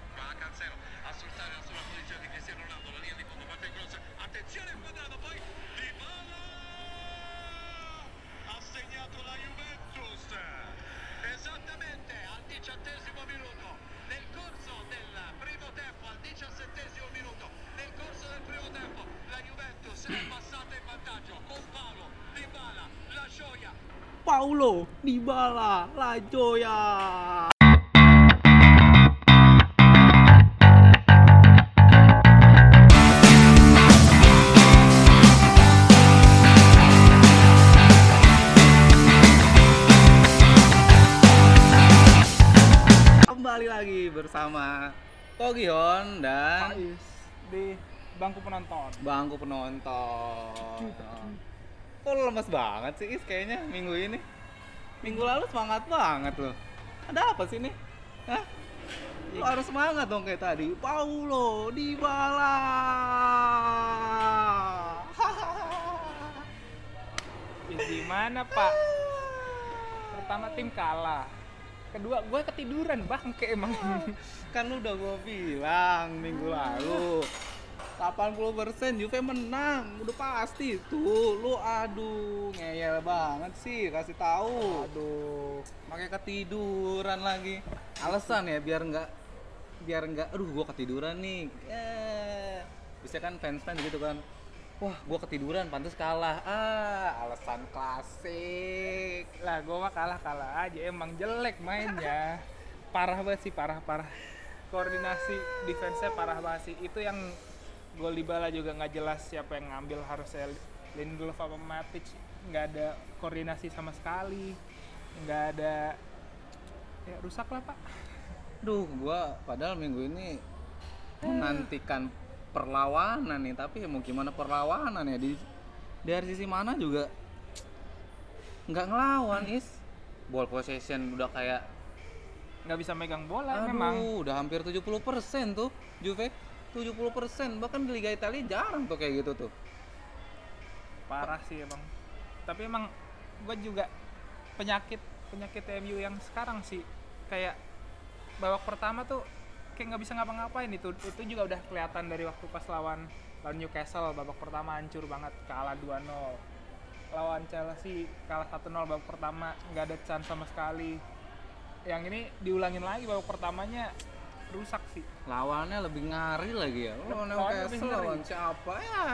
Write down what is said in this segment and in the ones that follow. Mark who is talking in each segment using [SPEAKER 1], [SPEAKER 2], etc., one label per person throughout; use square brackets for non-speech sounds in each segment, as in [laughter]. [SPEAKER 1] 0 a soltare la sola posizione di Cristiano Ronaldo, la linea di fondo, parte il cross, attenzione quadrato, poi Di Bala! Ha segnato la Juventus! Esattamente al diciottesimo minuto, nel corso del primo tempo, al diciassettesimo minuto, nel corso del primo tempo, la Juventus è passata in vantaggio con Paolo Di Bala, la gioia,
[SPEAKER 2] Paulo Dybala La Joya. Kembali lagi bersama Kogion dan
[SPEAKER 3] Faiz di bangku penonton.
[SPEAKER 2] bangku penonton. Kok lu lemes banget sih Is kayaknya minggu ini? Minggu lalu semangat banget loh. Ada apa sih nih? Hah? Lu harus semangat dong kayak tadi. Paulo Dybala.
[SPEAKER 3] Ya, gimana Pak? Pertama tim kalah. Kedua gue ketiduran bangke emang.
[SPEAKER 2] [laughs] kan lu udah gua bilang minggu lalu 80% Juve menang, udah pasti tuh. Lu aduh, ngeyel banget sih kasih tahu.
[SPEAKER 3] Aduh.
[SPEAKER 2] pakai ketiduran lagi alasan ya biar nggak biar nggak aduh gua ketiduran nih eh bisa kan fans fans gitu kan wah gua ketiduran pantas kalah ah alasan klasik
[SPEAKER 3] [laughs] Lah gue mah kalah kalah aja emang jelek mainnya. Parah banget sih parah parah. Koordinasi defense-nya parah banget sih. Itu yang gol Dybala juga nggak jelas siapa yang ngambil harusnya Lindelof apa Matic nggak ada koordinasi sama sekali nggak ada ya rusak lah pak
[SPEAKER 2] duh gua padahal minggu ini menantikan perlawanan nih tapi ya mau gimana perlawanan ya di dari sisi mana juga nggak ngelawan is ball possession udah kayak
[SPEAKER 3] nggak bisa megang bola
[SPEAKER 2] Aduh,
[SPEAKER 3] memang
[SPEAKER 2] udah hampir 70% tuh Juve. 70% bahkan di Liga Italia jarang tuh kayak gitu tuh.
[SPEAKER 3] parah sih emang tapi emang gue juga penyakit penyakit MU yang sekarang sih kayak babak pertama tuh kayak nggak bisa ngapa-ngapain itu itu juga udah kelihatan dari waktu pas lawan lawan Newcastle babak pertama hancur banget kalah 2-0 lawan Chelsea kalah 1-0 babak pertama nggak ada chance sama sekali yang ini diulangin lagi babak pertamanya rusak sih
[SPEAKER 2] Lawannya lebih ngari lagi ya. Lu Lawan
[SPEAKER 3] Lawannya lebih
[SPEAKER 2] Newcastle
[SPEAKER 3] ngeri.
[SPEAKER 2] lawan siapa ya?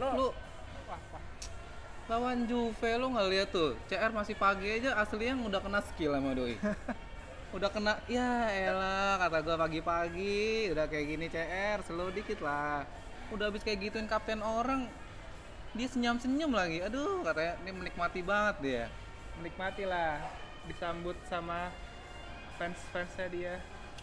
[SPEAKER 2] Lu
[SPEAKER 3] wah, wah.
[SPEAKER 2] lawan Juve lu nggak lihat tuh. CR masih pagi aja aslinya udah kena skill sama
[SPEAKER 3] [laughs]
[SPEAKER 2] doi. udah kena ya elah kata gua pagi-pagi udah kayak gini CR slow dikit lah. Udah habis kayak gituin kapten orang dia senyum-senyum lagi. Aduh katanya ini menikmati banget dia.
[SPEAKER 3] menikmati lah disambut sama fans fansnya dia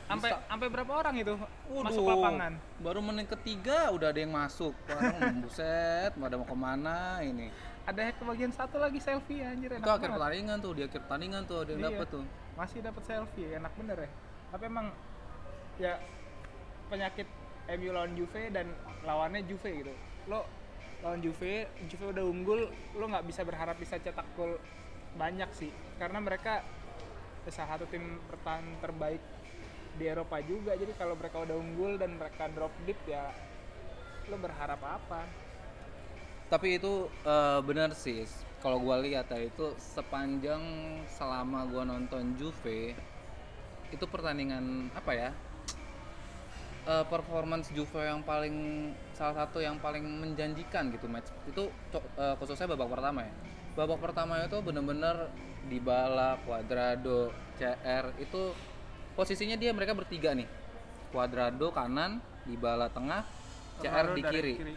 [SPEAKER 3] sampai
[SPEAKER 2] Bisa.
[SPEAKER 3] sampai berapa orang itu
[SPEAKER 2] Waduh,
[SPEAKER 3] masuk lapangan
[SPEAKER 2] Baru menit ketiga udah ada yang masuk. Orang buset, pada mau kemana ini?
[SPEAKER 3] ada yang kebagian satu lagi selfie anjir enak
[SPEAKER 2] Itu akhir
[SPEAKER 3] banget.
[SPEAKER 2] pertandingan tuh, di akhir pertandingan tuh ada yang
[SPEAKER 3] Iya.
[SPEAKER 2] dapet tuh.
[SPEAKER 3] masih dapat selfie enak bener ya tapi emang ya penyakit MU lawan Juve dan lawannya Juve gitu lo lawan Juve Juve udah unggul lo nggak bisa berharap bisa cetak gol banyak sih karena mereka salah satu tim bertahan terbaik di Eropa juga jadi kalau mereka udah unggul dan mereka drop deep ya lo berharap apa
[SPEAKER 2] Tapi itu eh, benar sih. Kalau gua lihat ya itu sepanjang selama gua nonton Juve itu pertandingan apa ya? Eh, performance Juve yang paling salah satu yang paling menjanjikan gitu match itu co- eh, khususnya babak pertama ya babak pertama itu bener-bener Dybala, Cuadrado, CR itu posisinya dia mereka bertiga nih Cuadrado kanan, Dybala tengah, CR di
[SPEAKER 3] Ronaldo dari
[SPEAKER 2] kiri.
[SPEAKER 3] kiri.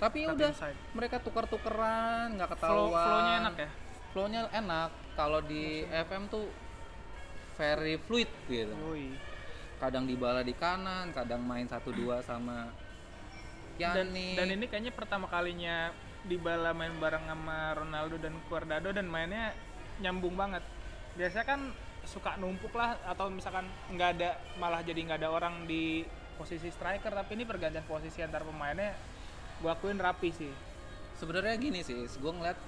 [SPEAKER 2] Tapi
[SPEAKER 3] Tapi
[SPEAKER 2] udah
[SPEAKER 3] inside.
[SPEAKER 2] mereka tuker-tukeran, nggak ketahuan.
[SPEAKER 3] Flow, flownya enak ya
[SPEAKER 2] Flow-nya enak. Kalau di FM tuh very fluid gitu.
[SPEAKER 3] Yoi.
[SPEAKER 2] Kadang dibala di kanan, kadang main satu dua sama
[SPEAKER 3] dan,
[SPEAKER 2] Yani.
[SPEAKER 3] dan ini kayaknya pertama kalinya Dybala main bareng sama Ronaldo dan Cuadrado dan mainnya nyambung banget. Biasanya kan suka numpuk lah atau misalkan nggak ada malah jadi nggak ada orang di posisi striker tapi ini pergantian posisi antar pemainnya gua akuin rapi sih.
[SPEAKER 2] sebenarnya gini sih, gue ngeliat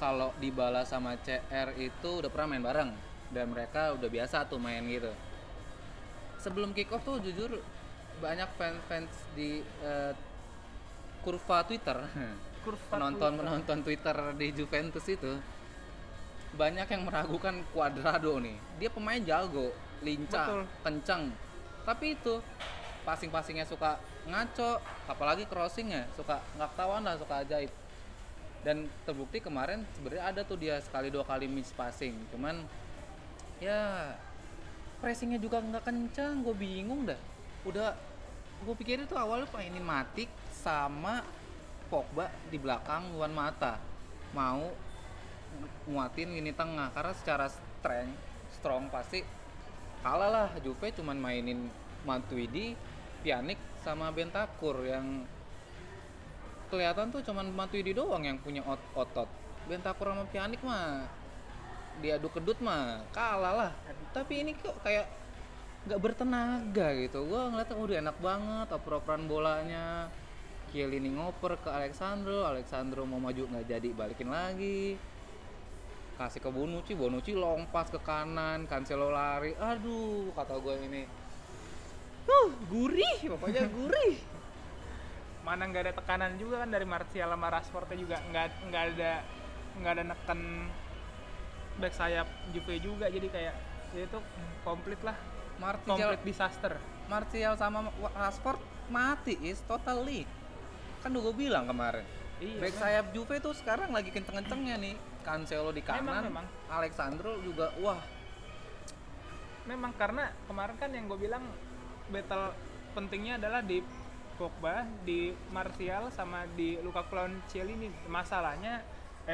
[SPEAKER 2] kalau dibala sama CR itu udah pernah main bareng dan mereka udah biasa tuh main gitu. Sebelum kick off tuh jujur banyak fans-fans di eh, kurva Twitter [laughs]
[SPEAKER 3] kurva
[SPEAKER 2] penonton-penonton Twitter di Juventus itu banyak yang meragukan Cuadrado nih dia pemain jago lincah
[SPEAKER 3] Betul.
[SPEAKER 2] kencang tapi itu passing-passingnya suka ngaco apalagi crossingnya suka nggak ketahuan lah suka ajaib dan terbukti kemarin sebenarnya ada tuh dia sekali dua kali miss passing cuman ya pressingnya juga nggak kencang gue bingung dah udah gue pikir itu awalnya mainin Matic sama Pogba di belakang Juan Mata mau nguatin lini tengah karena secara strength strong pasti kalah lah Juve cuman mainin Matuidi, Pjanic sama Bentakur yang kelihatan tuh cuman Matuidi doang yang punya ot- otot. Bentakur sama Pjanic mah diadu kedut mah kalah lah. Tapi ini kok kayak nggak bertenaga gitu. Gua ngeliatnya udah enak banget oper-operan bolanya. Chiellini ngoper ke Alexandro, Alexandro mau maju nggak jadi balikin lagi kasih ke Bonucci, Bonucci lompat ke kanan, Cancelo lari, aduh kata gue ini, huh gurih, pokoknya gurih.
[SPEAKER 3] mana nggak ada tekanan juga kan dari Martial sama Rashfordnya juga nggak nggak ada nggak ada neken back sayap Juve juga jadi kayak ya itu komplit lah
[SPEAKER 2] Martial,
[SPEAKER 3] komplit disaster
[SPEAKER 2] Martial sama Wa- Rashford mati is totally. Kan udah gue bilang kemarin.
[SPEAKER 3] Iya,
[SPEAKER 2] Back
[SPEAKER 3] memang.
[SPEAKER 2] sayap Juve tuh sekarang lagi kenceng-kencengnya nih. Cancelo di kanan,
[SPEAKER 3] memang.
[SPEAKER 2] Alexandro juga wah
[SPEAKER 3] memang karena kemarin kan yang gue bilang battle pentingnya adalah di Pogba, di Martial sama di Lukaku lawan Chiellini. Masalahnya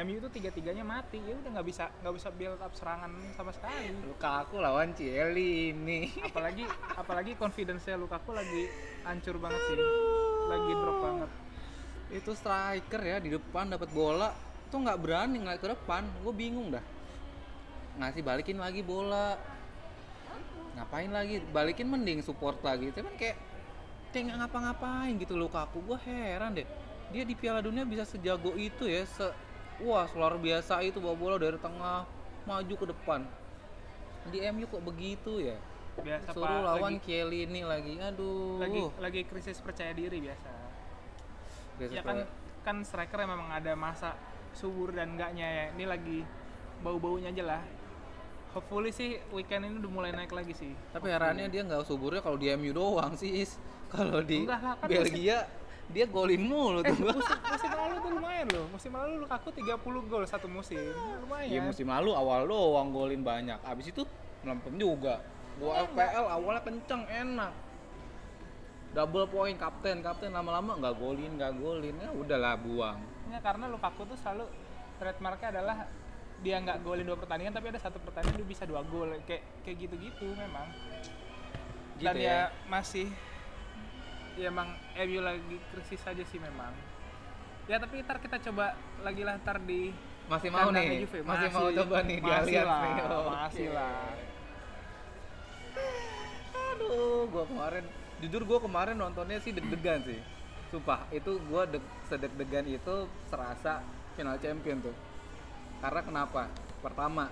[SPEAKER 3] MU itu tiga-tiganya mati, ya udah nggak bisa nggak bisa build up serangan sama sekali.
[SPEAKER 2] Lukaku lawan Chiellini.
[SPEAKER 3] Apalagi apalagi confidence-nya Lukaku lagi hancur banget sih. Lagi drop banget.
[SPEAKER 2] itu striker ya di depan dapat bola tuh nggak berani ngeliat ke depan gue bingung dah ngasih balikin lagi bola ngapain lagi balikin mending support lagi cuman kayak kayak nggak ngapa-ngapain gitu Lukaku gue heran deh dia di Piala Dunia bisa sejago itu ya se wah luar biasa itu bawa bola dari tengah maju ke depan di MU kok begitu ya
[SPEAKER 3] Biasa
[SPEAKER 2] suruh
[SPEAKER 3] Pak,
[SPEAKER 2] lawan
[SPEAKER 3] lagi,
[SPEAKER 2] Chiellini lagi aduh
[SPEAKER 3] lagi lagi krisis percaya diri biasa.
[SPEAKER 2] Biasa
[SPEAKER 3] ya kan
[SPEAKER 2] banget.
[SPEAKER 3] kan striker memang ada masa subur dan enggaknya ya ini lagi bau baunya aja lah hopefully sih weekend ini udah mulai naik lagi sih
[SPEAKER 2] Tapi herannya dia nggak suburnya kalau di MU doang sih, Is. Kalau di
[SPEAKER 3] Enggak lah, kan
[SPEAKER 2] Belgia dia golin mulu
[SPEAKER 3] eh
[SPEAKER 2] tuh.
[SPEAKER 3] musim, musim lalu tuh lumayan loh musim lalu Lukaku 30 gol satu musim lumayan
[SPEAKER 2] Iya musim lalu awal doang golin banyak. Abis itu melempem juga. Gua FPL awalnya kenceng enak. Double point kapten, kapten lama-lama nggak golin, nggak golin. Ya udahlah buang.
[SPEAKER 3] Ya, karena Lukaku tuh selalu trademarknya adalah dia nggak golin dua pertandingan tapi ada satu pertandingan dia bisa dua gol kayak kayak gitu-gitu memang
[SPEAKER 2] Gitu
[SPEAKER 3] dan ya, masih ya emang MU lagi krisis aja sih memang ya tapi ntar kita coba lagi lah ntar di
[SPEAKER 2] Masih mau
[SPEAKER 3] kandangnya
[SPEAKER 2] nih,
[SPEAKER 3] Juve.
[SPEAKER 2] masih, mau coba nih dia
[SPEAKER 3] masih
[SPEAKER 2] lihat
[SPEAKER 3] lah,
[SPEAKER 2] nih. Oh, Oke.
[SPEAKER 3] masih lah
[SPEAKER 2] Aduh, gua kemarin jujur gua kemarin nontonnya sih deg-degan sih. Sumpah, itu gua deg sedeg-degan itu serasa final champion tuh. Karena kenapa? Pertama,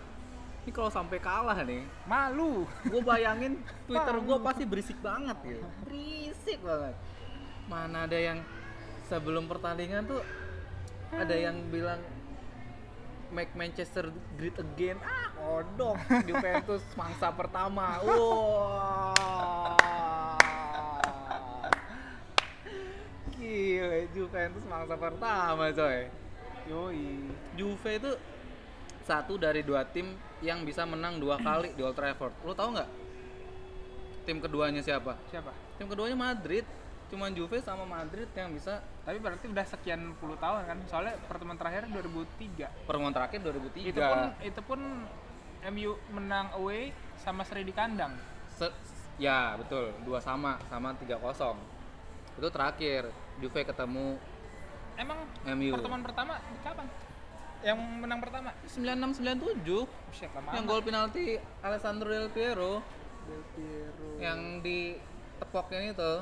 [SPEAKER 2] ini kalau sampai kalah nih,
[SPEAKER 3] malu
[SPEAKER 2] gue bayangin Twitter gue pasti berisik banget gitu berisik banget mana ada yang sebelum pertandingan tuh ada yang bilang make Manchester great again ah kodok [laughs] Juventus mangsa pertama [laughs] wow gila Juventus mangsa pertama coy
[SPEAKER 3] yoi
[SPEAKER 2] Juve itu satu dari dua tim yang bisa menang dua kali di Old Trafford. Lo tau nggak? Tim keduanya siapa?
[SPEAKER 3] siapa
[SPEAKER 2] Tim keduanya Madrid. Cuman Juve sama Madrid yang bisa
[SPEAKER 3] tapi berarti udah sekian puluh tahun kan soalnya pertemuan terakhir 2003
[SPEAKER 2] pertemuan terakhir 2003.
[SPEAKER 3] itu pun itu pun MU menang away sama seri di kandang
[SPEAKER 2] Se- ya betul, dua sama sama 3-0. Itu terakhir Juve ketemu
[SPEAKER 3] emang
[SPEAKER 2] MU.
[SPEAKER 3] pertemuan pertama di kapan yang menang pertama
[SPEAKER 2] 9697
[SPEAKER 3] Buset, lama
[SPEAKER 2] yang
[SPEAKER 3] amat.
[SPEAKER 2] gol penalti Alessandro Del Piero
[SPEAKER 3] Del Piero.
[SPEAKER 2] yang di tepoknya itu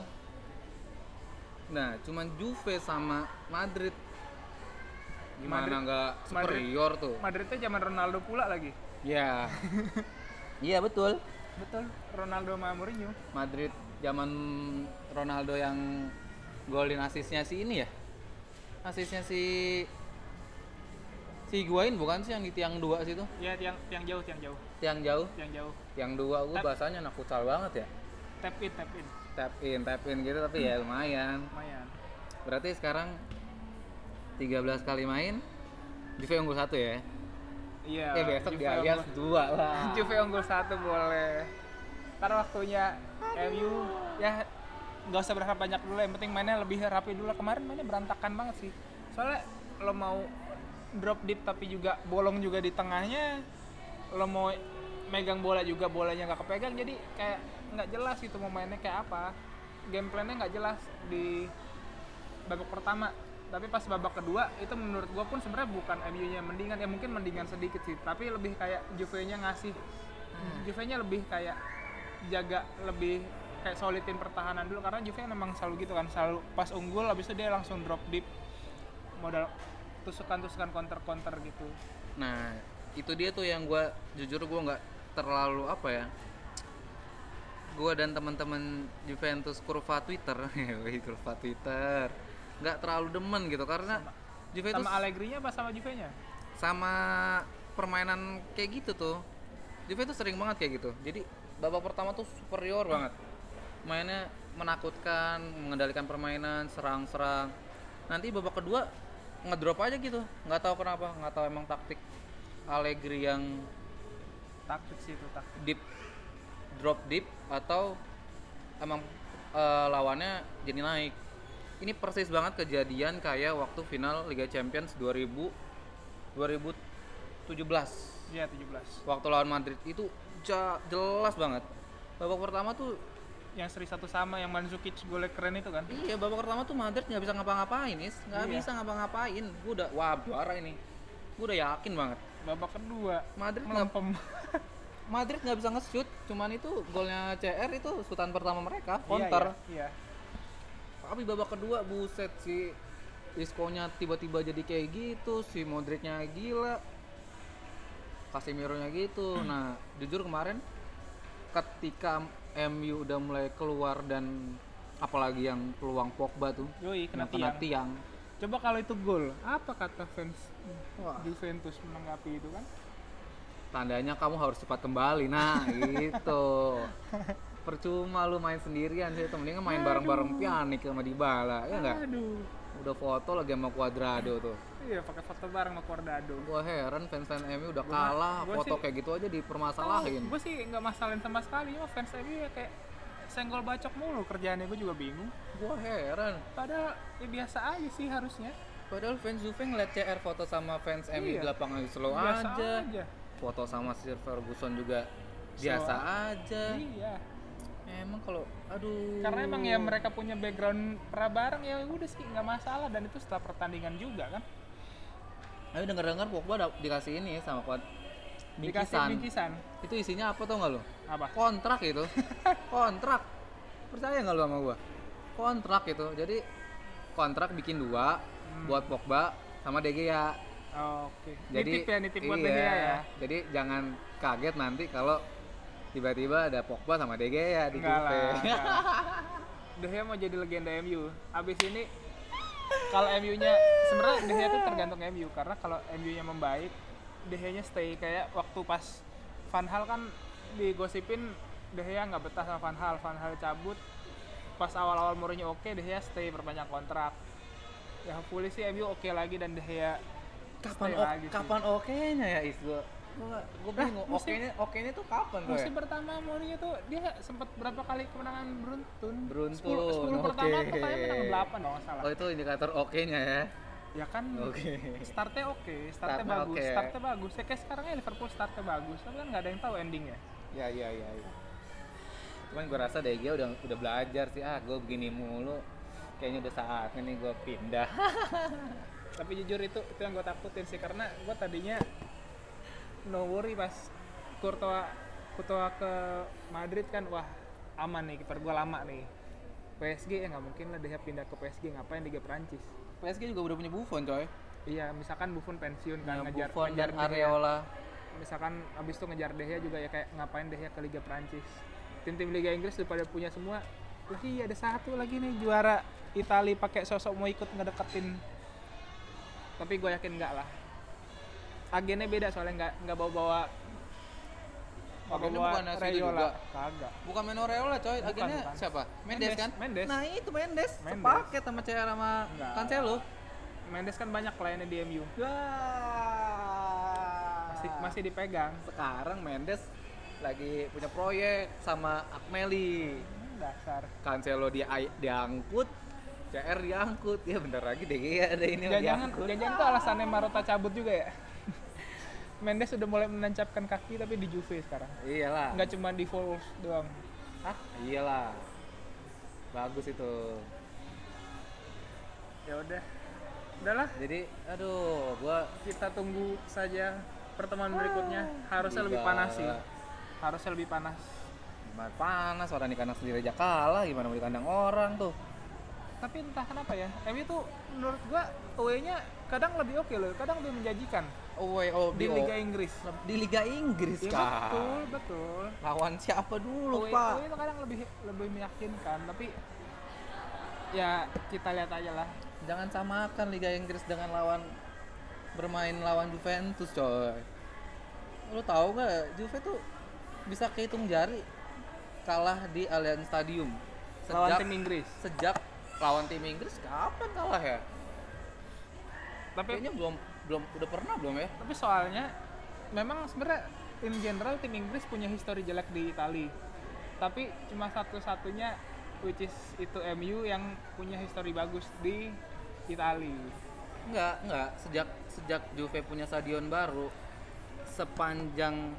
[SPEAKER 2] nah cuman Juve sama Madrid gimana
[SPEAKER 3] Madrid-
[SPEAKER 2] nggak
[SPEAKER 3] Madrid-
[SPEAKER 2] superior tuh
[SPEAKER 3] [laughs] Madridnya zaman Ronaldo pula lagi
[SPEAKER 2] ya iya betul
[SPEAKER 3] Betul, Ronaldo sama Mourinho.
[SPEAKER 2] Madrid zaman Ronaldo yang golin asisnya si ini ya asisnya si si Higuain bukan sih yang di tiang dua situ
[SPEAKER 3] Ya tiang tiang jauh, tiang jauh,
[SPEAKER 2] tiang jauh
[SPEAKER 3] tiang jauh.
[SPEAKER 2] tiang dua gue
[SPEAKER 3] Tap.
[SPEAKER 2] bahasanya anak futsal banget ya
[SPEAKER 3] Tap in, tap in.
[SPEAKER 2] tap in tap in gitu tapi ya lumayan
[SPEAKER 3] Lumayan.
[SPEAKER 2] berarti sekarang 13 kali main Juve unggul satu ya
[SPEAKER 3] Iya.
[SPEAKER 2] eh besok
[SPEAKER 3] Juve
[SPEAKER 2] di Alias
[SPEAKER 3] unggul-
[SPEAKER 2] dua lah
[SPEAKER 3] [laughs] Juve unggul satu boleh. Ntar waktunya MU ya nggak usah berharap banyak dulu yang penting mainnya lebih rapi dulu lah. kemarin mainnya berantakan banget sih soalnya lo mau drop deep tapi juga bolong juga di tengahnya lo mau megang bola juga bolanya nggak kepegang jadi kayak nggak jelas gitu mau mainnya kayak apa game plan-nya nggak jelas di babak pertama tapi pas babak kedua itu menurut gua pun sebenarnya bukan MU nya mendingan ya mungkin mendingan sedikit sih tapi lebih kayak Juve nya ngasih Juve nya lebih kayak jaga lebih kayak solidin pertahanan dulu karena Juve memang selalu gitu kan selalu pas unggul habis itu dia langsung drop deep modal tusukan-tusukan counter-counter gitu
[SPEAKER 2] nah itu dia tuh yang gua jujur gua nggak terlalu apa ya gua dan teman-teman Juventus kurva Twitter [laughs] Wih, kurva Twitter nggak terlalu demen gitu karena Juventus
[SPEAKER 3] sama Allegri nya apa sama Juve nya?
[SPEAKER 2] sama permainan kayak gitu tuh Juve tuh sering banget kayak gitu jadi babak pertama tuh superior banget mainnya menakutkan mengendalikan permainan serang-serang nanti babak kedua ngedrop aja gitu nggak tahu kenapa nggak tahu emang taktik Allegri yang
[SPEAKER 3] taktik sih itu taktik
[SPEAKER 2] deep drop deep atau emang eh, lawannya jadi naik ini persis banget kejadian kayak waktu final Liga Champions 2000 2017
[SPEAKER 3] ya 17
[SPEAKER 2] waktu lawan Madrid itu ja- jelas banget babak pertama tuh
[SPEAKER 3] yang seri satu sama yang Mandzukic golek keren itu kan
[SPEAKER 2] iya babak pertama tuh Madrid nggak bisa ngapa-ngapain is nggak
[SPEAKER 3] Iya.
[SPEAKER 2] bisa ngapa-ngapain gue udah wah juara ini gue udah yakin banget
[SPEAKER 3] babak kedua
[SPEAKER 2] Madrid nggak
[SPEAKER 3] melempem [laughs] Iya,
[SPEAKER 2] Madrid nggak bisa nge-shoot cuman itu golnya CR itu sutan pertama mereka
[SPEAKER 3] Iya,
[SPEAKER 2] counter
[SPEAKER 3] iya, iya.
[SPEAKER 2] tapi babak kedua buset si Isco-nya tiba-tiba jadi kayak gitu si Modric-nya gila Casemiro-nya
[SPEAKER 3] Hmm.
[SPEAKER 2] gitu nah jujur kemarin ketika MU udah mulai keluar dan apalagi yang peluang Pogba tuh
[SPEAKER 3] Yoi, kena
[SPEAKER 2] yang kena
[SPEAKER 3] tiang.
[SPEAKER 2] tiang
[SPEAKER 3] Coba kalau itu gol, apa kata fans
[SPEAKER 2] Wah.
[SPEAKER 3] Juventus menanggapi itu kan?
[SPEAKER 2] tandanya kamu harus cepat kembali
[SPEAKER 3] [laughs]
[SPEAKER 2] nah gitu percuma lu main sendirian sih mendingan main bareng-bareng Pjanic sama Dybala ya enggak
[SPEAKER 3] Aduh.
[SPEAKER 2] udah foto lagi sama Cuadrado tuh
[SPEAKER 3] Iya, pakai foto bareng sama Cordado.
[SPEAKER 2] Gua heran fans fans MU udah kalah
[SPEAKER 3] gua
[SPEAKER 2] foto
[SPEAKER 3] sih-
[SPEAKER 2] kayak gitu aja dipermasalahin
[SPEAKER 3] Gue sih nggak masalahin sama sekali, cuma fans MU ya kayak senggol bacok mulu kerjaannya gue juga bingung.
[SPEAKER 2] Gua heran
[SPEAKER 3] Padahal ya biasa aja sih harusnya.
[SPEAKER 2] padahal fans Juve ngeliat CR foto sama fans MU di
[SPEAKER 3] Iya.
[SPEAKER 2] lapangan slow
[SPEAKER 3] biasa
[SPEAKER 2] aja foto sama Sir Ferguson juga
[SPEAKER 3] Slow
[SPEAKER 2] biasa
[SPEAKER 3] aja.
[SPEAKER 2] aja
[SPEAKER 3] Iya.
[SPEAKER 2] emang kalau aduh
[SPEAKER 3] Karena emang ya mereka punya background pra bareng ya udah sih nggak masalah dan itu setelah pertandingan juga kan.
[SPEAKER 2] ayo denger dengar Pogba da- dikasih ini sama kuat
[SPEAKER 3] Dikasih
[SPEAKER 2] bingkisan
[SPEAKER 3] bingkisan.
[SPEAKER 2] itu isinya apa tau nggak lo
[SPEAKER 3] Apa?
[SPEAKER 2] kontrak itu kontrak percaya nggak lu sama gua kontrak itu jadi kontrak bikin dua
[SPEAKER 3] Hmm.
[SPEAKER 2] buat Pogba sama De Gea
[SPEAKER 3] Oke.
[SPEAKER 2] jadi
[SPEAKER 3] nitip ya, nitip buat
[SPEAKER 2] iya,
[SPEAKER 3] iya. ya.
[SPEAKER 2] jadi jangan kaget nanti kalau tiba-tiba ada Pogba sama DG ya di
[SPEAKER 3] Enggak
[SPEAKER 2] Juve.
[SPEAKER 3] lah. [laughs] enggak. De Gea mau jadi legenda MU. Abis ini kalau MU-nya sebenarnya De Gea tuh tergantung MU karena kalau MU-nya membaik, De Gea-nya stay kayak waktu pas Van Hal kan digosipin De Gea nggak betah sama Van Hal, Van Hal cabut. Pas awal-awal Mourinho oke, De Gea stay perpanjang kontrak. Ya hopefully sih MU oke lagi dan De Gea
[SPEAKER 2] [laughs] kapan
[SPEAKER 3] stay
[SPEAKER 2] o-
[SPEAKER 3] lagi sih.
[SPEAKER 2] kapan oke-nya ya Is gua? Gua gua bingung
[SPEAKER 3] musim-
[SPEAKER 2] oke-nya oke-nya tuh kapan tuh?
[SPEAKER 3] musim
[SPEAKER 2] ya?
[SPEAKER 3] pertama Mourinho tuh dia sempat berapa kali kemenangan beruntun?
[SPEAKER 2] Beruntun, oke.
[SPEAKER 3] 10, pertama pertama menang 8 dong salah.
[SPEAKER 2] Oh itu indikator oke-nya ya.
[SPEAKER 3] Ya kan
[SPEAKER 2] Oke.
[SPEAKER 3] startnya oke, startnya
[SPEAKER 2] Startnya
[SPEAKER 3] bagus,
[SPEAKER 2] oke.
[SPEAKER 3] startnya bagus. Ya kayak sekarang ya Liverpool startnya bagus, tapi kan nggak ada yang tahu endingnya.
[SPEAKER 2] Ya ya ya. ya. Cuman gua rasa DG udah udah belajar sih ah gua begini mulu. Kayaknya udah saatnya nih gua pindah. [laughs]
[SPEAKER 3] Tapi jujur itu itu yang gue takutin sih karena gue tadinya no worry pas Courtois Courtois ke Madrid kan wah aman nih kiper gue lama nih. PSG ya nggak mungkin lah dia pindah ke PSG ngapain Liga Prancis.
[SPEAKER 2] PSG juga udah punya Buffon coy.
[SPEAKER 3] Iya, misalkan Buffon pensiun
[SPEAKER 2] Nah,
[SPEAKER 3] kan ngejar
[SPEAKER 2] Buffon
[SPEAKER 3] ngejar
[SPEAKER 2] dan
[SPEAKER 3] De Gea.
[SPEAKER 2] Areola.
[SPEAKER 3] misalkan abis itu ngejar Dehya juga ya kayak ngapain Dehya ke Liga Prancis tim-tim Liga Inggris udah pada punya semua lah iya ada satu lagi nih juara Itali pakai sosok mau ikut ngedeketin tapi gue yakin enggak lah agennya beda soalnya nggak nggak bawa-bawa nggak
[SPEAKER 2] Agennya
[SPEAKER 3] bawa-bawa
[SPEAKER 2] bukan asli itu
[SPEAKER 3] Rayola.
[SPEAKER 2] juga.
[SPEAKER 3] kagak
[SPEAKER 2] Bukan Menoreola coy,
[SPEAKER 3] Bukan,
[SPEAKER 2] agennya
[SPEAKER 3] bukan.
[SPEAKER 2] siapa? Mendes,
[SPEAKER 3] Mendes,
[SPEAKER 2] kan?
[SPEAKER 3] Mendes.
[SPEAKER 2] Nah itu Mendes,
[SPEAKER 3] Mendes.
[SPEAKER 2] sepaket sama CR sama
[SPEAKER 3] Enggak.
[SPEAKER 2] Cancelo
[SPEAKER 3] Mendes kan banyak kliennya di MU
[SPEAKER 2] Wah.
[SPEAKER 3] masih masih dipegang
[SPEAKER 2] Sekarang Mendes lagi punya proyek sama Akmeli
[SPEAKER 3] Hmm, dasar
[SPEAKER 2] Cancelo dia diangkut, CR diangkut Ya bentar lagi DG ada ini yang
[SPEAKER 3] jangan
[SPEAKER 2] diangkut.
[SPEAKER 3] jangan tuh alasannya Marotta cabut juga ya [laughs] Mendes sudah mulai menancapkan kaki tapi di Juve sekarang
[SPEAKER 2] Iyalah
[SPEAKER 3] nggak cuma di Wolves doang
[SPEAKER 2] Hah? Iyalah Bagus itu
[SPEAKER 3] ya udah udahlah
[SPEAKER 2] Jadi aduh gua
[SPEAKER 3] kita tunggu saja pertemuan berikutnya harusnya lebih
[SPEAKER 2] Gila.
[SPEAKER 3] panas sih harusnya lebih panas
[SPEAKER 2] gimana panas orang di kandang sendiri aja kalah gimana mau di kandang orang tuh
[SPEAKER 3] tapi entah kenapa ya MU tuh menurut gua away-nya kadang lebih oke loh kadang lebih menjanjikan
[SPEAKER 2] oh, oh
[SPEAKER 3] di Liga Inggris
[SPEAKER 2] di Liga Inggris
[SPEAKER 3] ya,
[SPEAKER 2] Kak.
[SPEAKER 3] betul betul
[SPEAKER 2] lawan siapa dulu
[SPEAKER 3] Away-
[SPEAKER 2] pak
[SPEAKER 3] away itu kadang lebih lebih meyakinkan tapi ya kita lihat aja lah
[SPEAKER 2] jangan samakan Liga Inggris dengan lawan bermain lawan Juventus coy lu tahu nggak Juve tuh bisa kehitung jari kalah di Allianz Stadium
[SPEAKER 3] lawan
[SPEAKER 2] sejak
[SPEAKER 3] tim Inggris
[SPEAKER 2] sejak lawan tim Inggris kapan kalah ya
[SPEAKER 3] tapi
[SPEAKER 2] kayaknya belum belum udah pernah belum ya
[SPEAKER 3] tapi soalnya memang sebenarnya in general tim Inggris punya histori jelek di Itali tapi cuma satu-satunya which is itu MU yang punya histori bagus di Itali
[SPEAKER 2] Enggak, enggak. Sejak sejak Juve punya stadion baru sepanjang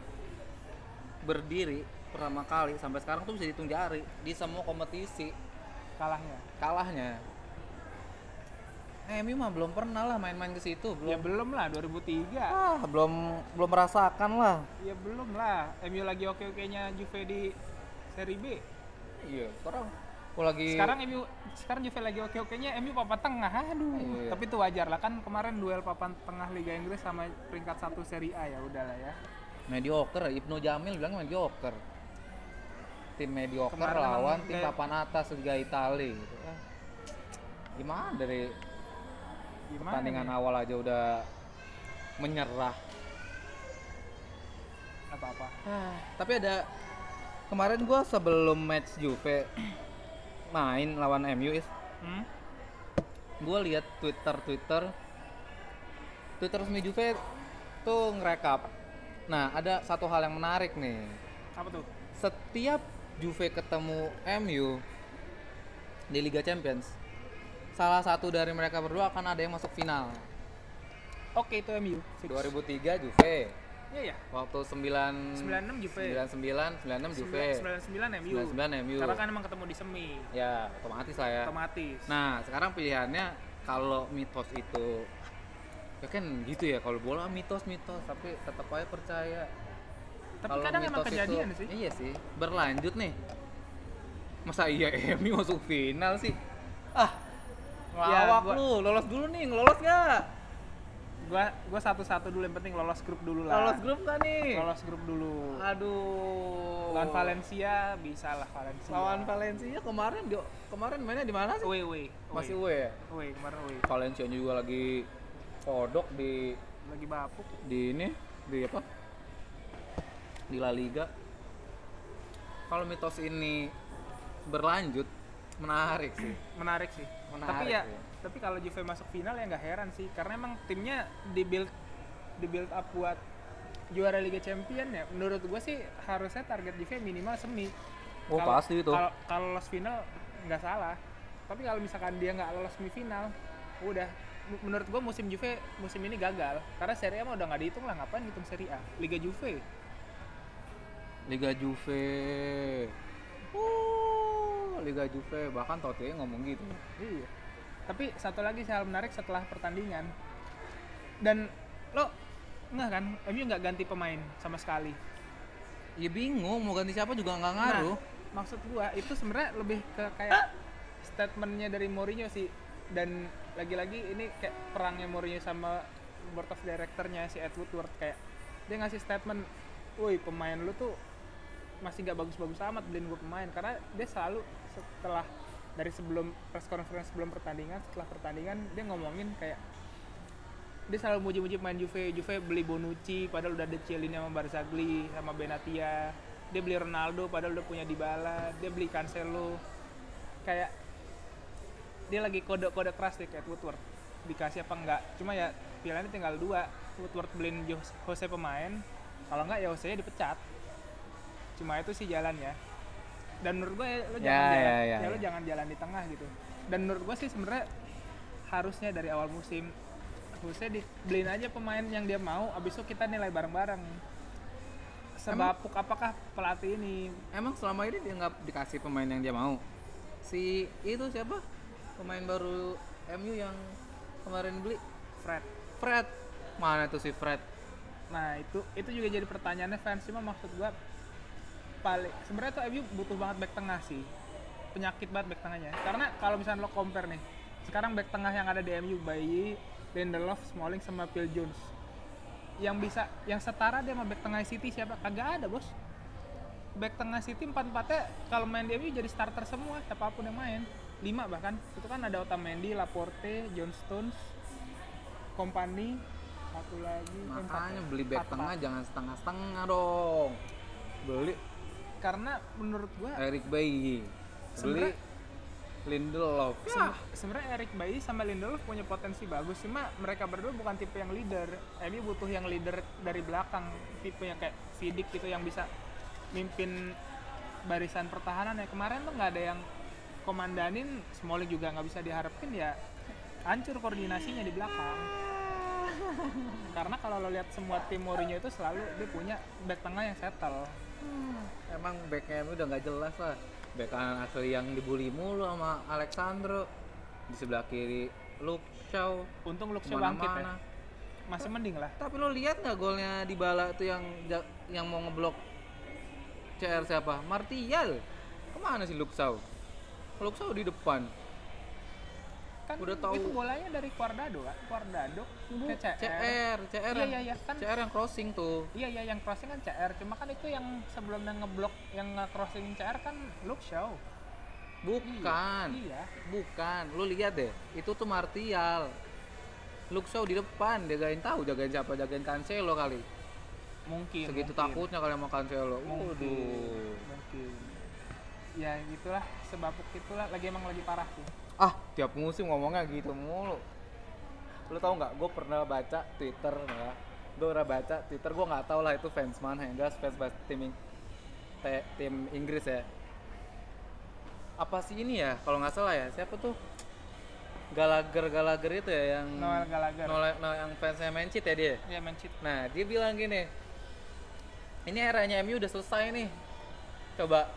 [SPEAKER 2] berdiri pertama kali sampai sekarang tuh bisa dihitung jari di semua kompetisi
[SPEAKER 3] kalahnya
[SPEAKER 2] kalahnya. MU mah belum pernah lah main-main ke situ,
[SPEAKER 3] ya
[SPEAKER 2] belum.
[SPEAKER 3] belum lah 2003
[SPEAKER 2] Ah, belum belum merasakan lah.
[SPEAKER 3] ya belum lah MU lagi oke-okenya Juve di seri B
[SPEAKER 2] Iya, sekarang aku lagi
[SPEAKER 3] sekarang MU sekarang Juve lagi oke-okenya MU papan tengah aduh
[SPEAKER 2] Iya.
[SPEAKER 3] tapi itu wajar lah kan kemarin duel papan tengah Liga Inggris sama peringkat satu Serie A ya udahlah ya
[SPEAKER 2] mediocre, Ibnu Jamil bilang mediocre. Tim mediocre
[SPEAKER 3] Kemarin
[SPEAKER 2] lawan
[SPEAKER 3] emang
[SPEAKER 2] tim
[SPEAKER 3] kayak-
[SPEAKER 2] papan atas Liga Italia gitu. Ah, Gimana dari
[SPEAKER 3] gimana
[SPEAKER 2] pertandingan
[SPEAKER 3] nih?
[SPEAKER 2] awal aja udah menyerah.
[SPEAKER 3] apa-apa
[SPEAKER 2] Tapi ada kemarin gua sebelum match Juve main lawan MU is
[SPEAKER 3] hmm?
[SPEAKER 2] gue lihat Twitter Twitter Twitter resmi Juve tuh ngerekap. Nah, ada satu hal yang menarik nih.
[SPEAKER 3] apa tuh
[SPEAKER 2] Setiap Juve ketemu MU di Liga Champions, salah satu dari mereka berdua akan ada yang masuk final.
[SPEAKER 3] Oke itu MU.
[SPEAKER 2] 2003 Juve,
[SPEAKER 3] Iya ya.
[SPEAKER 2] waktu 9
[SPEAKER 3] 96 Juve.
[SPEAKER 2] 99 96 Juve
[SPEAKER 3] 99 MU.
[SPEAKER 2] 99 MU
[SPEAKER 3] Karena kan emang ketemu di semi
[SPEAKER 2] ya otomatis lah ya
[SPEAKER 3] otomatis.
[SPEAKER 2] nah sekarang pilihannya kalau mitos itu ya kan gitu ya kalau bola mitos mitos tapi tetap aja percaya
[SPEAKER 3] Tapi
[SPEAKER 2] Kalau
[SPEAKER 3] kadang emang
[SPEAKER 2] mitos
[SPEAKER 3] kejadian
[SPEAKER 2] itu,
[SPEAKER 3] sih.
[SPEAKER 2] iya sih berlanjut nih masa iya [laughs] MU masuk final sih ah ngelawak
[SPEAKER 3] Ya, gua-
[SPEAKER 2] lu lolos dulu nih ngelolos nggak
[SPEAKER 3] Gua gua satu-satu dulu yang penting lolos grup dulu lah.
[SPEAKER 2] lolos grup nggak nih
[SPEAKER 3] Lolos grup dulu.
[SPEAKER 2] aduh
[SPEAKER 3] Lawan Valencia bisa lah Valencia.
[SPEAKER 2] lawan Valencia kemarin di, kemarin mainnya di mana sih
[SPEAKER 3] Away away.
[SPEAKER 2] masih UE ya
[SPEAKER 3] away kemarin away.
[SPEAKER 2] Valencia juga lagi kodok di
[SPEAKER 3] Lagi bapuk.
[SPEAKER 2] di ini di apa di La Liga kalau mitos ini berlanjut menarik sih
[SPEAKER 3] Menarik sih.
[SPEAKER 2] Menarik
[SPEAKER 3] tapi ya,
[SPEAKER 2] sih.
[SPEAKER 3] tapi kalau Juve masuk final ya nggak heran sih karena emang timnya di build di build up buat juara Liga Champion ya. Menurut gua sih harusnya target Juve minimal semi.
[SPEAKER 2] oh
[SPEAKER 3] Kalau-
[SPEAKER 2] pasti itu
[SPEAKER 3] Kalau kalau lolos final nggak salah. Tapi kalau misalkan dia nggak lolos semifinal, udah M- menurut gua musim Juve musim ini gagal karena Serie A mah udah nggak dihitung lah ngapain hitung Serie A Liga Juve
[SPEAKER 2] Liga Juve uh Liga Juve bahkan Totti ngomong gitu
[SPEAKER 3] iya tapi satu lagi sih hal menarik setelah pertandingan dan lo nggak kan MU nggak ganti pemain sama sekali
[SPEAKER 2] ya bingung mau ganti siapa juga nggak
[SPEAKER 3] Nah,
[SPEAKER 2] ngaruh
[SPEAKER 3] maksud gua itu sebenarnya lebih ke kayak statementnya dari Mourinho sih dan lagi-lagi ini kayak perangnya Mourinho sama board of directornya si Edward kayak dia ngasih statement woi pemain lu tuh masih gak bagus-bagus amat beliin gue pemain karena dia selalu setelah dari sebelum press conference sebelum pertandingan setelah pertandingan dia ngomongin kayak dia selalu muji-muji pemain Juve Juve beli Bonucci padahal udah ada Chiellini sama Barzagli sama Benatia dia beli Ronaldo padahal udah punya Dybala dia beli Cancelo kayak dia lagi kode-kode keras deh kayak Woodward dikasih apa enggak cuma ya pilihannya tinggal dua Woodward beliin Jo- Jose pemain kalau enggak ya Jose nya dipecat cuma itu sih jalannya dan menurut gue ya, lo
[SPEAKER 2] Ya,
[SPEAKER 3] jangan
[SPEAKER 2] ya,
[SPEAKER 3] jalan,
[SPEAKER 2] ya,
[SPEAKER 3] ya lo
[SPEAKER 2] ya.
[SPEAKER 3] jangan jalan di tengah gitu dan menurut gue sih sebenarnya harusnya dari awal musim Jose dibeliin aja pemain yang dia mau abis itu kita nilai bareng-bareng sebapuk apakah pelatih ini
[SPEAKER 2] Emang selama ini dia nggak dikasih pemain yang dia mau? Si itu siapa? Pemain baru MU yang kemarin beli
[SPEAKER 3] Fred
[SPEAKER 2] Fred. Mana tuh si Fred?
[SPEAKER 3] Nah itu itu juga jadi pertanyaannya fans cuma maksud gua paling sebenarnya tuh MU butuh banget back tengah sih penyakit banget back tengahnya karena kalau misalnya lo compare nih sekarang back tengah yang ada di MU Bayi, Lindelof, Smalling sama Phil Jones yang bisa yang setara dia sama back tengah City siapa kagak ada bos back tengah City empat empatnya kalau main di MU jadi starter semua siapapun yang main lima bahkan itu kan ada Otamendi, Laporte, John Stones, Kompani satu lagi eh, empat
[SPEAKER 2] Makanya
[SPEAKER 3] ya.
[SPEAKER 2] beli back
[SPEAKER 3] Empat,
[SPEAKER 2] tengah
[SPEAKER 3] empat.
[SPEAKER 2] jangan setengah-setengah dong. Beli
[SPEAKER 3] karena menurut gua
[SPEAKER 2] Eric Bailly. Beli
[SPEAKER 3] Sebenarnya-
[SPEAKER 2] Lindelof.
[SPEAKER 3] Sem- sebenarnya Eric Bailly sama Lindelof punya potensi bagus cuma mereka berdua bukan tipe yang leader MU butuh yang leader dari belakang tipe yang kayak Vidic gitu yang bisa mimpin barisan pertahanan ya kemarin tuh nggak ada yang komandanin Smalling juga nggak bisa diharapin ya hancur koordinasinya di belakang karena kalau lo lihat semua tim Mourinho itu selalu dia punya back tengah yang settle
[SPEAKER 2] Emang backnya MU udah nggak jelas lah. Back kanan asli yang dibully mulu sama Alexandro. Di sebelah kiri Luke Shaw.
[SPEAKER 3] untung Luxio bangkit ya
[SPEAKER 2] Mana-mana.
[SPEAKER 3] masih mending lah
[SPEAKER 2] Tapi lo lihat nggak golnya di bala itu yang ja- yang mau ngeblok CR siapa? Martial. Kemana sih Luksau? Luksau di depan.
[SPEAKER 3] kan
[SPEAKER 2] Udah tahu.
[SPEAKER 3] itu bolanya dari Guardado kan Guardado ke CR,
[SPEAKER 2] CR, CR,
[SPEAKER 3] Iya,
[SPEAKER 2] yang-
[SPEAKER 3] iya, iya, kan.
[SPEAKER 2] CR yang crossing tuh.
[SPEAKER 3] iya iya yang crossing kan CR cuma kan itu yang sebelumnya ngeblok yang crossing CR kan Luke Shaw
[SPEAKER 2] Bukan,
[SPEAKER 3] iya
[SPEAKER 2] bukan. Lo lihat deh, itu tuh Martial. Luksau di depan, jagain tahu jagain siapa, jagain Cancelo kali.
[SPEAKER 3] mungkin
[SPEAKER 2] Segitu
[SPEAKER 3] Iya, mungkin.
[SPEAKER 2] takutnya kali sama Cancelo.
[SPEAKER 3] mungkin
[SPEAKER 2] Waduh.
[SPEAKER 3] mungkin ya gitulah sebabuk itulah lagi emang lagi parah sih
[SPEAKER 2] ah tiap musim ngomongnya gitu mulu lu tau nggak gue pernah baca twitter ya gue pernah baca twitter gue nggak tau lah itu fans mana yang jelas fans, fans tim Ing- te- tim Inggris ya apa sih ini ya kalau nggak salah ya siapa tuh Gallagher Gallagher itu ya yang
[SPEAKER 3] Noel Gallagher
[SPEAKER 2] Noel- Noel yang fansnya Manchester ya dia
[SPEAKER 3] ya main cheat
[SPEAKER 2] Nah, dia bilang gini. Ini eranya MU udah selesai nih. Coba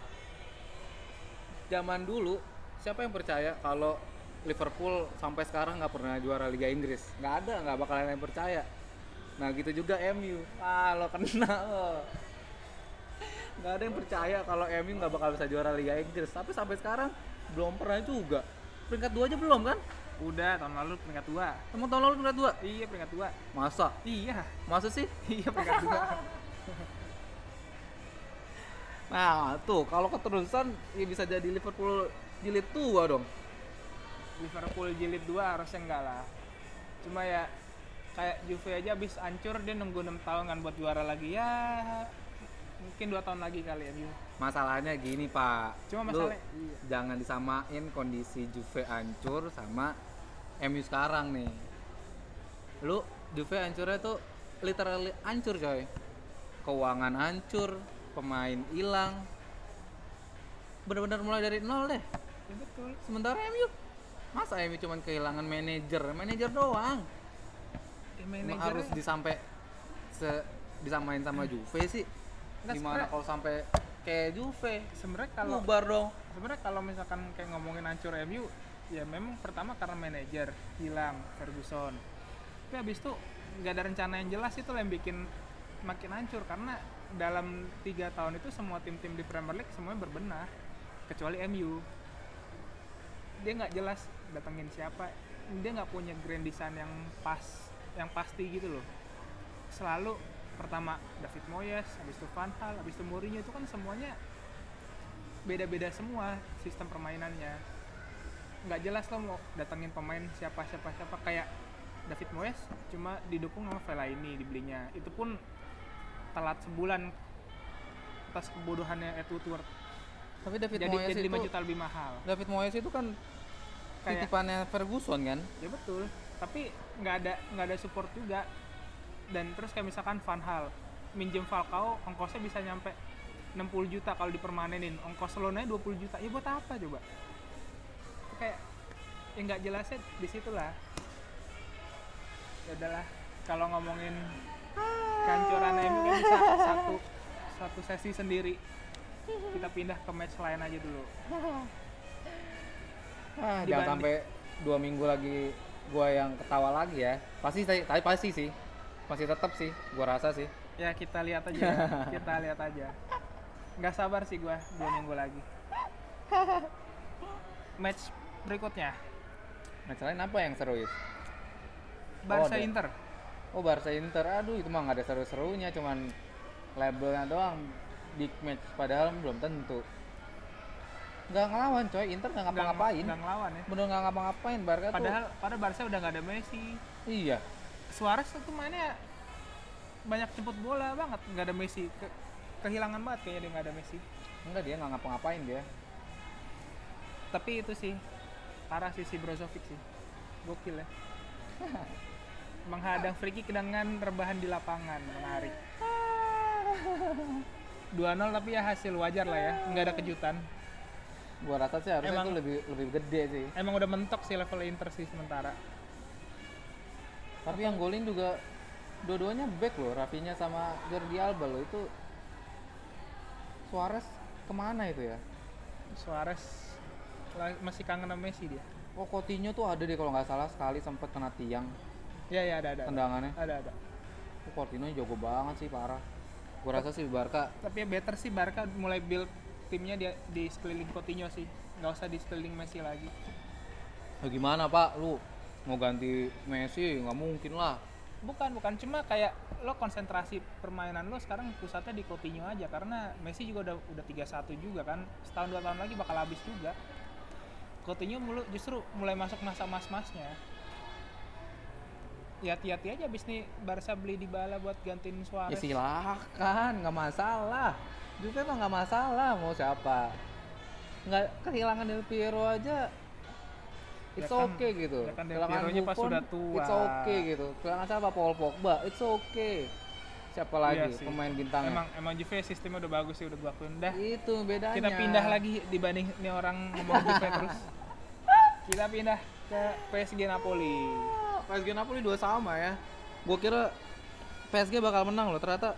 [SPEAKER 2] zaman dulu siapa yang percaya kalau Liverpool sampai sekarang nggak pernah juara Liga Inggris? Nggak ada, nggak bakalan ada yang percaya. Nah gitu juga MU. Ah lo kena lo. Nggak ada yang percaya kalau MU nggak bakal bisa juara Liga Inggris. Tapi sampai sekarang belum pernah juga. Peringkat dua aja belum kan?
[SPEAKER 3] udah tahun lalu peringkat dua
[SPEAKER 2] Emang tahun lalu peringkat dua?
[SPEAKER 3] iya peringkat dua
[SPEAKER 2] Masa?
[SPEAKER 3] iya [laughs]
[SPEAKER 2] Masa sih? [laughs]
[SPEAKER 3] iya peringkat dua
[SPEAKER 2] Nah, tuh kalau keterusan ya bisa jadi Liverpool jilid tua dong.
[SPEAKER 3] Liverpool jilid 2 harusnya enggak lah cuma ya kayak Juve aja abis hancur dia nunggu 6 tahun kan buat juara lagi ya mungkin dua tahun lagi kali ya Juve
[SPEAKER 2] Masalahnya gini, Pak. Lu
[SPEAKER 3] Cuma masalahnya- iya.
[SPEAKER 2] jangan disamain kondisi Juve hancur sama MU sekarang nih. Lu Juve hancurnya tuh literally hancur, coy. Keuangan hancur, pemain hilang. Bener-bener mulai dari nol deh.
[SPEAKER 3] ya betul
[SPEAKER 2] Sementara MU masa MU cuman kehilangan manajer, manajer doang.
[SPEAKER 3] ya
[SPEAKER 2] Emang
[SPEAKER 3] manajernya
[SPEAKER 2] harus disampai se disamain sama Juve sih. Gimana
[SPEAKER 3] Nggak, sebenarnya-
[SPEAKER 2] kalau sampai kayak Juve?
[SPEAKER 3] sebenarnya kalau
[SPEAKER 2] Bubar dong.
[SPEAKER 3] sebenarnya kalau misalkan kayak ngomongin hancur MU ya memang pertama karena manajer hilang Ferguson tapi habis itu nggak ada rencana yang jelas itu yang bikin makin hancur karena dalam tiga tahun itu semua tim-tim di Premier League semuanya berbenah kecuali MU dia nggak jelas datengin siapa dia nggak punya grand design yang pas yang pasti gitu loh selalu pertama David Moyes, habis itu Van Hal, habis itu Mourinho itu kan semuanya beda-beda semua sistem permainannya. Nggak jelas lo mau datangin pemain siapa siapa siapa kayak David Moyes cuma didukung sama Fellaini dibelinya. Itu pun telat sebulan atas kebodohannya Ed Woodward.
[SPEAKER 2] Tapi David
[SPEAKER 3] jadi
[SPEAKER 2] Moyes
[SPEAKER 3] jadi
[SPEAKER 2] itu
[SPEAKER 3] 5 juta lebih mahal.
[SPEAKER 2] David Moyes itu kan
[SPEAKER 3] Kayak-
[SPEAKER 2] titipannya Ferguson kan?
[SPEAKER 3] ya betul tapi nggak ada nggak ada support juga dan terus kayak misalkan Van Hal minjem Falcao ongkosnya bisa nyampe 60 juta kalau dipermanenin ongkos loannya 20 juta ya buat apa coba Itu kayak ya nggak jelasnya disitulah ya udahlah kalau ngomongin kancuran MU kan bisa satu satu sesi sendiri kita pindah ke match lain aja dulu
[SPEAKER 2] Ah,
[SPEAKER 3] Dibanding-
[SPEAKER 2] jangan sampai dua minggu lagi gua yang ketawa lagi ya. Pasti sih, tapi pasti sih. Masih tetap sih, gua rasa sih.
[SPEAKER 3] ya kita lihat aja ya. kita lihat aja nggak sabar sih gua dua minggu lagi match berikutnya
[SPEAKER 2] Match lain Nah, apa yang seru itu?
[SPEAKER 3] Barca
[SPEAKER 2] Oh, ada.
[SPEAKER 3] Inter
[SPEAKER 2] Oh Barca Inter, aduh itu mah nggak ada seru-serunya, cuman labelnya doang big match padahal belum tentu. Nggak ngelawan coy, Inter nggak
[SPEAKER 3] Nggak-
[SPEAKER 2] ngapa-ngapain.
[SPEAKER 3] nggak ngelawan ya
[SPEAKER 2] Bener nggak ngapa-ngapain Barca
[SPEAKER 3] padahal
[SPEAKER 2] tuh.
[SPEAKER 3] padahal Barca udah nggak ada Messi
[SPEAKER 2] Iya.
[SPEAKER 3] Suarez tuh mainnya banyak jemput bola banget nggak ada Messi Ke- kehilangan banget kayaknya dia nggak ada Messi
[SPEAKER 2] Enggak dia nggak ngapa-ngapain dia.
[SPEAKER 3] tapi itu sih parah sih si Brozovic sih gokil ya [laughs] menghadang free kick dengan rebahan di lapangan menarik 2-0 tapi ya hasil wajar lah ya nggak ada kejutan
[SPEAKER 2] Gua rasa sih harusnya
[SPEAKER 3] Emang-
[SPEAKER 2] itu lebih lebih gede sih.
[SPEAKER 3] emang udah mentok sih level Inter sih sementara
[SPEAKER 2] Tapi yang golin juga dua-duanya back loh, Rafinha sama Jordi Alba loh itu Suarez kemana itu ya?
[SPEAKER 3] Suarez la- masih kangen sama Messi dia
[SPEAKER 2] Oh Coutinho tuh ada deh kalau nggak salah sekali sempat kena tiang
[SPEAKER 3] ya ya ada ada ada
[SPEAKER 2] tendangannya.
[SPEAKER 3] ada, ada.
[SPEAKER 2] Oh, Coutinho jago banget sih parah. Gua rasa sih Barca
[SPEAKER 3] tapi ya better sih Barca mulai build timnya dia di sekeliling Coutinho sih nggak usah di sekeliling Messi lagi
[SPEAKER 2] "Ya gimana Pak, lu mau ganti Messi nggak mungkin lah.
[SPEAKER 3] Bukan, bukan cuma kayak lo konsentrasi permainan lo sekarang pusatnya di Coutinho aja karena Messi juga udah udah 31 juga kan. Setahun dua tahun lagi bakal habis juga. Coutinho mulu justru mulai masuk masa mas-masnya. Ya hati-hati aja abis nih Barca beli di bala buat gantiin
[SPEAKER 2] Ya
[SPEAKER 3] Suarez.
[SPEAKER 2] silahkan, nggak masalah. Juve emang nggak masalah mau siapa. Nggak kehilangan Del Piero aja. It's
[SPEAKER 3] Ya kan-
[SPEAKER 2] okay gitu.
[SPEAKER 3] ya kan Del
[SPEAKER 2] kehilangan
[SPEAKER 3] Pieronya pas
[SPEAKER 2] Buffon,
[SPEAKER 3] sudah tua.
[SPEAKER 2] It's okay gitu. Kehilangan siapa? Paul Pogba. It's okay. Siapa lagi
[SPEAKER 3] Iya sih.
[SPEAKER 2] pemain bintangnya? Iya
[SPEAKER 3] Emang emang Juve sistemnya udah bagus sih udah gua akuin dah.
[SPEAKER 2] Itu bedanya.
[SPEAKER 3] Kita pindah lagi dibanding nih orang ngomong Juve
[SPEAKER 2] [laughs]
[SPEAKER 3] terus. Kita pindah ke PSG Napoli.
[SPEAKER 2] PSG Napoli dua sama ya. Gue kira PSG bakal menang loh. Ternyata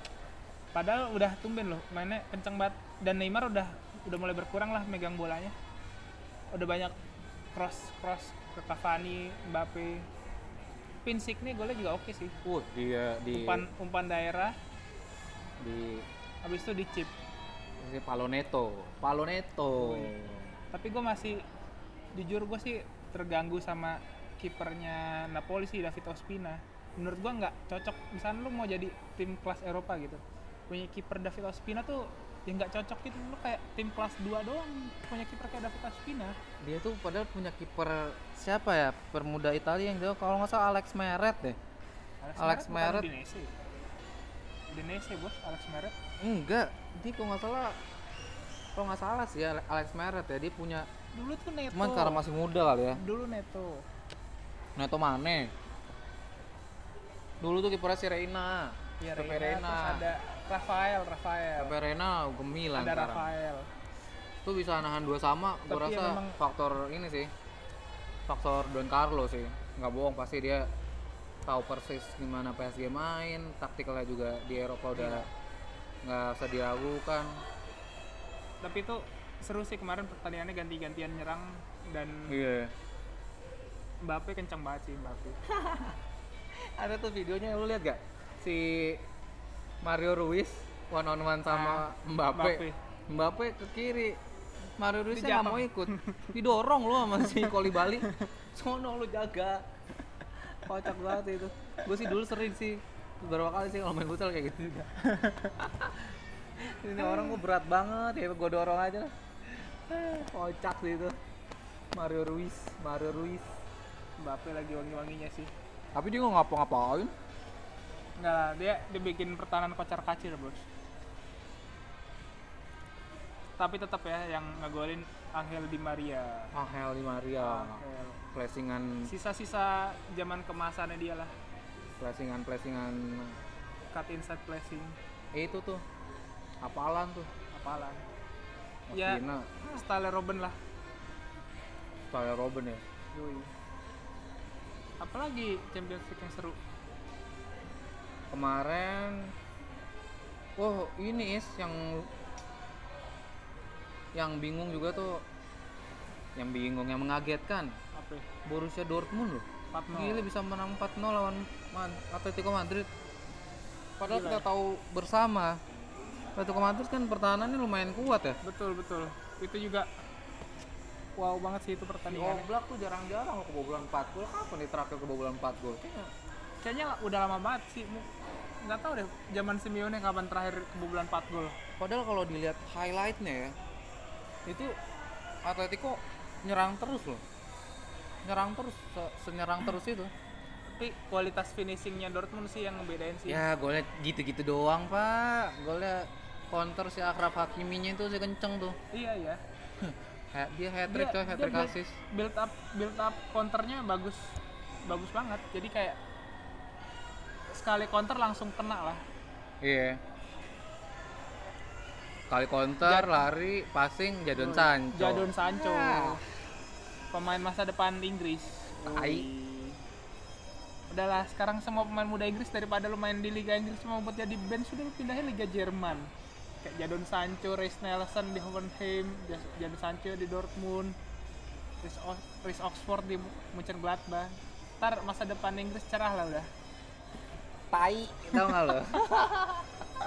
[SPEAKER 3] Padahal udah tumben loh, mainnya kenceng banget dan Neymar udah udah mulai berkurang lah megang bolanya. Udah banyak cross cross ke Cavani, Mbappe. Pinsik nih golnya juga oke sih.
[SPEAKER 2] uh dia di
[SPEAKER 3] Umpan umpan daerah,
[SPEAKER 2] di
[SPEAKER 3] habis itu dicip.
[SPEAKER 2] si Paloneto. Paloneto.
[SPEAKER 3] Tapi gue masih jujur gue sih terganggu sama kipernya Napoli sih David Ospina. Menurut gue nggak cocok. Misalnya lu mau jadi tim kelas Eropa gitu, punya kiper David Ospina tuh yang nggak cocok gitu lu kayak tim kelas 2 doang punya kiper kayak David Ospina
[SPEAKER 2] dia tuh padahal punya kiper siapa ya permuda Italia yang jauh kalau nggak salah Alex Meret deh Alex Meret.
[SPEAKER 3] bukan Udinese. Udinese bos, Alex Meret.
[SPEAKER 2] enggak dia kalau nggak salah kalau nggak salah sih ya Alex Meret ya dia punya
[SPEAKER 3] Dulu tuh Neto.
[SPEAKER 2] cuman karena masih muda kali ya
[SPEAKER 3] Dulu Neto.
[SPEAKER 2] Neto Mane dulu tuh kipernya si Reina
[SPEAKER 3] Iya,
[SPEAKER 2] Pepe
[SPEAKER 3] Reina, Terus ada Rafael, Rafael.
[SPEAKER 2] Pepe Reina gemilang
[SPEAKER 3] ada
[SPEAKER 2] sekarang
[SPEAKER 3] Rafael.
[SPEAKER 2] tuh bisa nahan dua sama gue
[SPEAKER 3] Tapi ya
[SPEAKER 2] rasa
[SPEAKER 3] memang-
[SPEAKER 2] faktor ini sih faktor Don Carlo sih nggak bohong pasti dia tahu persis gimana PSG main taktikalnya juga di Eropa udah
[SPEAKER 3] Iya.
[SPEAKER 2] nggak usah diragukan
[SPEAKER 3] Tapi itu seru sih kemarin pertandingannya ganti-gantian nyerang dan
[SPEAKER 2] iya
[SPEAKER 3] Mbappe kencang banget sih Mbappe.
[SPEAKER 2] ada tuh videonya lu lihat gak si Mario Ruiz one on one sama Mbappe Mbappe, ke kiri Mario Ruiznya nggak
[SPEAKER 3] Dijatah.
[SPEAKER 2] mau ikut didorong lu sama si Kolibali sono lu jaga kocak banget itu gue sih dulu sering sih berapa kali sih kalau main futsal kayak gitu juga ini orang gue berat banget ya gue dorong aja lah Eh, kocak sih itu Mario Ruiz Mario Ruiz
[SPEAKER 3] Mbappe lagi wangi-wanginya sih
[SPEAKER 2] tapi dia nggak ngapa-ngapain
[SPEAKER 3] Enggak lah, dia, dia bikin pertahanan kocar kacir bos Tapi tetap ya, yang ngegolin Angel Di Maria
[SPEAKER 2] Angel Di Maria
[SPEAKER 3] Angel.
[SPEAKER 2] flashingan
[SPEAKER 3] Sisa-sisa zaman kemasannya dia lah
[SPEAKER 2] flashingan flashingan
[SPEAKER 3] Cut inside placing,
[SPEAKER 2] eh, itu tuh apalan tuh
[SPEAKER 3] apalan Ya.
[SPEAKER 2] Martina
[SPEAKER 3] Style Robin lah
[SPEAKER 2] Tyler Robin ya
[SPEAKER 3] Yoi. Apalagi Champions League yang seru
[SPEAKER 2] kemarin oh ini is yang yang bingung juga tuh yang bingung yang mengagetkan
[SPEAKER 3] Apa ya?
[SPEAKER 2] Borussia Dortmund loh
[SPEAKER 3] 4-0
[SPEAKER 2] gila bisa menang 4-0 lawan Man- Atletico Madrid padahal
[SPEAKER 3] Gila.
[SPEAKER 2] kita tahu bersama Atletico Madrid kan pertahanannya lumayan kuat ya
[SPEAKER 3] Betul, betul Itu juga wow banget sih itu pertandingan
[SPEAKER 2] Oblak tuh jarang-jarang loh kebobolan 4 gol kapan nih terakhir kebobolan 4 gol Kayaknya
[SPEAKER 3] Kayaknya lah, udah lama banget sih Mu- nggak tahu deh zaman Simeone kapan terakhir kebobolan 4 gol
[SPEAKER 2] Padahal kalau dilihat highlightnya ya, itu Atletico nyerang terus loh, nyerang terus, se- senyerang terus itu.
[SPEAKER 3] tapi kualitas finishingnya Dortmund sih yang ngebedain sih
[SPEAKER 2] Ya golnya gitu-gitu doang pak, golnya counter si Akrab Hakiminya itu si kenceng tuh.
[SPEAKER 3] iya ya
[SPEAKER 2] Ha- Dia hat trick tuh, hat trick
[SPEAKER 3] build,
[SPEAKER 2] assist.
[SPEAKER 3] build up build up counternya bagus bagus banget jadi kayak sekali counter langsung kena lah
[SPEAKER 2] Iya. Kali counter, lari, passing, jadon Sancho.
[SPEAKER 3] Jadon Sancho
[SPEAKER 2] Ya.
[SPEAKER 3] pemain masa depan Inggris
[SPEAKER 2] Tai.
[SPEAKER 3] udahlah sekarang semua pemain muda Inggris daripada lu main di Liga Inggris cuma buat jadi bench sudah pindahin Liga Jerman kayak ya Jadon Sancho, Reece Nelson di Hoffenheim, Jas- Jadon Sancho di Dortmund, Reece, O- Reece Oxford di Mönchengladbach. Ntar masa depan Inggris cerah lah udah.
[SPEAKER 2] Tai, tau nggak [laughs] lo?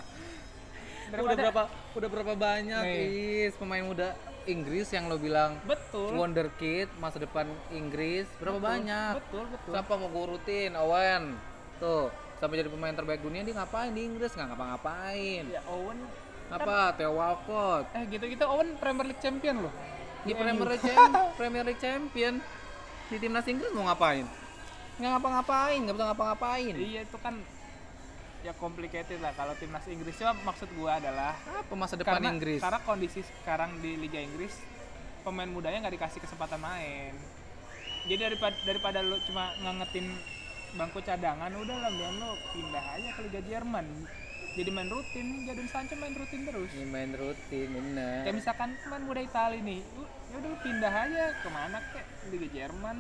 [SPEAKER 2] udah
[SPEAKER 3] Daripada-
[SPEAKER 2] berapa, udah berapa banyak
[SPEAKER 3] Nih.
[SPEAKER 2] is pemain muda Inggris yang lo bilang
[SPEAKER 3] Betul.
[SPEAKER 2] Wonder Kid masa depan Inggris berapa banyak?
[SPEAKER 3] Betul, betul.
[SPEAKER 2] Siapa mau ngurutin Owen? Tuh, sampai jadi pemain terbaik dunia dia ngapain di Inggris? Nggak ngapa-ngapain.
[SPEAKER 3] Ya Owen
[SPEAKER 2] Apa? Theo Walcott.
[SPEAKER 3] eh gitu-gitu Owen Premier League champion loh.
[SPEAKER 2] Di
[SPEAKER 3] Di
[SPEAKER 2] Premier
[SPEAKER 3] MU.
[SPEAKER 2] League,
[SPEAKER 3] [laughs]
[SPEAKER 2] Cham- Premier League Champion di timnas Inggris mau ngapain? Nggak ngapa-ngapain, nggak bisa ngapa-ngapain.
[SPEAKER 3] Iya itu kan ya complicated lah kalau timnas Inggris cuma maksud gua adalah
[SPEAKER 2] Apa masa depan
[SPEAKER 3] karena,
[SPEAKER 2] Inggris?
[SPEAKER 3] karena kondisi sekarang di Liga Inggris pemain mudanya nggak dikasih kesempatan main jadi daripada daripada lu cuma ngangetin bangku cadangan udah lah mendingan lu pindah aja ke Liga Jerman jadi main rutin Jadon Sancho main rutin terus
[SPEAKER 2] Ini main rutin, bener.
[SPEAKER 3] kayak misalkan pemain muda Itali nih lu- ya udah lu pindah aja kemana kek Liga Jerman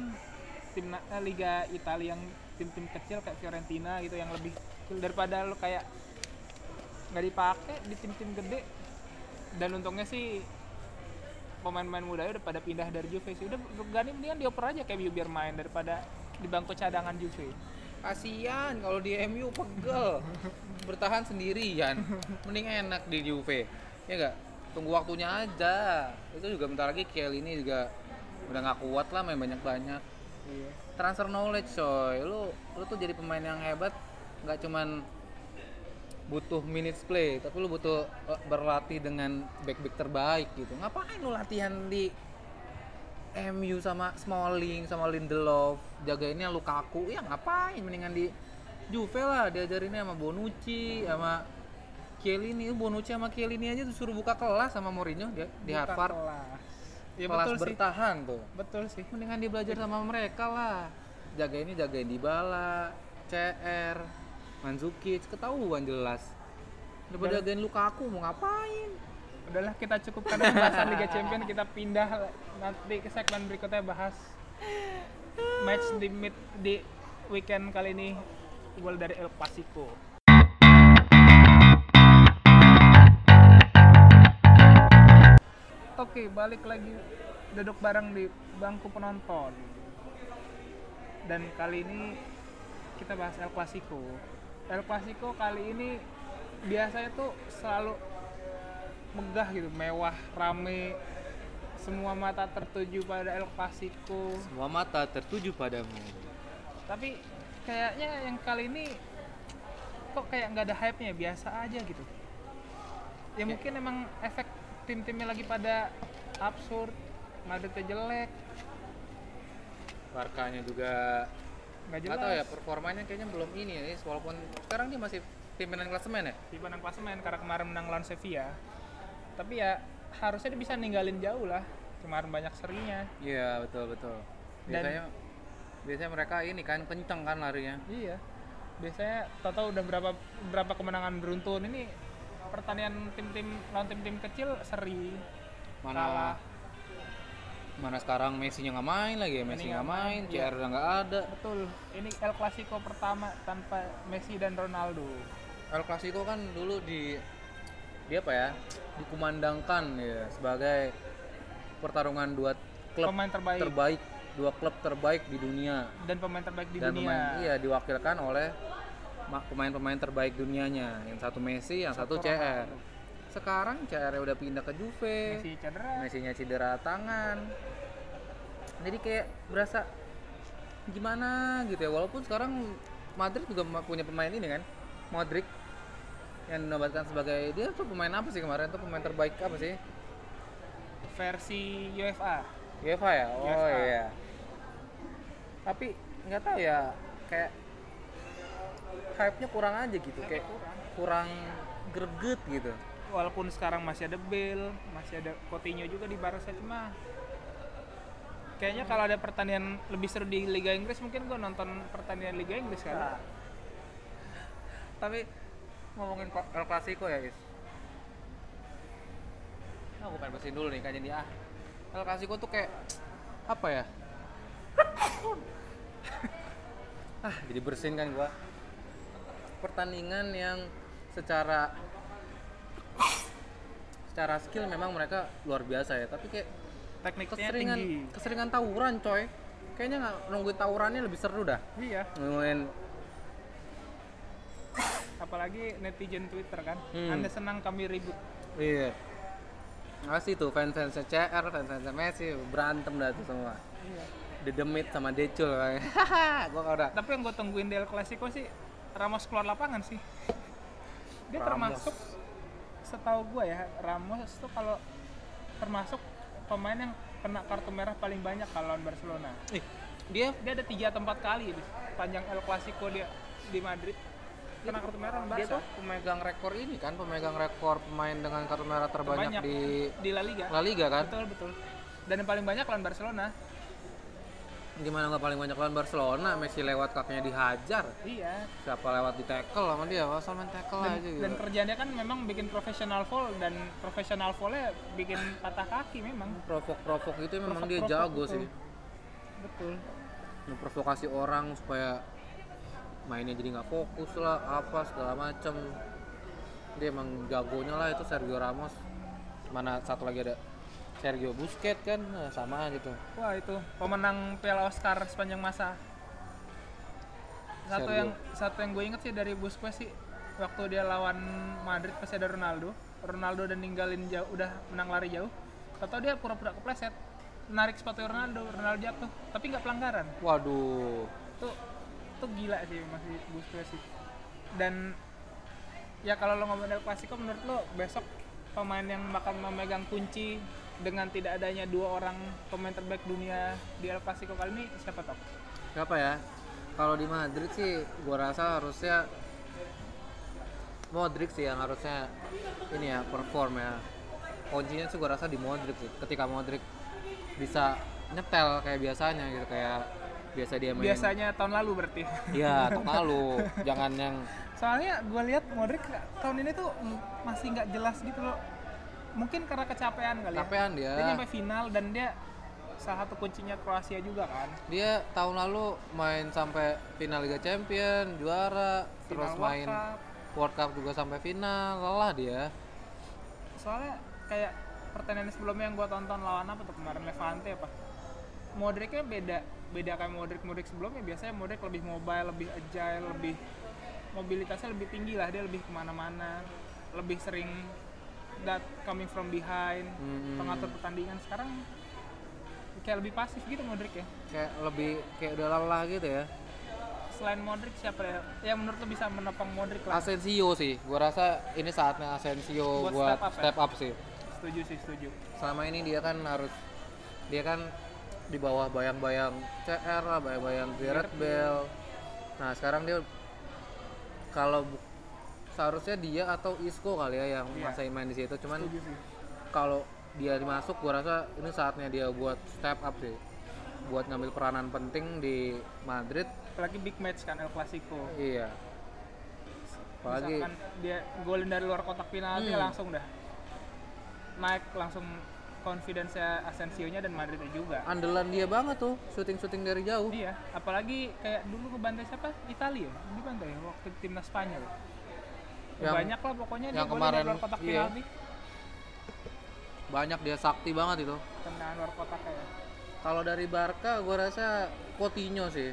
[SPEAKER 3] tim na- eh, Liga Italia yang tim-tim kecil kayak Fiorentina gitu yang lebih kecil daripada lu kayak nggak dipakai di tim-tim gede dan untungnya sih pemain-pemain muda udah pada pindah dari Juve sih udah ganti mendingan dioper aja kayak biar main daripada di bangku cadangan Juve
[SPEAKER 2] Kasian kalau di MU pegel. Bertahan sendirian. Mending enak di Juve. Ya enggak? Tunggu waktunya aja. Itu juga bentar lagi Kiel ini juga udah nggak kuat lah main banyak-banyak.
[SPEAKER 3] iya
[SPEAKER 2] Transfer knowledge coy. Lu lu tuh jadi pemain yang hebat nggak cuman butuh minutes play, tapi lu butuh eh, berlatih dengan back-back terbaik gitu. Ngapain lu latihan di MU sama Smalling sama Lindelof jagainnya Lukaku ya ngapain mendingan di Juve lah diajarinnya sama Bonucci sama Chiellini Bonucci sama Chiellini aja disuruh buka kelas sama Mourinho dia di
[SPEAKER 3] Buka
[SPEAKER 2] Harvard
[SPEAKER 3] kelas. ya
[SPEAKER 2] kelas
[SPEAKER 3] betul sih
[SPEAKER 2] bertahan tuh
[SPEAKER 3] betul sih
[SPEAKER 2] mendingan dia belajar sama mereka lah jagainnya jagain Dybala CR Mandzukic ketahuan jelas daripada jagain Lukaku mau ngapain
[SPEAKER 3] udahlah kita cukupkan dulu bahasan Liga Champion kita pindah nanti ke segmen berikutnya bahas match di mid di weekend kali ini gol dari El Clasico Oke, balik lagi duduk bareng di bangku penonton. Dan kali ini kita bahas El Clasico. El Clasico kali ini biasanya tuh selalu megah gitu, mewah, rame. Semua mata tertuju pada El Clasico.
[SPEAKER 2] semua mata tertuju padamu
[SPEAKER 3] Tapi kayaknya yang kali ini kok kayak nggak ada hype nya biasa aja gitu
[SPEAKER 2] Ya.
[SPEAKER 3] ya mungkin emang efek tim-timnya lagi pada absurd Madridnya jelek
[SPEAKER 2] Barkanya juga
[SPEAKER 3] nggak
[SPEAKER 2] nggak
[SPEAKER 3] jelas
[SPEAKER 2] tahu ya performanya kayaknya belum ini ya Is. walaupun sekarang dia masih pimpinan klasemen ya
[SPEAKER 3] di pandang klasemen karena kemarin menang lawan Sevilla tapi ya harusnya dia bisa ninggalin jauh lah kemarin banyak serinya
[SPEAKER 2] iya betul betul
[SPEAKER 3] Dan-
[SPEAKER 2] biasanya biasanya mereka ini kan kenceng kan larinya
[SPEAKER 3] Iya. Biasanya tahu udah berapa berapa kemenangan beruntun ini pertanian tim-tim lawan tim-tim kecil seri
[SPEAKER 2] mana
[SPEAKER 3] Kalah.
[SPEAKER 2] mana sekarang Messi nya nggak main lagi ya Messi
[SPEAKER 3] nggak
[SPEAKER 2] nggak main, iya.
[SPEAKER 3] main,
[SPEAKER 2] CR udah nggak ada
[SPEAKER 3] betul ini El Clasico pertama tanpa Messi dan Ronaldo
[SPEAKER 2] El Clasico kan dulu di dia apa ya dikumandangkan ya sebagai pertarungan dua klub
[SPEAKER 3] pemain terbaik
[SPEAKER 2] terbaik dua klub terbaik di dunia
[SPEAKER 3] dan pemain terbaik di
[SPEAKER 2] dan
[SPEAKER 3] dunia
[SPEAKER 2] pemain iya diwakilkan oleh ma- pemain-pemain terbaik dunianya yang satu Messi yang satu CR sekarang CR udah pindah ke Juve
[SPEAKER 3] Messi cedera
[SPEAKER 2] Messinya cedera tangan jadi kayak berasa gimana gitu ya walaupun sekarang Madrid juga ma- punya pemain ini kan Modric yang dinobatkan sebagai dia tuh pemain apa sih kemarin tuh pemain terbaik apa sih
[SPEAKER 3] versi UEFA
[SPEAKER 2] UEFA ya oh
[SPEAKER 3] UEFA.
[SPEAKER 2] iya tapi nggak tahu ya kayak hype-nya kurang aja gitu kayak kurang greget gitu
[SPEAKER 3] walaupun sekarang masih ada Bale masih ada Coutinho juga di Barca cuma kayaknya kalau ada pertandingan lebih seru di Liga Inggris mungkin gua nonton pertandingan Liga Inggris kan.
[SPEAKER 2] Nah,
[SPEAKER 3] karena
[SPEAKER 2] tapi ngomongin ko- El Clasico ya guys aku pengen bersihin dulu nih kajian dia ah El Clasico tuh kayak apa ya ah jadi bersihin kan gua pertandingan yang secara secara skill memang mereka luar biasa ya tapi kayak
[SPEAKER 3] tekniknya
[SPEAKER 2] keseringan
[SPEAKER 3] tinggi
[SPEAKER 2] keseringan tawuran coy kayaknya nggak nungguin tawurannya lebih seru dah
[SPEAKER 3] iya
[SPEAKER 2] nungguin
[SPEAKER 3] apalagi netizen Twitter kan
[SPEAKER 2] Hmm.
[SPEAKER 3] anda senang kami ribut
[SPEAKER 2] Iya. Pasti tuh fans-fansnya CR, fans-fansnya Messi berantem dah tuh semua. Dedemit sama Decul. Hahaha, gua kalau udah
[SPEAKER 3] tapi yang gue tungguin del Clasico sih Ramos keluar lapangan sih dia
[SPEAKER 2] Ramos.
[SPEAKER 3] termasuk setahu gue ya Ramos tuh kalau termasuk pemain yang kena kartu merah paling banyak kalau lawan Barcelona
[SPEAKER 2] Ih, dia
[SPEAKER 3] dia ada tiga atau empat kali di panjang El Clasico dia di Madrid kena kartu merah lawan
[SPEAKER 2] dia
[SPEAKER 3] Barca
[SPEAKER 2] tuh pemegang rekor ini kan, pemegang rekor pemain dengan kartu merah terbanyak
[SPEAKER 3] Terbanyak.
[SPEAKER 2] di
[SPEAKER 3] di La Liga
[SPEAKER 2] La Liga kan.
[SPEAKER 3] betul betul dan yang paling banyak lawan Barcelona
[SPEAKER 2] Gimana nggak paling banyak lawan Barcelona, Messi lewat kakinya dihajar.
[SPEAKER 3] iya
[SPEAKER 2] Siapa lewat di tackle sama dia, asal main tackle
[SPEAKER 3] dan,
[SPEAKER 2] aja gitu.
[SPEAKER 3] dan kerjaannya kan memang bikin profesional fall dan profesional fallnya bikin patah kaki memang
[SPEAKER 2] Provok-provok itu memang dia
[SPEAKER 3] Provok-provok
[SPEAKER 2] jago
[SPEAKER 3] itu.
[SPEAKER 2] sih.
[SPEAKER 3] betul
[SPEAKER 2] memprovokasi orang supaya mainnya jadi nggak fokus lah apa segala macem dia emang jagonya lah itu Sergio Ramos mana satu lagi ada Sergio Busquets kan nah, sama gitu
[SPEAKER 3] wah itu pemenang Piala Oscar sepanjang masa satu
[SPEAKER 2] Sergio.
[SPEAKER 3] yang satu yang gue inget sih dari Busquets sih waktu dia lawan Madrid pasti ada Ronaldo Ronaldo udah ninggalin jauh udah menang lari jauh atau dia pura-pura kepleset narik sepatu Ronaldo Ronaldo jatuh tapi nggak pelanggaran
[SPEAKER 2] waduh
[SPEAKER 3] tuh tuh gila sih masih Busquets sih dan ya kalau lo ngomongin El Clasico menurut lo besok pemain yang bakal memegang kunci dengan tidak adanya dua orang pemain terbaik dunia di El Clasico kali ini siapa top?
[SPEAKER 2] siapa ya kalau di Madrid sih gua rasa harusnya Modric sih yang harusnya ini ya perform ya kuncinya sih gua rasa di Modric sih ketika Modric bisa nyetel kayak biasanya gitu kayak biasa dia main
[SPEAKER 3] Biasanya tahun lalu berarti.
[SPEAKER 2] Iya, tahun lalu. Jangan yang
[SPEAKER 3] Soalnya gue lihat Modric tahun ini tuh mm, masih nggak jelas gitu loh. Mungkin karena kecapean kali ya.
[SPEAKER 2] capean dia.
[SPEAKER 3] Dia nyampe final dan dia salah satu kuncinya Kroasia juga kan.
[SPEAKER 2] Dia tahun lalu main sampai final Liga Champion, juara, terus
[SPEAKER 3] Final World
[SPEAKER 2] main
[SPEAKER 3] Cup.
[SPEAKER 2] World Cup juga sampai final, lelah dia.
[SPEAKER 3] soalnya kayak pertandingan sebelumnya yang gua tonton lawan apa tuh kemarin Levante apa Modricnya beda beda kayak Modric Modric sebelumnya biasanya Modric lebih mobile lebih agile lebih mobilitasnya lebih tinggi lah dia lebih kemana-mana lebih sering that coming from behind
[SPEAKER 2] Hmm.
[SPEAKER 3] pengatur pertandingan sekarang kayak lebih pasif gitu Modric ya
[SPEAKER 2] Kayak lebih kayak udah lelah gitu ya.
[SPEAKER 3] selain Modric siapa ya? Ya menurut lu bisa menopang Modric lah.
[SPEAKER 2] Asensio sih, gua rasa ini saatnya Asensio
[SPEAKER 3] Buat
[SPEAKER 2] buat,
[SPEAKER 3] step up ya?
[SPEAKER 2] step up sih.
[SPEAKER 3] Setuju sih, setuju.
[SPEAKER 2] Selama ini dia kan harus dia kan di bawah bayang-bayang CR lah, bayang-bayang Gareth Bale. Nah, sekarang dia kalau bu- seharusnya dia atau Isco kali ya yang
[SPEAKER 3] Iya.
[SPEAKER 2] masih main di situ. Cuman
[SPEAKER 3] Setuju sih.
[SPEAKER 2] kalau dia masuk gua rasa ini saatnya dia buat step up sih. Buat ngambil peranan penting di Madrid.
[SPEAKER 3] Apalagi big match kan El Clasico.
[SPEAKER 2] Iya. Apalagi
[SPEAKER 3] Misalkan dia golin dari luar kotak penalti
[SPEAKER 2] Hmm.
[SPEAKER 3] langsung dah. Naik langsung confidence-nya Asensio-nya dan Madrid-nya juga.
[SPEAKER 2] andalan dia banget tuh syuting-syuting dari jauh.
[SPEAKER 3] Iya, apalagi kayak dulu ke bantai siapa? Italia. Di bantai waktu timnas Spanyol.
[SPEAKER 2] Yang-
[SPEAKER 3] Banyak lah pokoknya dia
[SPEAKER 2] yang
[SPEAKER 3] golin dari
[SPEAKER 2] kemarin,
[SPEAKER 3] luar kotak
[SPEAKER 2] iya.
[SPEAKER 3] penalti.
[SPEAKER 2] Banyak dia sakti banget itu.
[SPEAKER 3] Tendangan luar kotak kayak.
[SPEAKER 2] Kalau dari Barca gua rasa Coutinho sih.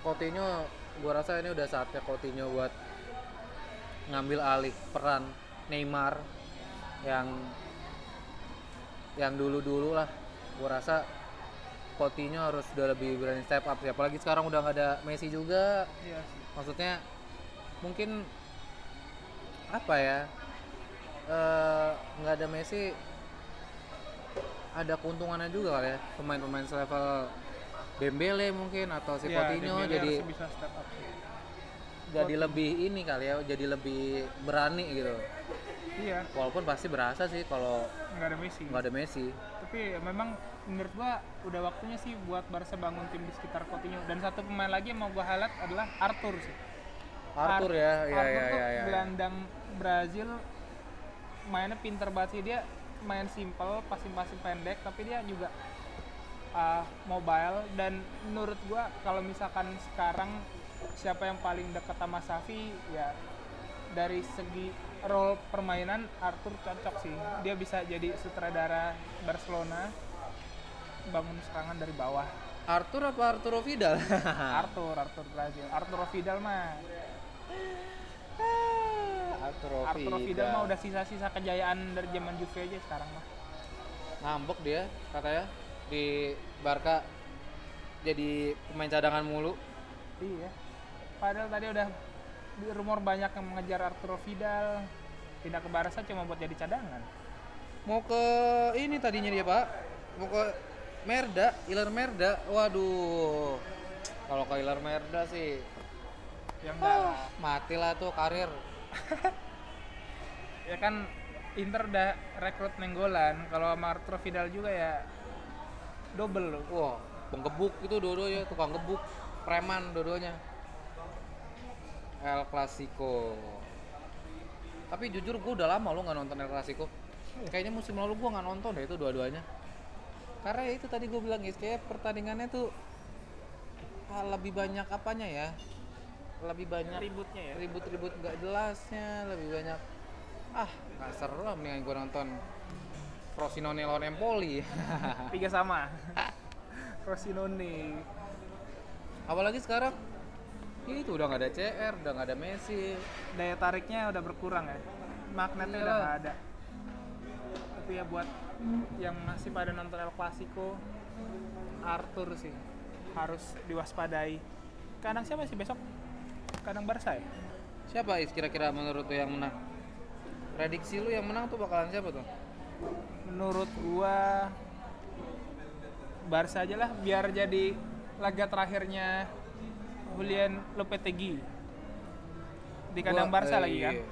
[SPEAKER 2] Coutinho gua rasa ini udah saatnya Coutinho buat ngambil alih peran Neymar yang yang dulu-dulu lah. Gua rasa Coutinho harus udah lebih berani step up sih. Apalagi sekarang udah nggak ada Messi juga.
[SPEAKER 3] Iya sih.
[SPEAKER 2] maksudnya mungkin apa ya eh, nggak ada Messi ada keuntungannya juga kali ya pemain-pemain selevel Dembele mungkin atau
[SPEAKER 3] Iya,
[SPEAKER 2] si Coutinho jadi
[SPEAKER 3] bisa step up sih.
[SPEAKER 2] jadi lebih ini kali ya jadi lebih berani gitu
[SPEAKER 3] Iya,
[SPEAKER 2] walaupun pasti berasa sih kalau
[SPEAKER 3] nggak ada Messi.
[SPEAKER 2] nggak ada Messi
[SPEAKER 3] Tapi ya memang menurut gua udah waktunya sih buat Barca bangun tim di sekitar Coutinho. Dan satu pemain lagi yang mau gua highlight adalah Arthur sih.
[SPEAKER 2] Arthur ya ya
[SPEAKER 3] Arthur
[SPEAKER 2] ya
[SPEAKER 3] tuh
[SPEAKER 2] ya, ya.
[SPEAKER 3] gelandang Brazil mainnya pinter banget sih dia main simple, passing-passing pendek tapi dia juga uh, mobile dan menurut gua kalau misalkan sekarang siapa yang paling dekat sama Safi ya dari segi role permainan Arthur cocok sih dia bisa jadi sutradara Barcelona bangun serangan dari bawah
[SPEAKER 2] Arthur apa Arturo Vidal
[SPEAKER 3] Arthur Arthur Brazil Arthur Vidal mah
[SPEAKER 2] Arturo
[SPEAKER 3] [laughs] Arturo Vidal mah udah sisa-sisa kejayaan dari zaman Juve aja sekarang mah.
[SPEAKER 2] ngambek dia katanya di Barca jadi pemain cadangan mulu
[SPEAKER 3] Iya. Padahal tadi udah di- rumor banyak yang mengejar Arturo Vidal pindah ke Barca cuma buat jadi cadangan.
[SPEAKER 2] mau ke ini tadinya dia pak mau ke Merda Ilar Merda waduh kalau ke Ilar Merda sih
[SPEAKER 3] Yang
[SPEAKER 2] ah, matilah tuh karir
[SPEAKER 3] ya kan Inter udah rekrut Nenggolan, kalau sama Arturo Vidal juga ya double loh.
[SPEAKER 2] wah penggebuk itu dua-duanya tukang gebuk preman dua-duanya El Clasico tapi jujur gue udah lama lo nggak nonton El Clasico kayaknya musim lalu gue nggak nonton deh itu dua-duanya karena ya itu tadi gue bilang guys kayak pertandingannya tuh ah, lebih banyak apanya ya lebih banyak
[SPEAKER 3] Ributnya
[SPEAKER 2] ya? ribut-ribut nggak jelasnya lebih banyak ah nggak seru lah mendingan gue nonton Frosinone lawan Empoli [laughs]
[SPEAKER 3] Tiga sama. Frosinone.
[SPEAKER 2] apalagi sekarang ya itu udah nggak ada CR udah nggak ada Messi
[SPEAKER 3] daya tariknya udah berkurang ya magnetnya
[SPEAKER 2] Iya.
[SPEAKER 3] udah nggak ada tapi ya buat yang masih pada nonton El Clasico Arthur sih harus diwaspadai kadang siapa sih besok kadang Barca ya
[SPEAKER 2] siapa is kira-kira menurut lo yang menang prediksi lu yang menang tuh bakalan siapa tuh
[SPEAKER 3] menurut gua Barca aja lah biar jadi laga terakhirnya Julian Lopetegui di kandang
[SPEAKER 2] Gua-
[SPEAKER 3] Barca
[SPEAKER 2] eh,
[SPEAKER 3] lagi kan
[SPEAKER 2] iya.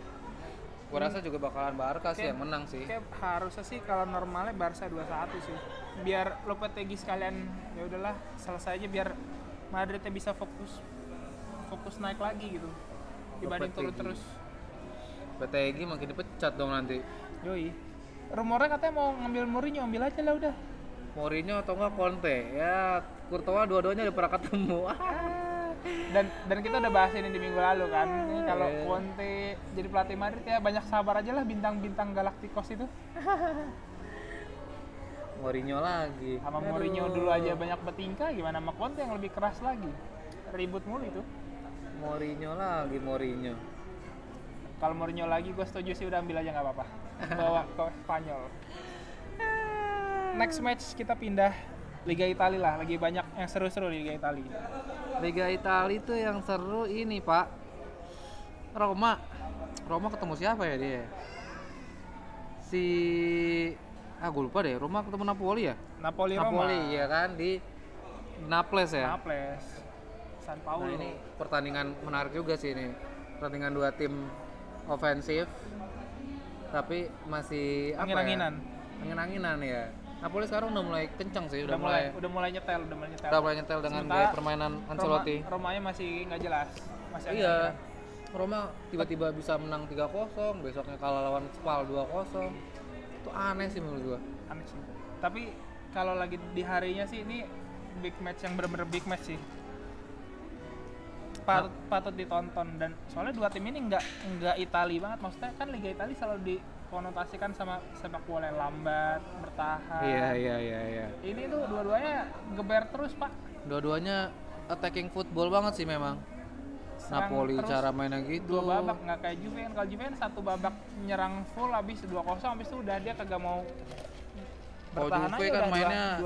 [SPEAKER 2] gua rasa juga bakalan Barca sih
[SPEAKER 3] Kayak-
[SPEAKER 2] yang menang sih
[SPEAKER 3] Kayak harusnya sih kalau normalnya Barca 2-1 sih. Biar Lopetegui sekalian ya udahlah selesai aja biar Madridnya bisa fokus fokus naik lagi gitu. Dibanding turun
[SPEAKER 2] Lopetegui.
[SPEAKER 3] terus.
[SPEAKER 2] PTG makin dipecat dong nanti
[SPEAKER 3] Yoi. Rumornya katanya mau ngambil Mourinho, ambil aja lah udah.
[SPEAKER 2] Mourinho atau enggak Conte ya Kurtowa dua-duanya udah pernah ketemu [laughs] Ah,
[SPEAKER 3] Dan dan kita udah bahas ini di minggu lalu kan. Ini kalau
[SPEAKER 2] Iya.
[SPEAKER 3] Conte jadi pelatih Madrid ya banyak sabar aja lah bintang-bintang Galacticos itu.
[SPEAKER 2] Mourinho lagi
[SPEAKER 3] Sama
[SPEAKER 2] Aduh.
[SPEAKER 3] Mourinho dulu aja banyak bertingkah gimana sama Conte yang lebih keras lagi. Ribut mulu itu.
[SPEAKER 2] Mourinho lagi Mourinho
[SPEAKER 3] Kalau Mourinho lagi, gue setuju sih udah ambil aja nggak apa-apa. Bawa ke Spanyol. Next match kita pindah Liga Italia lah. Lagi banyak yang seru-seru di Liga Italia.
[SPEAKER 2] Liga Italia itu yang seru ini pak Roma Roma ketemu siapa ya dia si ah gue lupa deh Roma ketemu Napoli ya
[SPEAKER 3] Napoli Roma
[SPEAKER 2] Napoli ya kan di Naples ya
[SPEAKER 3] Naples San
[SPEAKER 2] Nah,
[SPEAKER 3] Paulo
[SPEAKER 2] ini pertandingan menarik juga sih ini. Pertandingan dua tim ofensif tapi masih apa ya?
[SPEAKER 3] Angin-anginan.
[SPEAKER 2] Angin-anginan ya. Napoli sekarang udah mulai kencang sih,
[SPEAKER 3] udah
[SPEAKER 2] udah,
[SPEAKER 3] mulai
[SPEAKER 2] mulai,
[SPEAKER 3] udah mulai nyetel udah mulai nyetel
[SPEAKER 2] udah mulai nyetel dengan
[SPEAKER 3] Sementara
[SPEAKER 2] gaya permainan Ancelotti.
[SPEAKER 3] Roma, Romanya masih nggak jelas masih
[SPEAKER 2] iya.
[SPEAKER 3] angin-anginan.
[SPEAKER 2] Roma tiba-tiba bisa menang 3-0, besoknya kalah lawan Spal 2-0. Itu aneh sih menurut gua.
[SPEAKER 3] aneh sih tapi kalau lagi di harinya sih ini big match yang bener-bener big match sih patut, patut ditonton dan soalnya dua tim ini nggak nggak Itali banget maksudnya kan Liga Itali selalu dikonotasikan sama sepak bola yang lambat bertahan
[SPEAKER 2] Iya, iya, iya, iya.
[SPEAKER 3] ini tuh dua-duanya geber terus pak
[SPEAKER 2] Dua-duanya attacking football banget sih memang.
[SPEAKER 3] Serang
[SPEAKER 2] Napoli
[SPEAKER 3] terus,
[SPEAKER 2] cara mainnya gitu.
[SPEAKER 3] dua babak nggak kayak Juve kan kalau Juve kan satu babak nyerang full habis 2-0 habis itu udah dia kagak mau
[SPEAKER 2] Kalau
[SPEAKER 3] bertahan
[SPEAKER 2] Juve
[SPEAKER 3] aja
[SPEAKER 2] kan
[SPEAKER 3] udah
[SPEAKER 2] mainnya-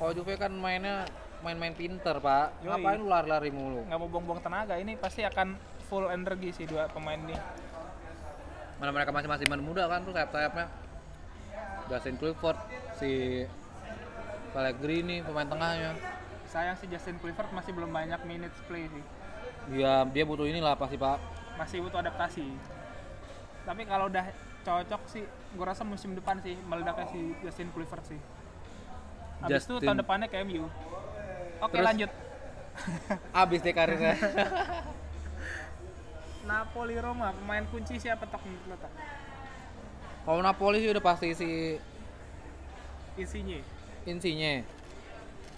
[SPEAKER 3] 2-0
[SPEAKER 2] Kalau Juve kan mainnya main-main pinter pak,
[SPEAKER 3] Yoi.
[SPEAKER 2] ngapain lu lari-lari mulu?
[SPEAKER 3] nggak mau buang-buang tenaga ini pasti akan full energi sih dua pemain ini
[SPEAKER 2] Malah mereka masih masih main muda kan tuh sayap-sayapnya. Justin Clifford, si Pellegrini pemain tengahnya.
[SPEAKER 3] sayang sih Justin Clifford masih belum banyak minutes play sih
[SPEAKER 2] Dia Iya, dia butuh inilah pasti pak.
[SPEAKER 3] masih butuh adaptasi tapi kalau udah cocok sih gue rasa musim depan sih meledaknya si Justin Clifford sih habis itu
[SPEAKER 2] Justin.
[SPEAKER 3] tahun depannya ke MU oke
[SPEAKER 2] Terus-
[SPEAKER 3] lanjut
[SPEAKER 2] Abis deh karirnya.
[SPEAKER 3] Napoli Roma pemain kunci siapa tok menurut lo, Tok?
[SPEAKER 2] Kalau Napoli sih udah pasti si
[SPEAKER 3] isinya
[SPEAKER 2] insinya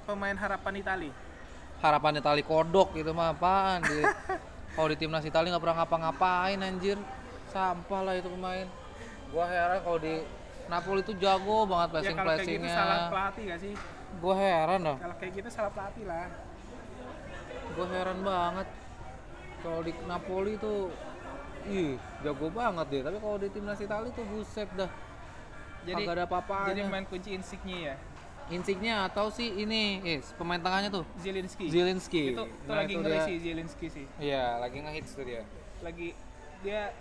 [SPEAKER 3] pemain harapan Itali
[SPEAKER 2] harapan Itali kodok gitu mah apaan di
[SPEAKER 3] [laughs]
[SPEAKER 2] kalau di timnas Itali nggak pernah ngapa-ngapain anjir sampah lah itu pemain gua heran kalau di Napoli itu jago banget
[SPEAKER 3] ya kalau kayak gitu
[SPEAKER 2] placing-placingnya
[SPEAKER 3] salah pelatih gak sih
[SPEAKER 2] gua heran dah
[SPEAKER 3] kalau kayak gitu salah pelatih lah
[SPEAKER 2] gue heran banget kalau di Napoli tuh ih jago banget deh tapi kalau di timnas Italia tuh buset dah
[SPEAKER 3] jadi
[SPEAKER 2] Kagak ada apa-apanya.
[SPEAKER 3] jadi pemain kunci insiknya ya
[SPEAKER 2] Insigne atau si ini eh pemain tengahnya tuh
[SPEAKER 3] Zielinski
[SPEAKER 2] Zielinski
[SPEAKER 3] itu, itu
[SPEAKER 2] Nah,
[SPEAKER 3] lagi ngeri
[SPEAKER 2] dia-
[SPEAKER 3] sih Zielinski sih
[SPEAKER 2] iya lagi ngehits tuh dia
[SPEAKER 3] lagi dia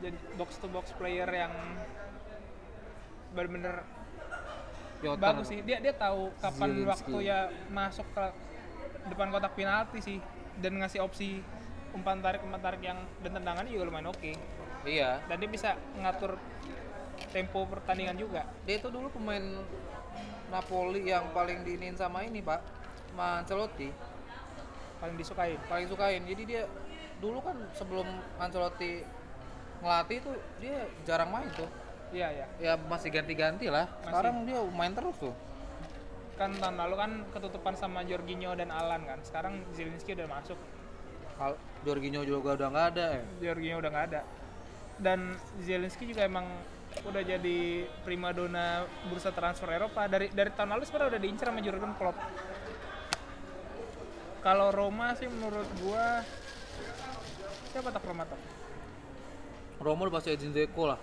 [SPEAKER 3] jadi box to box player yang bener-bener
[SPEAKER 2] Piotr.
[SPEAKER 3] bagus sih dia dia tahu kapan
[SPEAKER 2] Zielinski.
[SPEAKER 3] waktu ya masuk ke depan kotak penalti sih dan ngasih opsi umpan tarik umpan tarik yang dan tendangannya juga lumayan oke
[SPEAKER 2] iya
[SPEAKER 3] dan dia bisa ngatur tempo pertandingan juga
[SPEAKER 2] dia itu dulu pemain Napoli yang paling diinin sama ini pak sama Ancelotti
[SPEAKER 3] paling disukai
[SPEAKER 2] paling sukain jadi dia dulu kan sebelum Ancelotti ngelatih tuh dia jarang main tuh
[SPEAKER 3] iya ya
[SPEAKER 2] ya masih ganti-ganti lah sekarang dia main terus tuh
[SPEAKER 3] kan tahun lalu kan ketutupan sama Jorginho dan Alan kan sekarang Zielinski udah masuk
[SPEAKER 2] Al Jorginho juga udah nggak ada ya
[SPEAKER 3] Jorginho udah nggak ada dan Zielinski juga emang udah jadi primadona bursa transfer Eropa dari dari tahun lalu sebenarnya udah diincar sama Jurgen Klopp kalau Roma sih menurut gua siapa tak Roma tak
[SPEAKER 2] Romo udah pasti Edin Dzeko lah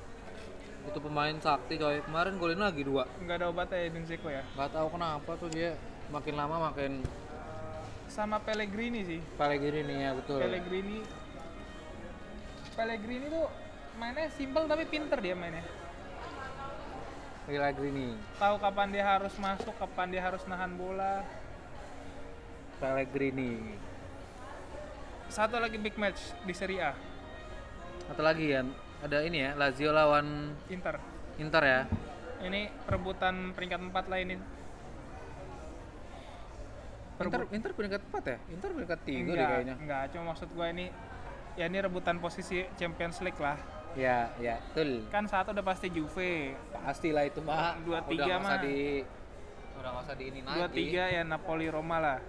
[SPEAKER 2] itu pemain sakti coy kemarin golin lagi dua
[SPEAKER 3] nggak ada obatnya ya Zeko ya
[SPEAKER 2] nggak tahu kenapa tuh dia makin lama makin
[SPEAKER 3] sama Pellegrini sih
[SPEAKER 2] Pellegrini ya betul
[SPEAKER 3] Pellegrini Pellegrini tuh mainnya simpel tapi pinter dia mainnya
[SPEAKER 2] Pellegrini
[SPEAKER 3] tahu kapan dia harus masuk kapan dia harus nahan bola
[SPEAKER 2] Pellegrini
[SPEAKER 3] satu lagi big match di Serie A
[SPEAKER 2] atau lagi ya ada ini ya Lazio lawan
[SPEAKER 3] Inter
[SPEAKER 2] Inter ya
[SPEAKER 3] Ini perebutan peringkat 4 lah ini.
[SPEAKER 2] Inter,
[SPEAKER 3] Perebut-
[SPEAKER 2] Inter Iya. peringkat 4 ya? Inter peringkat 3 deh
[SPEAKER 3] enggak,
[SPEAKER 2] kayaknya
[SPEAKER 3] enggak, cuma maksud gua ini ya ini rebutan posisi Champions League lah.
[SPEAKER 2] ya ya betul
[SPEAKER 3] Kan satu udah pasti Juve.
[SPEAKER 2] pastilah itu mah udah
[SPEAKER 3] Dua, tiga,
[SPEAKER 2] nggak usah
[SPEAKER 3] mah.
[SPEAKER 2] di udah nggak usah di ini lagi
[SPEAKER 3] 2-3 ya Napoli Roma lah.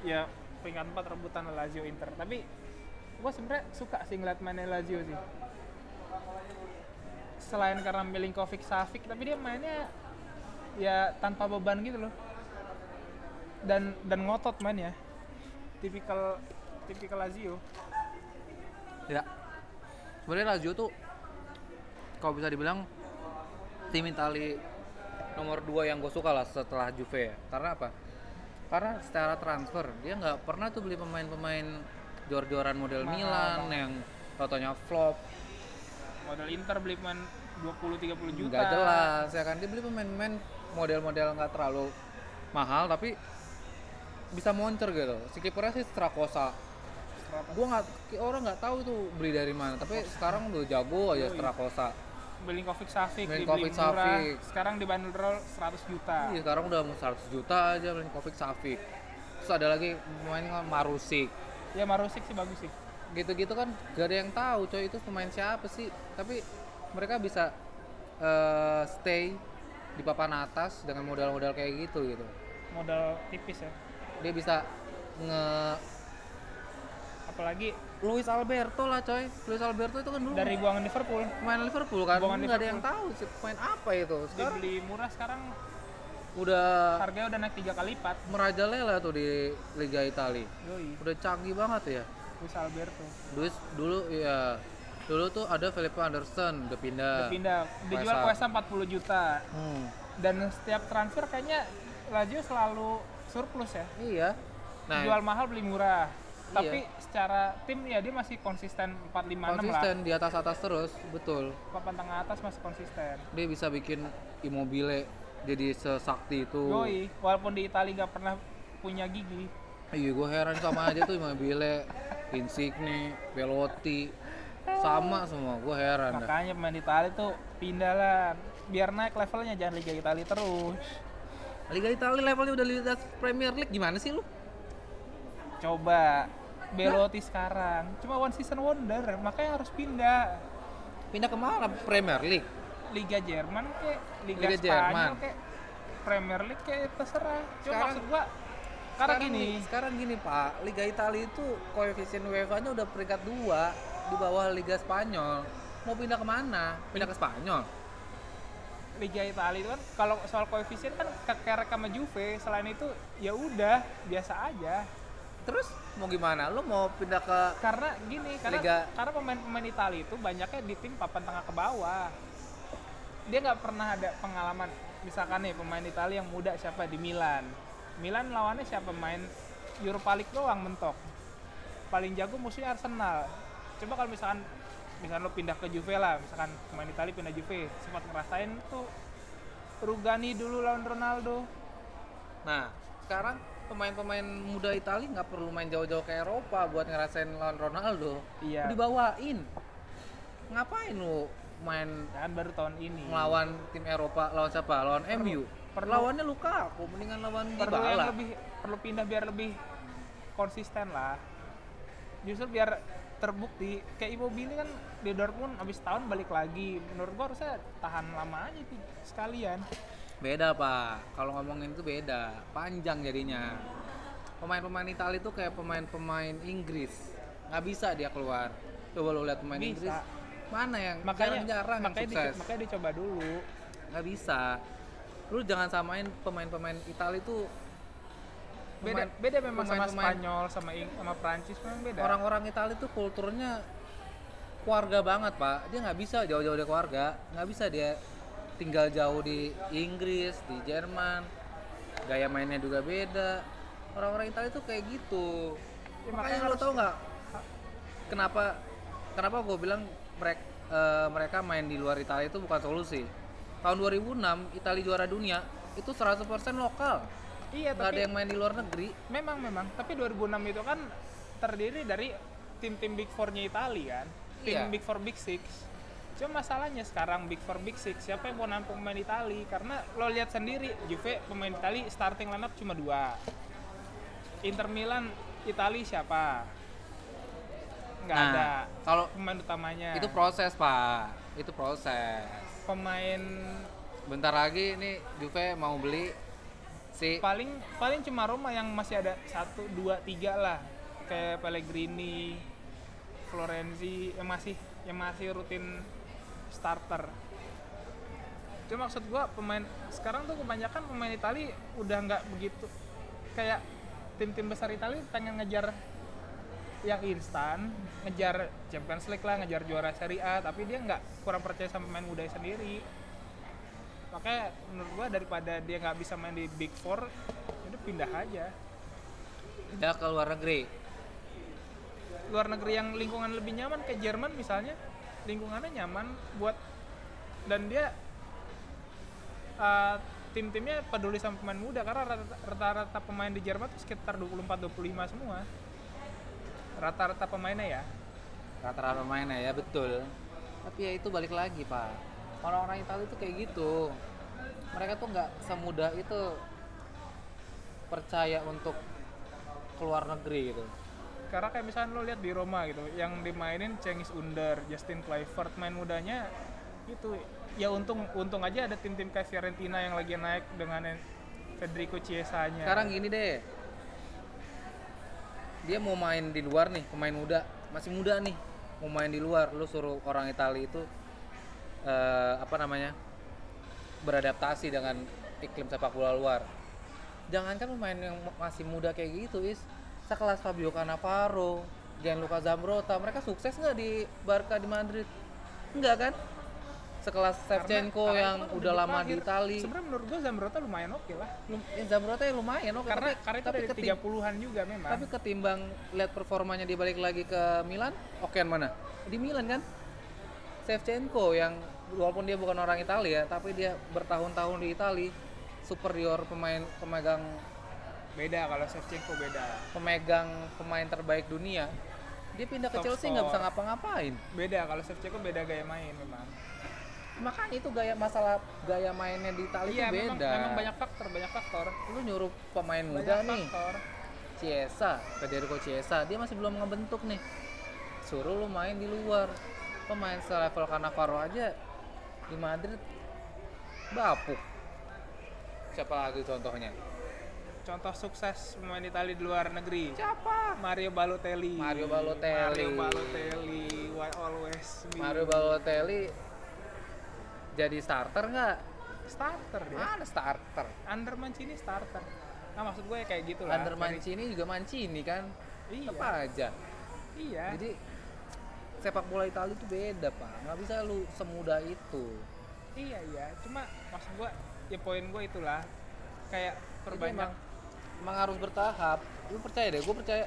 [SPEAKER 3] Ya peringkat 4 rebutan Lazio Inter. Tapi gua sebenarnya suka sih ngeliat mainnya Lazio sih. Selain karena Milinkovic Savic, tapi dia mainnya ya tanpa beban gitu loh. Dan dan ngotot main ya. Tipikal tipikal Lazio.
[SPEAKER 2] Ya. Sebenarnya Lazio tuh kalau bisa dibilang tim Itali nomor 2 yang gue suka lah setelah Juve ya. Karena apa? karena secara transfer dia nggak pernah tuh beli pemain-pemain jor-joran model
[SPEAKER 3] Mahal
[SPEAKER 2] Milan
[SPEAKER 3] banget.
[SPEAKER 2] yang fotonya flop
[SPEAKER 3] modal Inter beli pemain 20-30 juta
[SPEAKER 2] nggak jelas ya kan dia beli pemain-pemain model-model nggak terlalu mahal tapi bisa moncer gitu si kipernya sih Strakosa gua nggak orang nggak tahu tuh beli dari mana tapi sekarang udah jago aja Strakosa
[SPEAKER 3] Belinkovic Savic dibeli
[SPEAKER 2] Milinkovic
[SPEAKER 3] murah
[SPEAKER 2] Savic.
[SPEAKER 3] sekarang dibanderol 100 juta
[SPEAKER 2] Iya, sekarang udah mau 100 juta aja Milinkovic Savic terus ada lagi pemain Marusik
[SPEAKER 3] ya Marusik sih bagus sih
[SPEAKER 2] gitu-gitu kan gak ada yang tahu coy itu pemain siapa sih tapi mereka bisa eh, stay di papan atas dengan modal-modal kayak gitu gitu
[SPEAKER 3] modal tipis ya
[SPEAKER 2] dia bisa nge
[SPEAKER 3] apalagi
[SPEAKER 2] Luis Alberto lah coy Luis Alberto itu kan dulu
[SPEAKER 3] dari buangan Liverpool
[SPEAKER 2] pemain Liverpool kan
[SPEAKER 3] Buangan
[SPEAKER 2] nggak ada yang
[SPEAKER 3] Liverpool.
[SPEAKER 2] tahu sih pemain apa itu sekarang
[SPEAKER 3] dibeli murah sekarang
[SPEAKER 2] udah
[SPEAKER 3] harganya udah naik tiga kali lipat
[SPEAKER 2] merajalela tuh di Liga Italia
[SPEAKER 3] yoi
[SPEAKER 2] udah canggih banget ya
[SPEAKER 3] Luis Alberto
[SPEAKER 2] Luis dulu ya dulu tuh ada Felipe Anderson udah pindah,
[SPEAKER 3] Udah pindah dijual
[SPEAKER 2] West
[SPEAKER 3] ke West Ham 40 juta
[SPEAKER 2] Hmm.
[SPEAKER 3] dan setiap transfer kayaknya Lazio selalu surplus ya
[SPEAKER 2] iya nah
[SPEAKER 3] jual mahal beli murah
[SPEAKER 2] Iya.
[SPEAKER 3] tapi secara tim ya dia masih konsisten 456 lah
[SPEAKER 2] konsisten di atas atas terus betul
[SPEAKER 3] papan tengah atas masih konsisten
[SPEAKER 2] dia bisa bikin Immobile jadi sesakti itu
[SPEAKER 3] Yoi, walaupun di Italia gak pernah punya gigi
[SPEAKER 2] iya gue heran sama aja tuh Immobile Insigne Velotti sama semua gue heran dah
[SPEAKER 3] makanya pemain di Italia tuh pindah lah biar naik levelnya jangan Liga Italia terus
[SPEAKER 2] Liga Italia levelnya udah Liga Premier League gimana sih lu
[SPEAKER 3] coba Belotti sekarang cuma one season wonder makanya harus pindah
[SPEAKER 2] pindah kemana Premier League
[SPEAKER 3] Liga Jerman kek Liga,
[SPEAKER 2] Liga
[SPEAKER 3] Spanyol
[SPEAKER 2] Jerman.
[SPEAKER 3] kek Premier League kek terserah cuma
[SPEAKER 2] Sekarang-
[SPEAKER 3] maksud gua karena gini
[SPEAKER 2] sekarang gini Pak Liga Italia itu koefisien UEFA nya udah peringkat dua di bawah Liga Spanyol mau pindah kemana pindah ke Spanyol
[SPEAKER 3] Liga Italia itu kan kalau soal koefisien kan kekerek sama Juve selain itu ya udah biasa aja
[SPEAKER 2] terus mau gimana lu mau pindah ke
[SPEAKER 3] karena gini karena
[SPEAKER 2] Liga-
[SPEAKER 3] karena pemain-pemain Italia itu banyaknya di tim papan tengah ke bawah dia nggak pernah ada pengalaman misalkan nih pemain Italia yang muda siapa di Milan Milan lawannya siapa main Europa League doang mentok paling jago musuhnya Arsenal coba kalau misalkan misalkan lo pindah ke Juve lah misalkan pemain Italia pindah Juve sempat ngerasain tuh Rugani dulu lawan Ronaldo
[SPEAKER 2] Nah, sekarang pemain-pemain muda Italia nggak perlu main jauh-jauh ke Eropa buat ngerasain lawan Ronaldo.
[SPEAKER 3] Iya.
[SPEAKER 2] Dibawain. Ngapain lu main
[SPEAKER 3] dan Kan baru tahun ini
[SPEAKER 2] melawan tim Eropa lawan siapa? Lawan MU.
[SPEAKER 3] perlu-
[SPEAKER 2] Lawannya Lukaku, mendingan lawan
[SPEAKER 3] perlu yang
[SPEAKER 2] Dybala.
[SPEAKER 3] lebih perlu pindah biar lebih konsisten lah justru biar terbukti kayak Immobile kan di Dortmund abis tahun balik lagi menurut gua harusnya tahan lama aja sih sekalian
[SPEAKER 2] Beda, Pak. Kalau ngomongin itu beda, panjang jadinya. Pemain-pemain Italia itu kayak pemain-pemain Inggris. nggak bisa dia keluar. Coba lu lihat pemain
[SPEAKER 3] Bisa.
[SPEAKER 2] Inggris. Mana yang
[SPEAKER 3] makanya
[SPEAKER 2] jarang-jarang yang
[SPEAKER 3] makanya,
[SPEAKER 2] sukses?
[SPEAKER 3] dico- makanya dicoba dulu
[SPEAKER 2] nggak bisa lu jangan samain pemain-pemain Italia itu
[SPEAKER 3] beda
[SPEAKER 2] pemain-
[SPEAKER 3] beda memang sama
[SPEAKER 2] pemain-pemain-
[SPEAKER 3] Spanyol sama Ing- sama Prancis memang beda
[SPEAKER 2] orang-orang Italia itu kulturnya keluarga banget pak dia nggak bisa jauh-jauh dari keluarga nggak bisa dia tinggal jauh di Inggris di Jerman gaya mainnya juga beda orang-orang Italia itu kayak gitu
[SPEAKER 3] Ya, makanya
[SPEAKER 2] makanya lu
[SPEAKER 3] harus-
[SPEAKER 2] tau nggak kenapa kenapa gue bilang mereka mereka main di luar Italia itu bukan solusi tahun 2006 Italia juara dunia itu 100% lokal
[SPEAKER 3] iya
[SPEAKER 2] nggak
[SPEAKER 3] tapi
[SPEAKER 2] ada yang main di luar negeri
[SPEAKER 3] memang memang tapi 2006 itu kan terdiri dari tim-tim big four-nya Italia kan tim
[SPEAKER 2] Iya.
[SPEAKER 3] big four big six cuma masalahnya sekarang big four big six siapa yang mau nampung pemain Itali karena lo lihat sendiri Juve pemain Itali starting lineup cuma dua Inter Milan Itali siapa nggak
[SPEAKER 2] nah
[SPEAKER 3] ada
[SPEAKER 2] kalau
[SPEAKER 3] pemain utamanya
[SPEAKER 2] itu proses pak itu proses
[SPEAKER 3] pemain
[SPEAKER 2] bentar lagi ini Juve mau beli si
[SPEAKER 3] paling paling cuma Roma yang masih ada satu dua tiga lah kayak Pellegrini Florenzi yang masih yang masih rutin starter itu maksud gua pemain sekarang tuh kebanyakan pemain Itali udah nggak begitu kayak tim-tim besar Itali pengen ngejar yang instan ngejar Champions League lah ngejar juara Serie A tapi dia nggak kurang percaya sama pemain muda sendiri makanya menurut gua daripada dia nggak bisa main di Big Four jadi pindah aja
[SPEAKER 2] ya ke luar negeri
[SPEAKER 3] luar negeri yang lingkungan lebih nyaman kayak Jerman misalnya lingkungannya nyaman buat dan dia uh, tim-timnya peduli sama pemain muda karena rata- rata-rata pemain di Jerman tuh sekitar 24-25 semua rata-rata pemainnya ya
[SPEAKER 2] rata-rata mainnya ya betul tapi ya itu balik lagi pak orang-orang Italia itu kayak gitu mereka tuh nggak semudah itu percaya untuk keluar negeri gitu
[SPEAKER 3] karena kayak misalnya lo lihat di Roma gitu yang dimainin Cengiz Under Justin Kluivert main mudanya itu ya untung untung aja ada tim-tim kayak Fiorentina yang lagi naik dengan Federico Chiesa-nya
[SPEAKER 2] sekarang gini deh dia mau main di luar nih pemain muda masih muda nih mau main di luar lu suruh orang Italia itu eh, apa namanya beradaptasi dengan iklim sepak bola luar jangankan pemain yang masih muda kayak gitu is sekelas Fabio Cannavaro Gianluca Zambrotta mereka sukses nggak di Barca di Madrid enggak kan sekelas
[SPEAKER 3] Karena-
[SPEAKER 2] Shevchenko
[SPEAKER 3] karena
[SPEAKER 2] yang
[SPEAKER 3] itu kan
[SPEAKER 2] udah
[SPEAKER 3] di
[SPEAKER 2] lama di
[SPEAKER 3] terakhir.
[SPEAKER 2] Italia
[SPEAKER 3] sebenarnya menurut gue Zambrotta lumayan oke lah
[SPEAKER 2] Lum- ya Zambrotta ya lumayan oke,
[SPEAKER 3] karena
[SPEAKER 2] tapi-
[SPEAKER 3] karena itu
[SPEAKER 2] tapi
[SPEAKER 3] dari Nah.
[SPEAKER 2] ketim-
[SPEAKER 3] 30-an juga memang
[SPEAKER 2] tapi ketimbang lihat performanya dia balik lagi ke Milan, okean mana? Di Milan kan? Shevchenko yang walaupun dia bukan orang Italia, tapi dia bertahun-tahun di Italia superior pemain pemegang
[SPEAKER 3] beda kalau Shevchenko beda
[SPEAKER 2] pemegang pemain terbaik dunia. Dia pindah ke
[SPEAKER 3] Top
[SPEAKER 2] Chelsea nggak bisa
[SPEAKER 3] scorer.
[SPEAKER 2] ngapa-ngapain.
[SPEAKER 3] beda kalau Shevchenko beda gaya main memang
[SPEAKER 2] Makanya itu gaya masalah gaya mainnya di Italia
[SPEAKER 3] iya
[SPEAKER 2] itu
[SPEAKER 3] memang,
[SPEAKER 2] beda.
[SPEAKER 3] memang banyak faktor banyak faktor
[SPEAKER 2] Lu nyuruh pemain muda
[SPEAKER 3] banyak
[SPEAKER 2] nih,
[SPEAKER 3] faktor
[SPEAKER 2] Ciesa, Federico Ciesa, dia masih belum ngebentuk nih. Suruh lu main di luar. Pemain selevel Cannavaro aja di Madrid bapuk. Siapa lagi contohnya?
[SPEAKER 3] contoh sukses pemain Italia di luar negeri
[SPEAKER 2] Siapa?
[SPEAKER 3] Mario Balotelli
[SPEAKER 2] Mario Balotelli.
[SPEAKER 3] Mario Balotelli why always be
[SPEAKER 2] Mario Balotelli jadi starter nggak?
[SPEAKER 3] starter dia
[SPEAKER 2] Mana starter?
[SPEAKER 3] under Mancini starter nah maksud gue kayak gitu lah
[SPEAKER 2] Under
[SPEAKER 3] Dari-
[SPEAKER 2] Mancini juga Mancini kan?
[SPEAKER 3] iya
[SPEAKER 2] Apa aja?
[SPEAKER 3] iya
[SPEAKER 2] Jadi sepak bola Italia itu beda pak, nggak bisa lu semudah itu.
[SPEAKER 3] Iya iya, cuma maksud gua ya poin gua itulah kayak
[SPEAKER 2] Jadi emang,
[SPEAKER 3] perbanyak
[SPEAKER 2] emang harus bertahap lu percaya deh gue percaya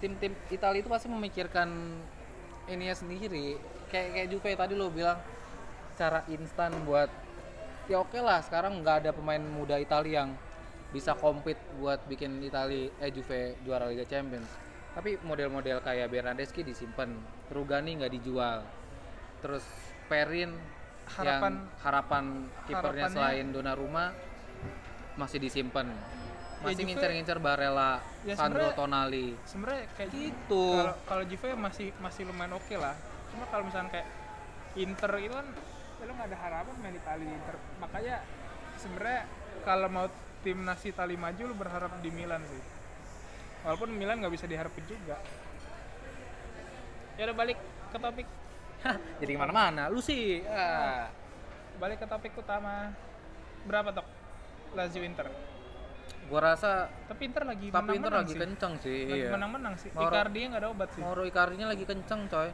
[SPEAKER 2] tim-tim Italia itu pasti memikirkan ininya sendiri kayak kayak Juve tadi lo bilang cara instan buat ya oke lah sekarang nggak ada pemain muda Italia yang bisa compete buat bikin Italia eh Juve juara Liga Champions tapi model-model kayak Bernardeschi disimpan Rugani nggak dijual terus Perin
[SPEAKER 3] Harapan-
[SPEAKER 2] yang harapan kipernya
[SPEAKER 3] harapannya-
[SPEAKER 2] selain Donnarumma masih disimpan masih
[SPEAKER 3] Iya, Juve-
[SPEAKER 2] ngincer-ngincer Barella,
[SPEAKER 3] Ya,
[SPEAKER 2] Sandro
[SPEAKER 3] sebenarnya-
[SPEAKER 2] Tonali
[SPEAKER 3] sebenarnya kayak
[SPEAKER 2] gitu
[SPEAKER 3] [laughs] Kalau kalau Juve masih masih lumayan oke lah. Cuma kalau misalnya kayak Inter itu kan ya lu nggak ada harapan main Italia di Inter. Makanya sebenarnya kalau mau timnas Italia maju lu berharap di Milan sih. Walaupun Milan nggak bisa diharapin juga. Ya udah balik ke topik
[SPEAKER 2] Hah, jadi kemana-mana lu sih
[SPEAKER 3] ya.
[SPEAKER 2] ah.
[SPEAKER 3] balik ke topik utama berapa tok Lazio Inter
[SPEAKER 2] gua rasa
[SPEAKER 3] tapi Inter lagi
[SPEAKER 2] tapi Inter
[SPEAKER 3] menang-menang
[SPEAKER 2] lagi
[SPEAKER 3] sih.
[SPEAKER 2] kenceng sih
[SPEAKER 3] lagi
[SPEAKER 2] iya.
[SPEAKER 3] menang-menang sih.
[SPEAKER 2] Mauro-
[SPEAKER 3] Icardi nggak ada obat sih.
[SPEAKER 2] Mauro Icardinya lagi kenceng coy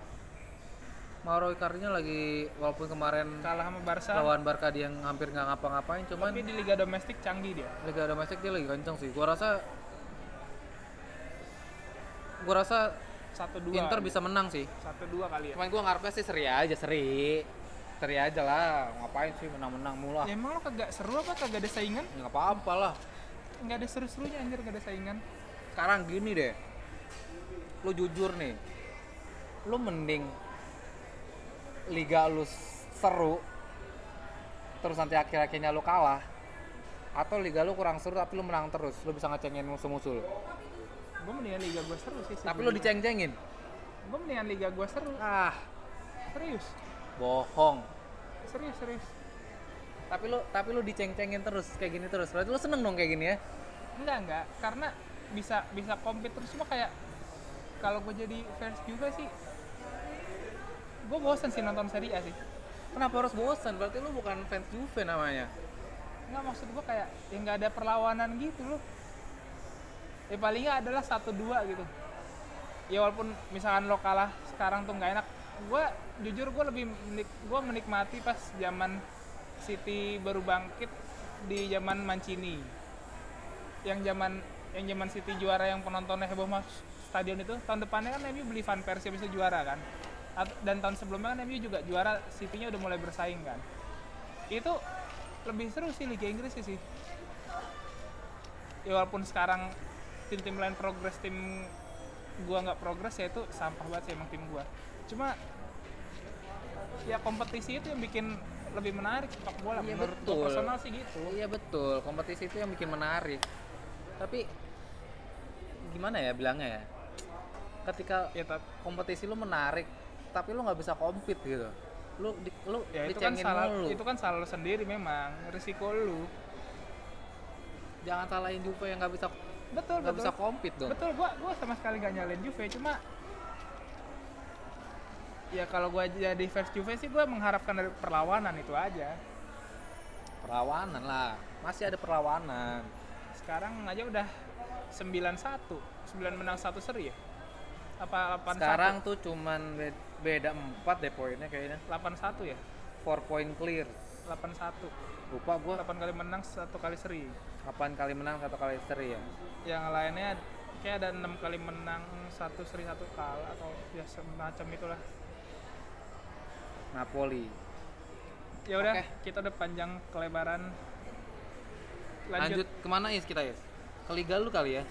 [SPEAKER 2] Mauro Icardinya lagi walaupun kemarin
[SPEAKER 3] Kalah sama Barca,
[SPEAKER 2] lawan Barca dia yang hampir nggak ngapa-ngapain cuman
[SPEAKER 3] tapi di liga domestik canggih dia.
[SPEAKER 2] Liga domestik dia lagi kenceng sih gua rasa gua rasa
[SPEAKER 3] Satu dua.
[SPEAKER 2] Inter bisa menang sih
[SPEAKER 3] Satu dua kali ya.
[SPEAKER 2] Cuman gue ngarepnya sih seri aja, seri. Seri aja lah, ngapain sih menang-menang mulu ah.
[SPEAKER 3] Ya emang lo kagak seru apa kagak ada saingan?
[SPEAKER 2] Ya nggak apa-apa lah.
[SPEAKER 3] Nggak ada seru-serunya anjir nggak ada saingan.
[SPEAKER 2] Sekarang gini deh. Lu jujur nih. Lu mending liga lu seru terus nanti akhir-akhirnya lu kalah atau liga lu kurang seru tapi lu menang terus lu bisa ngecengin musuh-musuh lu
[SPEAKER 3] Gue mendingan liga gue seru sih.
[SPEAKER 2] tapi lu diceng-cengin
[SPEAKER 3] Gue mendingan liga gue seru.
[SPEAKER 2] ah
[SPEAKER 3] Serius,
[SPEAKER 2] bohong
[SPEAKER 3] serius serius.
[SPEAKER 2] tapi lu tapi lu diceng-cengin terus kayak gini terus berarti lu seneng dong kayak gini ya
[SPEAKER 3] Enggak enggak, karena bisa bisa compete terus cuma kayak kalau gue jadi fans juga sih gue bosen sih nonton Serie A sih
[SPEAKER 2] Kenapa harus bosan? Berarti lu bukan fans Juve namanya.
[SPEAKER 3] Nggak maksud gua kayak ya nggak ada perlawanan gitu loh. Ya paling nggak adalah satu dua gitu. Ya walaupun misalkan lo kalah sekarang tuh nggak enak. Gua jujur gua lebih menik, gua menikmati pas zaman City baru bangkit di zaman Mancini. yang zaman yang zaman City juara yang penontonnya heboh mas stadion itu tahun depannya kan MU beli fan Persie bisa juara kan At- dan tahun sebelumnya kan MU juga juara City-nya udah mulai bersaing kan itu lebih seru sih Liga Inggris sih, sih. Ya, walaupun sekarang tim-tim lain progres tim gua nggak progres ya itu sampah banget sih emang tim gua cuma ya kompetisi itu yang bikin lebih menarik sepak bola
[SPEAKER 2] Iya,
[SPEAKER 3] menurut
[SPEAKER 2] betul.
[SPEAKER 3] gua personal sih gitu
[SPEAKER 2] Iya betul, kompetisi itu yang bikin menarik. Tapi gimana ya bilangnya ya? Ketika
[SPEAKER 3] ya tapi
[SPEAKER 2] kompetisi lu menarik, tapi lu nggak bisa compete gitu. Lu di, lu
[SPEAKER 3] ya itu kan
[SPEAKER 2] dicengin
[SPEAKER 3] salah
[SPEAKER 2] mulu.
[SPEAKER 3] itu kan salah lu sendiri memang risiko lu
[SPEAKER 2] Jangan salahin Juve yang nggak bisa
[SPEAKER 3] betul
[SPEAKER 2] nggak
[SPEAKER 3] betul
[SPEAKER 2] bisa compete dong.
[SPEAKER 3] betul gua gua sama sekali gak nyalain Juve cuma ya kalau gua jadi fans Juve sih gua mengharapkan dari perlawanan itu aja
[SPEAKER 2] Perlawanan lah, masih ada perlawanan.
[SPEAKER 3] sekarang aja udah 9-1 9 menang 1 seri ya apa 81
[SPEAKER 2] Sekarang tuh cuman be- beda 4 deh poinnya kayaknya.
[SPEAKER 3] 81 ya
[SPEAKER 2] 4 point clear.
[SPEAKER 3] 81
[SPEAKER 2] Lupa gua
[SPEAKER 3] 8 kali menang satu kali seri
[SPEAKER 2] 8 kali menang, satu kali seri ya.
[SPEAKER 3] yang lainnya kayak ada enam kali menang satu seri satu kalah atau ya semacam itulah
[SPEAKER 2] Napoli.
[SPEAKER 3] ya udah
[SPEAKER 2] Oke.
[SPEAKER 3] kita udah panjang kelebaran
[SPEAKER 2] Lanjut.
[SPEAKER 3] lanjut,
[SPEAKER 2] kemana Is kita Is? Ke liga lu kali ya?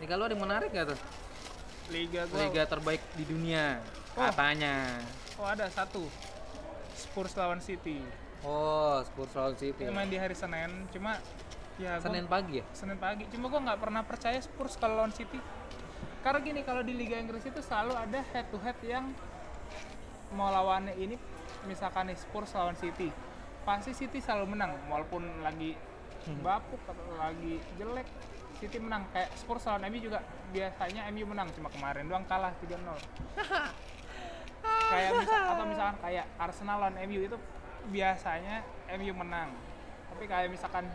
[SPEAKER 2] Liga lu ada yang menarik gak tuh?
[SPEAKER 3] liga gua
[SPEAKER 2] Liga terbaik di dunia
[SPEAKER 3] Oh.
[SPEAKER 2] katanya.
[SPEAKER 3] oh ada satu Spurs lawan City
[SPEAKER 2] Oh, Spurs lawan City.
[SPEAKER 3] Ini main di hari Senin cuma ya gua-
[SPEAKER 2] Senin pagi ya?
[SPEAKER 3] Senin pagi. Cuma gue nggak pernah percaya Spurs kalau lawan City. Karena gini, kalau di Liga Inggris itu selalu ada head to head yang mau lawannya ini, misalkan nih Spurs lawan City, pasti City selalu menang, walaupun lagi bapuk atau lagi jelek, City menang. Kayak Spurs lawan MU juga biasanya MU menang, cuma kemarin doang kalah 3-0. kayak misal, atau misalkan kayak Arsenal lawan MU itu biasanya MU menang. Tapi kayak misalkan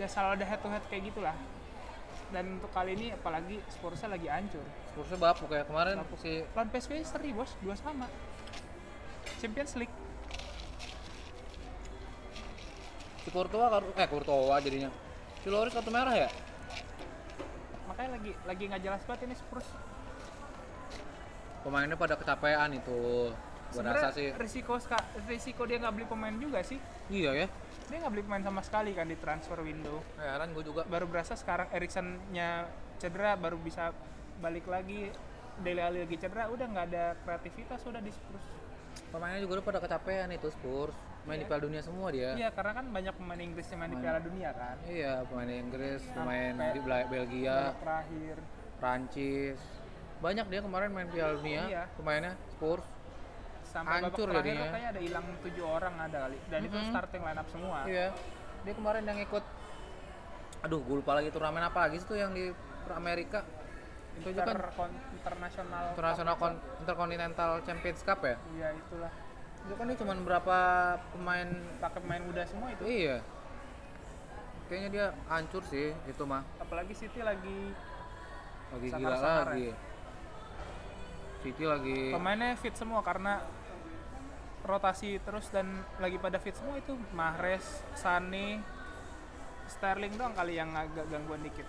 [SPEAKER 3] ya selalu ada head to head kayak gitulah dan untuk kali ini apalagi Spursnya lagi hancur
[SPEAKER 2] Spursnya bapuk ya kemarin
[SPEAKER 3] Bapuk.
[SPEAKER 2] si
[SPEAKER 3] lawan PSV seri bos dua sama Champions League
[SPEAKER 2] si Courtois kar- eh Courtois jadinya. Si Loris kartu merah ya?
[SPEAKER 3] makanya lagi lagi nggak jelas banget ini Spurs
[SPEAKER 2] Pemainnya pada kecapean itu. Gua rasa
[SPEAKER 3] Sebenarnya
[SPEAKER 2] sih.
[SPEAKER 3] risiko ska- risiko dia nggak beli pemain juga sih
[SPEAKER 2] Iya ya.
[SPEAKER 3] dia nggak beli pemain sama sekali kan di transfer window
[SPEAKER 2] Heran gue juga.
[SPEAKER 3] baru berasa sekarang Erikson-nya cedera baru bisa balik lagi Dele Alli lagi cedera udah nggak ada kreativitas udah di Spurs
[SPEAKER 2] Pemainnya juga udah pada kecapean itu Spurs. Main di Piala Dunia semua dia.
[SPEAKER 3] iya karena kan banyak pemain Inggris yang main di Piala Dunia kan
[SPEAKER 2] Iya, pemain Inggris, pemain
[SPEAKER 3] Sampai-
[SPEAKER 2] di Bel-
[SPEAKER 3] Iya.
[SPEAKER 2] Belgia,
[SPEAKER 3] terakhir
[SPEAKER 2] Prancis. Banyak dia kemarin main Piala Dunia,
[SPEAKER 3] Iya.
[SPEAKER 2] pemainnya Spurs.
[SPEAKER 3] sampai
[SPEAKER 2] Hancur
[SPEAKER 3] babak terakhir
[SPEAKER 2] jadinya.
[SPEAKER 3] katanya ada hilang tujuh orang ada kali dan itu
[SPEAKER 2] Mm-mm.
[SPEAKER 3] starting line up semua
[SPEAKER 2] Iya. Dia kemarin yang ikut Aduh, gue lupa lagi turnamen apa lagi sih tuh yang di Amerika. Itu juga kan
[SPEAKER 3] Inter- kon- internasional
[SPEAKER 2] International Con- Intercontinental Champions Cup ya.
[SPEAKER 3] iya itulah
[SPEAKER 2] Itu kan dia cuman berapa pemain
[SPEAKER 3] pakai pemain muda semua itu
[SPEAKER 2] Iya. Kayaknya dia hancur sih itu mah.
[SPEAKER 3] apalagi City lagi
[SPEAKER 2] Lagi gila
[SPEAKER 3] Sangar-sangar ya.
[SPEAKER 2] lagi. City lagi
[SPEAKER 3] pemainnya fit semua karena rotasi terus dan lagi pada fit semua itu Mahrez, Sane, Sterling doang kali yang agak gangguan dikit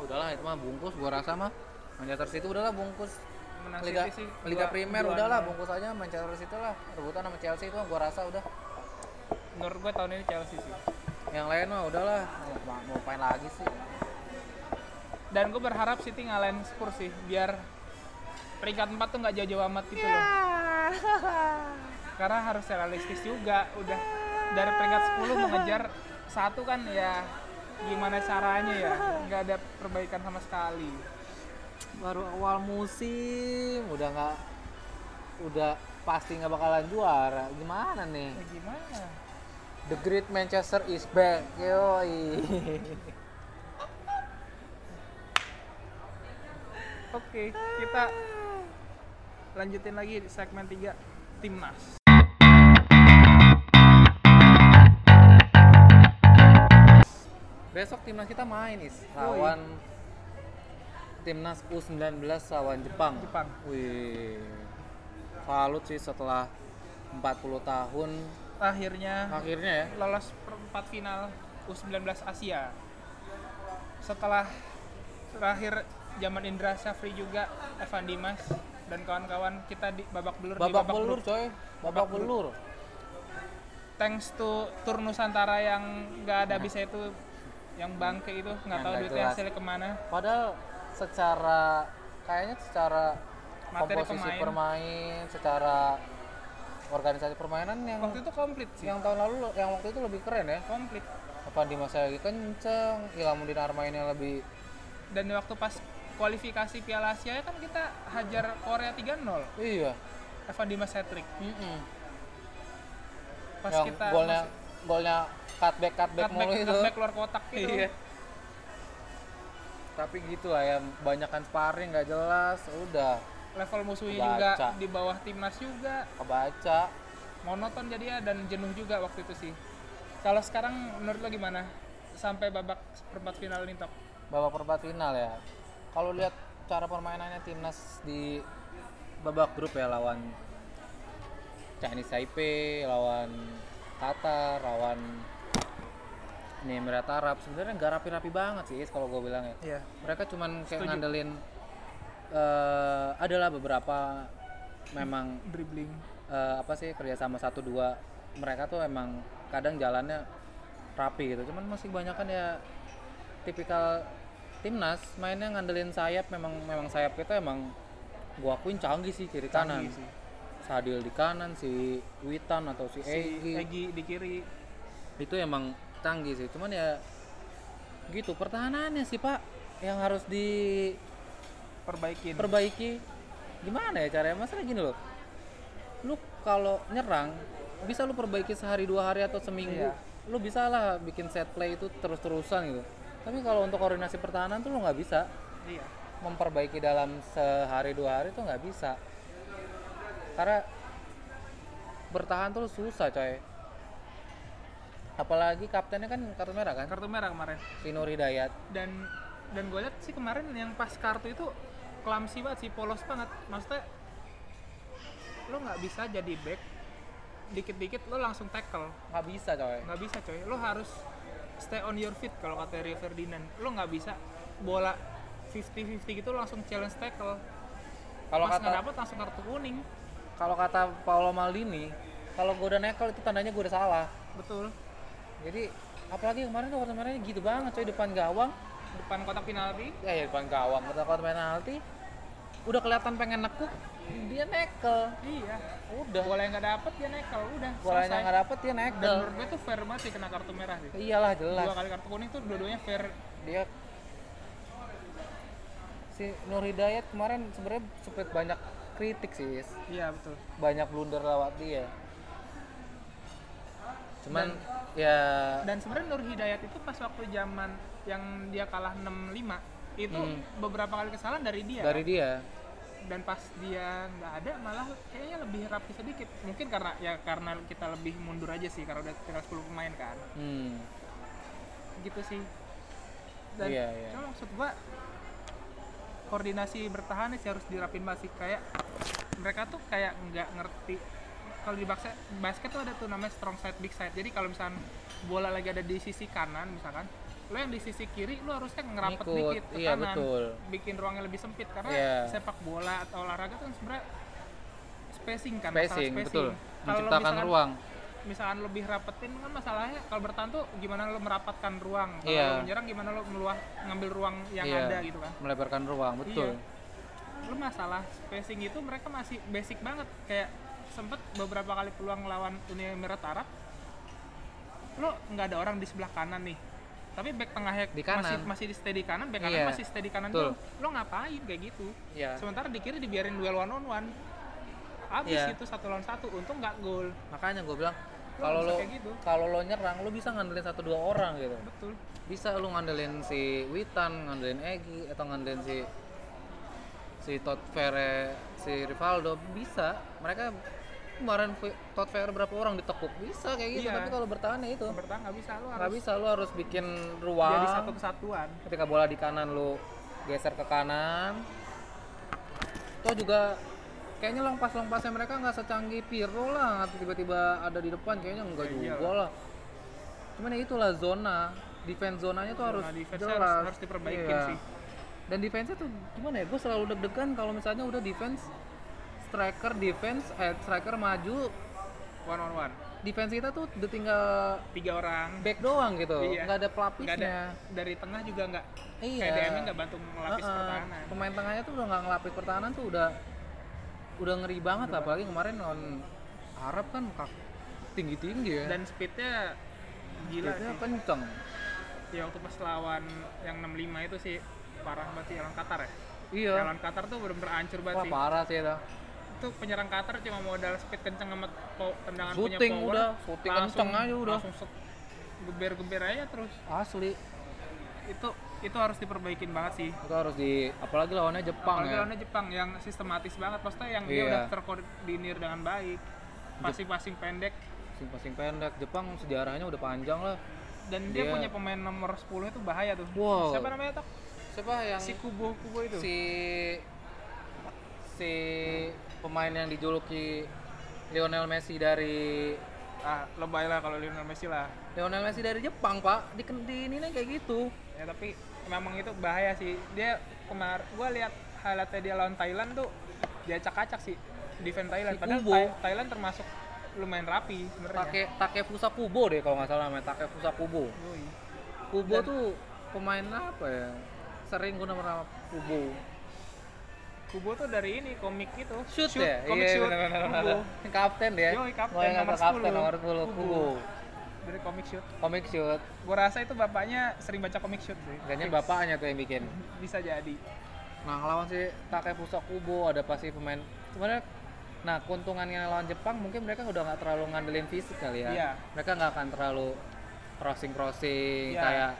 [SPEAKER 2] Oh, udahlah itu mah bungkus gua rasa mah. Manchester City udahlah bungkus
[SPEAKER 3] menang
[SPEAKER 2] Liga,
[SPEAKER 3] City sih
[SPEAKER 2] Liga
[SPEAKER 3] dua-
[SPEAKER 2] Primer
[SPEAKER 3] dua-
[SPEAKER 2] udahlah bungkus aja Manchester City lah rebutan sama Chelsea itu mah gua rasa udah
[SPEAKER 3] menurut gue tahun ini Chelsea sih
[SPEAKER 2] yang lain mah udahlah mau, mau main lagi sih
[SPEAKER 3] dan gue berharap City ngalahin Spurs sih biar peringkat 4 tuh nggak jauh-jauh amat gitu loh karena harus realistis juga udah dari peringkat 10 mengejar satu kan ya gimana caranya ya nggak ada perbaikan sama sekali
[SPEAKER 2] baru awal musim udah nggak udah pasti nggak bakalan juara gimana nih
[SPEAKER 3] ya gimana
[SPEAKER 2] the great Manchester is back yoi
[SPEAKER 3] oke kita lanjutin lagi di segmen 3 timnas
[SPEAKER 2] [laughs] besok timnas kita main is lawan timnas U19 lawan Jepang
[SPEAKER 3] Jepang.
[SPEAKER 2] wih salut sih setelah 40 tahun
[SPEAKER 3] akhirnya
[SPEAKER 2] akhirnya ya
[SPEAKER 3] lolos perempat final U19 Asia. Setelah terakhir zaman Indra Syafri juga Evan Dimas dan kawan-kawan kita di babak belur di
[SPEAKER 2] babak belur
[SPEAKER 3] grup.
[SPEAKER 2] coy babak
[SPEAKER 3] Babak
[SPEAKER 2] belur
[SPEAKER 3] thanks to tur Nusantara yang nggak ada bisa itu yang bangke itu nggak
[SPEAKER 2] Yang
[SPEAKER 3] tahu
[SPEAKER 2] nggak
[SPEAKER 3] duitnya
[SPEAKER 2] jelas.
[SPEAKER 3] hasilnya kemana
[SPEAKER 2] padahal secara kayaknya secara
[SPEAKER 3] Materi
[SPEAKER 2] komposisi
[SPEAKER 3] pemain.
[SPEAKER 2] permain secara organisasi permainan yang
[SPEAKER 3] waktu itu komplit sih
[SPEAKER 2] yang tahun lalu yang waktu itu lebih keren ya
[SPEAKER 3] komplit
[SPEAKER 2] apa Dimas lagi kenceng Ilhamuddin Armainnya lebih
[SPEAKER 3] dan waktu pas kualifikasi Piala Asia ya kan kita hajar Korea 3-0
[SPEAKER 2] iya
[SPEAKER 3] Evan Dimas hat-trick
[SPEAKER 2] mm
[SPEAKER 3] pas
[SPEAKER 2] yang
[SPEAKER 3] kita
[SPEAKER 2] golnya
[SPEAKER 3] masuk-
[SPEAKER 2] golnya cutback cutback,
[SPEAKER 3] cutback,
[SPEAKER 2] mulu itu
[SPEAKER 3] cutback luar kotak gitu
[SPEAKER 2] Iya. tapi gitu lah ya banyakan sparring nggak jelas udah
[SPEAKER 3] level musuhnya
[SPEAKER 2] Baca.
[SPEAKER 3] juga di bawah timnas juga
[SPEAKER 2] kebaca
[SPEAKER 3] monoton jadi ya dan jenuh juga waktu itu sih kalau sekarang menurut lo gimana sampai babak perempat final nih Tok?
[SPEAKER 2] babak perempat final ya kalau lihat cara permainannya timnas di babak grup ya lawan Chinese Taipei lawan Qatar lawan ini Emirat Arab sebenarnya nggak rapi-rapi banget sih Is, kalau gue bilang ya
[SPEAKER 3] Iya.
[SPEAKER 2] mereka cuman kayak
[SPEAKER 3] Setuju.
[SPEAKER 2] ngandelin eh, adalah beberapa memang
[SPEAKER 3] Dribbling.
[SPEAKER 2] eh, apa sih kerjasama satu dua mereka tuh emang kadang jalannya rapi gitu cuman masih banyak kan ya tipikal timnas mainnya ngandelin sayap memang memang sayap kita emang gua akuin canggih sih kiri kanan
[SPEAKER 3] sih.
[SPEAKER 2] Sadil di kanan si Witan atau si,
[SPEAKER 3] Si
[SPEAKER 2] Egy
[SPEAKER 3] Egy di kiri.
[SPEAKER 2] itu emang canggih sih cuman ya gitu pertahanannya sih pak yang harus diperbaiki
[SPEAKER 3] Perbaikin.
[SPEAKER 2] gimana ya caranya masalah gini loh lu kalau nyerang bisa lu perbaiki sehari dua hari atau seminggu
[SPEAKER 3] Iya.
[SPEAKER 2] lu bisa lah bikin set play itu terus terusan gitu tapi kalau untuk koordinasi pertahanan tuh lu nggak bisa
[SPEAKER 3] iya.
[SPEAKER 2] memperbaiki dalam sehari dua hari tuh nggak bisa karena bertahan tuh susah coy apalagi kaptennya kan kartu merah kan
[SPEAKER 3] Kartu merah kemarin.
[SPEAKER 2] Sinur Hidayat
[SPEAKER 3] Dan dan gue lihat sih kemarin yang pas kartu itu klamsi banget sih, polos banget. Maksudnya lo nggak bisa jadi back dikit-dikit lo langsung tackle
[SPEAKER 2] nggak bisa coy
[SPEAKER 3] nggak bisa coy lo harus stay on your feet kalau kata Rio Ferdinand lo nggak bisa bola 50-50 gitu langsung challenge tackle
[SPEAKER 2] kalau
[SPEAKER 3] pas nggak
[SPEAKER 2] kata
[SPEAKER 3] dapet langsung kartu kuning
[SPEAKER 2] kalau kata Paolo Maldini kalau gue udah nekel itu tandanya gue udah salah
[SPEAKER 3] betul
[SPEAKER 2] jadi apalagi kemarin tuh kartu merahnya gitu banget coy depan gawang
[SPEAKER 3] depan kotak penalti
[SPEAKER 2] ya, ya depan gawang kata kartu penalti udah kelihatan pengen nekuk dia nekel
[SPEAKER 3] iya
[SPEAKER 2] udah
[SPEAKER 3] bola yang nggak dapet dia nekel udah
[SPEAKER 2] bolanya
[SPEAKER 3] selesai.
[SPEAKER 2] nggak dapet dia
[SPEAKER 3] dan
[SPEAKER 2] nekel
[SPEAKER 3] menurut gue tuh fair banget sih kena kartu merah sih
[SPEAKER 2] iyalah jelas
[SPEAKER 3] dua kali kartu kuning tuh dua-duanya fair
[SPEAKER 2] dia si Nur Hidayat kemarin sebenarnya sempet banyak kritik sih Is.
[SPEAKER 3] iya betul
[SPEAKER 2] banyak blunder lewat dia cuman ya
[SPEAKER 3] dan sebenarnya Nur Hidayat itu pas waktu zaman yang dia kalah 6-5 itu
[SPEAKER 2] Hmm.
[SPEAKER 3] beberapa kali kesalahan dari dia
[SPEAKER 2] dari dia
[SPEAKER 3] dan pas dia nggak ada malah kayaknya lebih rapi sedikit mungkin karena ya karena kita lebih mundur aja sih karena udah tinggal 10 pemain kan
[SPEAKER 2] hmm,
[SPEAKER 3] gitu sih dan
[SPEAKER 2] Iya, iya.
[SPEAKER 3] cuma maksud gua koordinasi bertahan sih harus dirapin banget sih kayak mereka tuh kayak nggak ngerti kalau di basket, basket tuh ada tuh namanya strong side big side jadi kalau misalkan bola lagi ada di sisi kanan misalkan lo yang di sisi kiri lo harusnya ngerapet
[SPEAKER 2] Ngikut,
[SPEAKER 3] dikit ke
[SPEAKER 2] iya,
[SPEAKER 3] kanan
[SPEAKER 2] betul.
[SPEAKER 3] bikin ruangnya lebih sempit karena
[SPEAKER 2] Iya.
[SPEAKER 3] sepak bola atau olahraga tuh kan sebenarnya spacing kan masalah
[SPEAKER 2] spacing betul
[SPEAKER 3] Kalau lo
[SPEAKER 2] menciptakan
[SPEAKER 3] misalkan-
[SPEAKER 2] ruang
[SPEAKER 3] misalkan lebih rapetin kan masalahnya kalau bertahan tuh gimana lo merapatkan ruang kalau
[SPEAKER 2] Iya.
[SPEAKER 3] lo menyerang gimana lo meluah ngambil ruang yang
[SPEAKER 2] Iya,
[SPEAKER 3] ada gitu kan
[SPEAKER 2] melebarkan ruang betul
[SPEAKER 3] lo masalah spacing itu mereka masih basic banget kayak sempet beberapa kali peluang lawan Uni Emirat Arab lo nggak ada orang di sebelah kanan nih tapi back tengahnya
[SPEAKER 2] Di kanan.
[SPEAKER 3] masih masih di stay di kanan back
[SPEAKER 2] Iya.
[SPEAKER 3] kanan masih stay di kanan
[SPEAKER 2] Betul.
[SPEAKER 3] tuh lo ngapain kayak gitu
[SPEAKER 2] ya
[SPEAKER 3] sementara di kiri dibiarin duel one on one abis
[SPEAKER 2] Iya.
[SPEAKER 3] itu satu lawan satu untung nggak gol
[SPEAKER 2] makanya gue bilang
[SPEAKER 3] Lo
[SPEAKER 2] kalau
[SPEAKER 3] bisa
[SPEAKER 2] lo
[SPEAKER 3] kayak gitu.
[SPEAKER 2] kalau lo nyerang lo bisa ngandelin satu dua orang gitu
[SPEAKER 3] betul
[SPEAKER 2] bisa lu ngandelin si Witan, ngandelin Egi, atau ngandelin si si Todd Fere, si Rivaldo bisa. Mereka kemarin Fe- Todd Fere berapa orang ditekuk bisa kayak gitu.
[SPEAKER 3] Iya.
[SPEAKER 2] Tapi kalau bertahan ya itu
[SPEAKER 3] Yang bertahan nggak bisa lo
[SPEAKER 2] nggak
[SPEAKER 3] harus
[SPEAKER 2] bisa. Lu harus bikin ruang.
[SPEAKER 3] jadi satu kesatuan
[SPEAKER 2] Ketika bola di kanan lu geser ke kanan. Toh juga kayaknya long pas long pasnya mereka nggak secanggih Pirlo lah tiba-tiba ada di depan kayaknya nggak
[SPEAKER 3] Iya,
[SPEAKER 2] juga lah cuman ya itulah zona defense zonanya tuh
[SPEAKER 3] Zona
[SPEAKER 2] harus
[SPEAKER 3] defense-nya
[SPEAKER 2] jelas
[SPEAKER 3] harus- harus diperbaikin
[SPEAKER 2] Iya.
[SPEAKER 3] sih.
[SPEAKER 2] dan defense tuh gimana ya gue selalu deg-degan kalau misalnya udah defense striker defense eh, striker maju
[SPEAKER 3] one on one
[SPEAKER 2] defense kita tuh udah tinggal
[SPEAKER 3] tiga orang
[SPEAKER 2] back doang gitu
[SPEAKER 3] Iya.
[SPEAKER 2] nggak ada
[SPEAKER 3] nggak
[SPEAKER 2] pelapisnya
[SPEAKER 3] ada dari tengah juga nggak
[SPEAKER 2] Iya.
[SPEAKER 3] kayak DM nggak bantu melapis
[SPEAKER 2] Heeh,
[SPEAKER 3] pertahanan
[SPEAKER 2] Pemain tengahnya tuh udah nggak ngelapis pertahanan tuh udah udah ngeri banget lah, apalagi kemarin lawan Arab kan tinggi tinggi ya.
[SPEAKER 3] dan speednya gila
[SPEAKER 2] Speednya
[SPEAKER 3] sih
[SPEAKER 2] kenceng.
[SPEAKER 3] ya waktu pas lawan yang 65 itu sih parah banget sih lawan Qatar ya
[SPEAKER 2] Iya.
[SPEAKER 3] lawan Qatar tuh bener-bener hancur banget
[SPEAKER 2] Wah
[SPEAKER 3] sih
[SPEAKER 2] parah sih itu.
[SPEAKER 3] itu penyerang Qatar cuma modal speed kenceng sama po- tendangan
[SPEAKER 2] Shooting
[SPEAKER 3] punya power
[SPEAKER 2] udah, shooting kenceng aja udah.
[SPEAKER 3] langsung set- geber-geber aja terus
[SPEAKER 2] Asli.
[SPEAKER 3] itu itu harus diperbaikin banget sih
[SPEAKER 2] Itu harus di apalagi lawannya Jepang
[SPEAKER 3] Apalagi
[SPEAKER 2] ya.
[SPEAKER 3] lawannya Jepang yang sistematis banget maksudnya yang dia
[SPEAKER 2] Iya.
[SPEAKER 3] udah terkoordinir dengan baik passing-passing pendek
[SPEAKER 2] Pasing-pasing pendek. Jepang sejarahnya udah panjang lah.
[SPEAKER 3] dan dia,
[SPEAKER 2] Dia-
[SPEAKER 3] punya pemain nomor 10 itu bahaya tuh
[SPEAKER 2] Iya. Wow.
[SPEAKER 3] siapa namanya tuh?
[SPEAKER 2] Siapa yang
[SPEAKER 3] si Kubo Kubo itu
[SPEAKER 2] si si pemain yang dijuluki Lionel Messi dari
[SPEAKER 3] ah lebay lah kalau Lionel Messi lah
[SPEAKER 2] Lionel Messi dari Jepang pak di, di ini kayak gitu
[SPEAKER 3] ya tapi memang itu bahaya sih dia kemar gua lihat highlightnya dia lawan Thailand tuh dia acak-acak sih defense Thailand
[SPEAKER 2] Si
[SPEAKER 3] padahal
[SPEAKER 2] Kubo.
[SPEAKER 3] Thai- Thailand termasuk lumayan rapi sebenarnya
[SPEAKER 2] Take Takefusa Kubo deh kalau nggak salah namanya Takefusa Kubo.
[SPEAKER 3] Yoi.
[SPEAKER 2] Kubo
[SPEAKER 3] Dan-
[SPEAKER 2] tuh pemain apa ya? Sering gue nama nama Kubo.
[SPEAKER 3] Kubo tuh dari ini komik itu
[SPEAKER 2] Shoot, ya?
[SPEAKER 3] komik shoot
[SPEAKER 2] benar, benar, benar.
[SPEAKER 3] Kubo.
[SPEAKER 2] Ini Kapten ya?
[SPEAKER 3] Yoi, kapten,
[SPEAKER 2] Mau yang
[SPEAKER 3] nomor
[SPEAKER 2] kata kapten
[SPEAKER 3] 10.
[SPEAKER 2] nomor 10 Kubo.
[SPEAKER 3] Kubo. dari komik shoot
[SPEAKER 2] Comic shoot.
[SPEAKER 3] gua rasa itu bapaknya sering baca komik shoot sih
[SPEAKER 2] Kayaknya bapaknya tuh yang bikin.
[SPEAKER 3] bisa jadi
[SPEAKER 2] Nah, lawan si Takefusa Kubo ada pasti pemain. Sebenarnya nah keuntungannya lawan Jepang mungkin mereka udah nggak terlalu ngandelin fisik kali ya.
[SPEAKER 3] Iya.
[SPEAKER 2] Mereka nggak akan terlalu crossing crossing
[SPEAKER 3] Iya.
[SPEAKER 2] kayak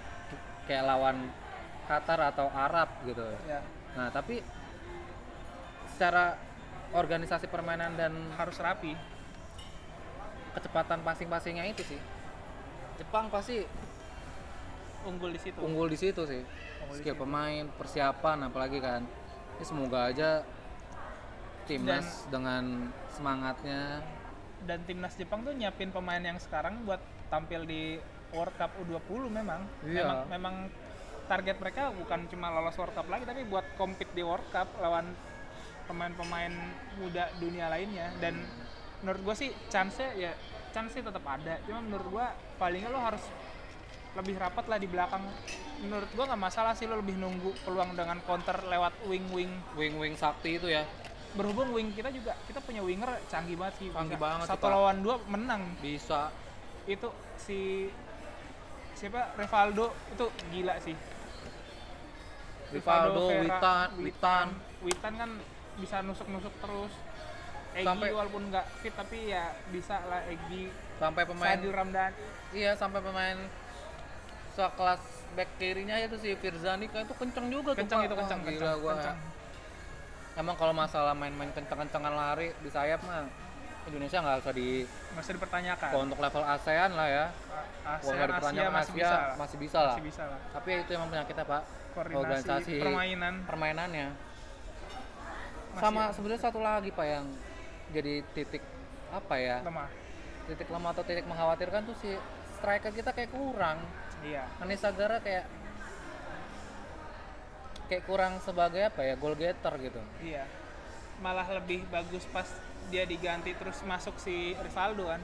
[SPEAKER 2] kayak lawan Qatar atau Arab gitu.
[SPEAKER 3] ya
[SPEAKER 2] Nah, tapi secara organisasi permainan dan
[SPEAKER 3] harus rapi
[SPEAKER 2] kecepatan passing-passingnya itu sih Jepang pasti
[SPEAKER 3] unggul di situ
[SPEAKER 2] unggul di situ sih.
[SPEAKER 3] Unggul di
[SPEAKER 2] Skill
[SPEAKER 3] situ.
[SPEAKER 2] pemain, persiapan apalagi kan. Ini semoga aja timnas dengan semangatnya
[SPEAKER 3] dan timnas Jepang tuh nyiapin pemain yang sekarang buat tampil di World Cup U20 memang.
[SPEAKER 2] Iya.
[SPEAKER 3] Memang, memang target mereka bukan cuma lolos World Cup lagi tapi buat compete di World Cup lawan pemain-pemain muda dunia lainnya dan menurut gue sih chance-nya ya chance sih tetap ada cuma menurut gue palingnya lo harus lebih rapat lah di belakang menurut gue nggak masalah sih lo lebih nunggu peluang dengan counter lewat wing-wing
[SPEAKER 2] wing-wing sakti itu ya
[SPEAKER 3] berhubung wing kita juga kita punya winger canggih banget sih
[SPEAKER 2] Canggih
[SPEAKER 3] Bisa
[SPEAKER 2] banget sih,
[SPEAKER 3] satu
[SPEAKER 2] Pak.
[SPEAKER 3] lawan dua menang
[SPEAKER 2] bisa
[SPEAKER 3] itu si siapa Rivaldo itu gila sih
[SPEAKER 2] Rivaldo,
[SPEAKER 3] Vera,
[SPEAKER 2] Witan, Witan,
[SPEAKER 3] Witan kan bisa nusuk-nusuk terus Egy
[SPEAKER 2] Sampai-
[SPEAKER 3] walaupun nggak fit tapi ya bisa lah Egy
[SPEAKER 2] sampai pemain
[SPEAKER 3] Sadil Ramdhani
[SPEAKER 2] iya sampai pemain sekelas back kirinya itu si Firzani kan itu kenceng juga tuh,
[SPEAKER 3] kenceng
[SPEAKER 2] Pak.
[SPEAKER 3] itu
[SPEAKER 2] Wah,
[SPEAKER 3] kenceng
[SPEAKER 2] gila
[SPEAKER 3] kenceng,
[SPEAKER 2] gua
[SPEAKER 3] kenceng.
[SPEAKER 2] Emang kalau masalah main-main kenceng-kencengan lari di sayap mah Indonesia nggak usah di
[SPEAKER 3] nggak usah dipertanyakan
[SPEAKER 2] kalau untuk level Ah. ASEAN lah ya. Kalau nggak
[SPEAKER 3] ASEAN, Asia
[SPEAKER 2] dipertanyakan
[SPEAKER 3] masih
[SPEAKER 2] Asia
[SPEAKER 3] bisa lah.
[SPEAKER 2] masih bisa lah.
[SPEAKER 3] masih bisa lah
[SPEAKER 2] Tapi ya itu emang penyakitnya Pak.
[SPEAKER 3] koordinasi permainan
[SPEAKER 2] permainannya.
[SPEAKER 3] Masih-
[SPEAKER 2] Sama sebenarnya satu lagi Pak yang jadi titik apa ya?
[SPEAKER 3] lemah
[SPEAKER 2] Titik lemah atau titik mengkhawatirkan tuh si striker kita kayak kurang.
[SPEAKER 3] iya
[SPEAKER 2] Anissa Gara kayak kayak kurang sebagai apa ya goal getter gitu.
[SPEAKER 3] Iya. Malah lebih bagus pas dia diganti terus masuk si Rivaldo kan.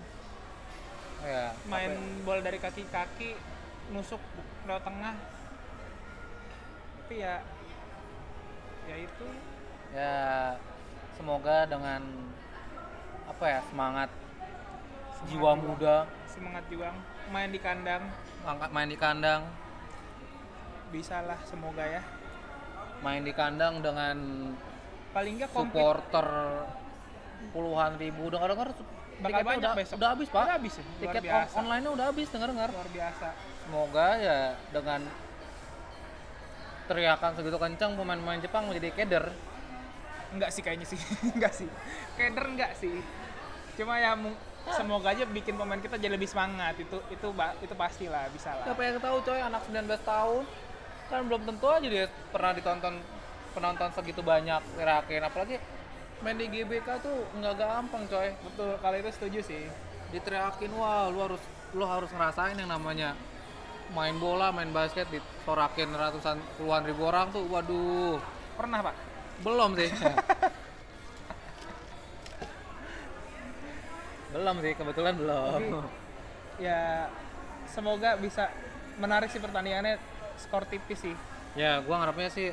[SPEAKER 2] Ya,
[SPEAKER 3] Main
[SPEAKER 2] apa ya?
[SPEAKER 3] bola dari kaki-kaki nusuk lewat tengah. Tapi ya ya itu
[SPEAKER 2] ya semoga dengan apa ya semangat, jiwa
[SPEAKER 3] juang.
[SPEAKER 2] muda
[SPEAKER 3] semangat juang main di kandang
[SPEAKER 2] angkat main di kandang
[SPEAKER 3] bisa lah semoga ya
[SPEAKER 2] main di kandang dengan
[SPEAKER 3] paling nggak komplit
[SPEAKER 2] supporter puluhan ribu dengar dengar
[SPEAKER 3] bakal banyak
[SPEAKER 2] udah,
[SPEAKER 3] besok
[SPEAKER 2] udah habis pak
[SPEAKER 3] udah habis ya? luar
[SPEAKER 2] tiket
[SPEAKER 3] biasa
[SPEAKER 2] online nya udah habis dengar dengar
[SPEAKER 3] luar biasa
[SPEAKER 2] semoga ya dengan teriakan segitu kencang pemain-pemain Jepang menjadi keder
[SPEAKER 3] Enggak sih kayaknya sih. [laughs] enggak sih. Keder enggak sih. Cuma ya mung- semoga aja bikin pemain kita jadi lebih semangat. Itu itu ba- itu pastilah bisa lah.
[SPEAKER 2] Siapa yang tahu coy anak 19 tahun kan belum tentu aja dia pernah ditonton penonton segitu banyak terakhir apalagi main di GBK tuh nggak gampang coy
[SPEAKER 3] Betul, kalau itu setuju sih.
[SPEAKER 2] diteriakin wah lu harus lo harus ngerasain yang namanya main bola, main basket ditorakin ratusan puluhan ribu orang tuh, waduh,
[SPEAKER 3] Pernah, Pak?
[SPEAKER 2] belum
[SPEAKER 3] [laughs]
[SPEAKER 2] sih. belum sih, kebetulan belum.
[SPEAKER 3] Tapi, ya semoga bisa menarik sih pertandingannya skor tipis sih.
[SPEAKER 2] Ya, gua ngarepnya sih,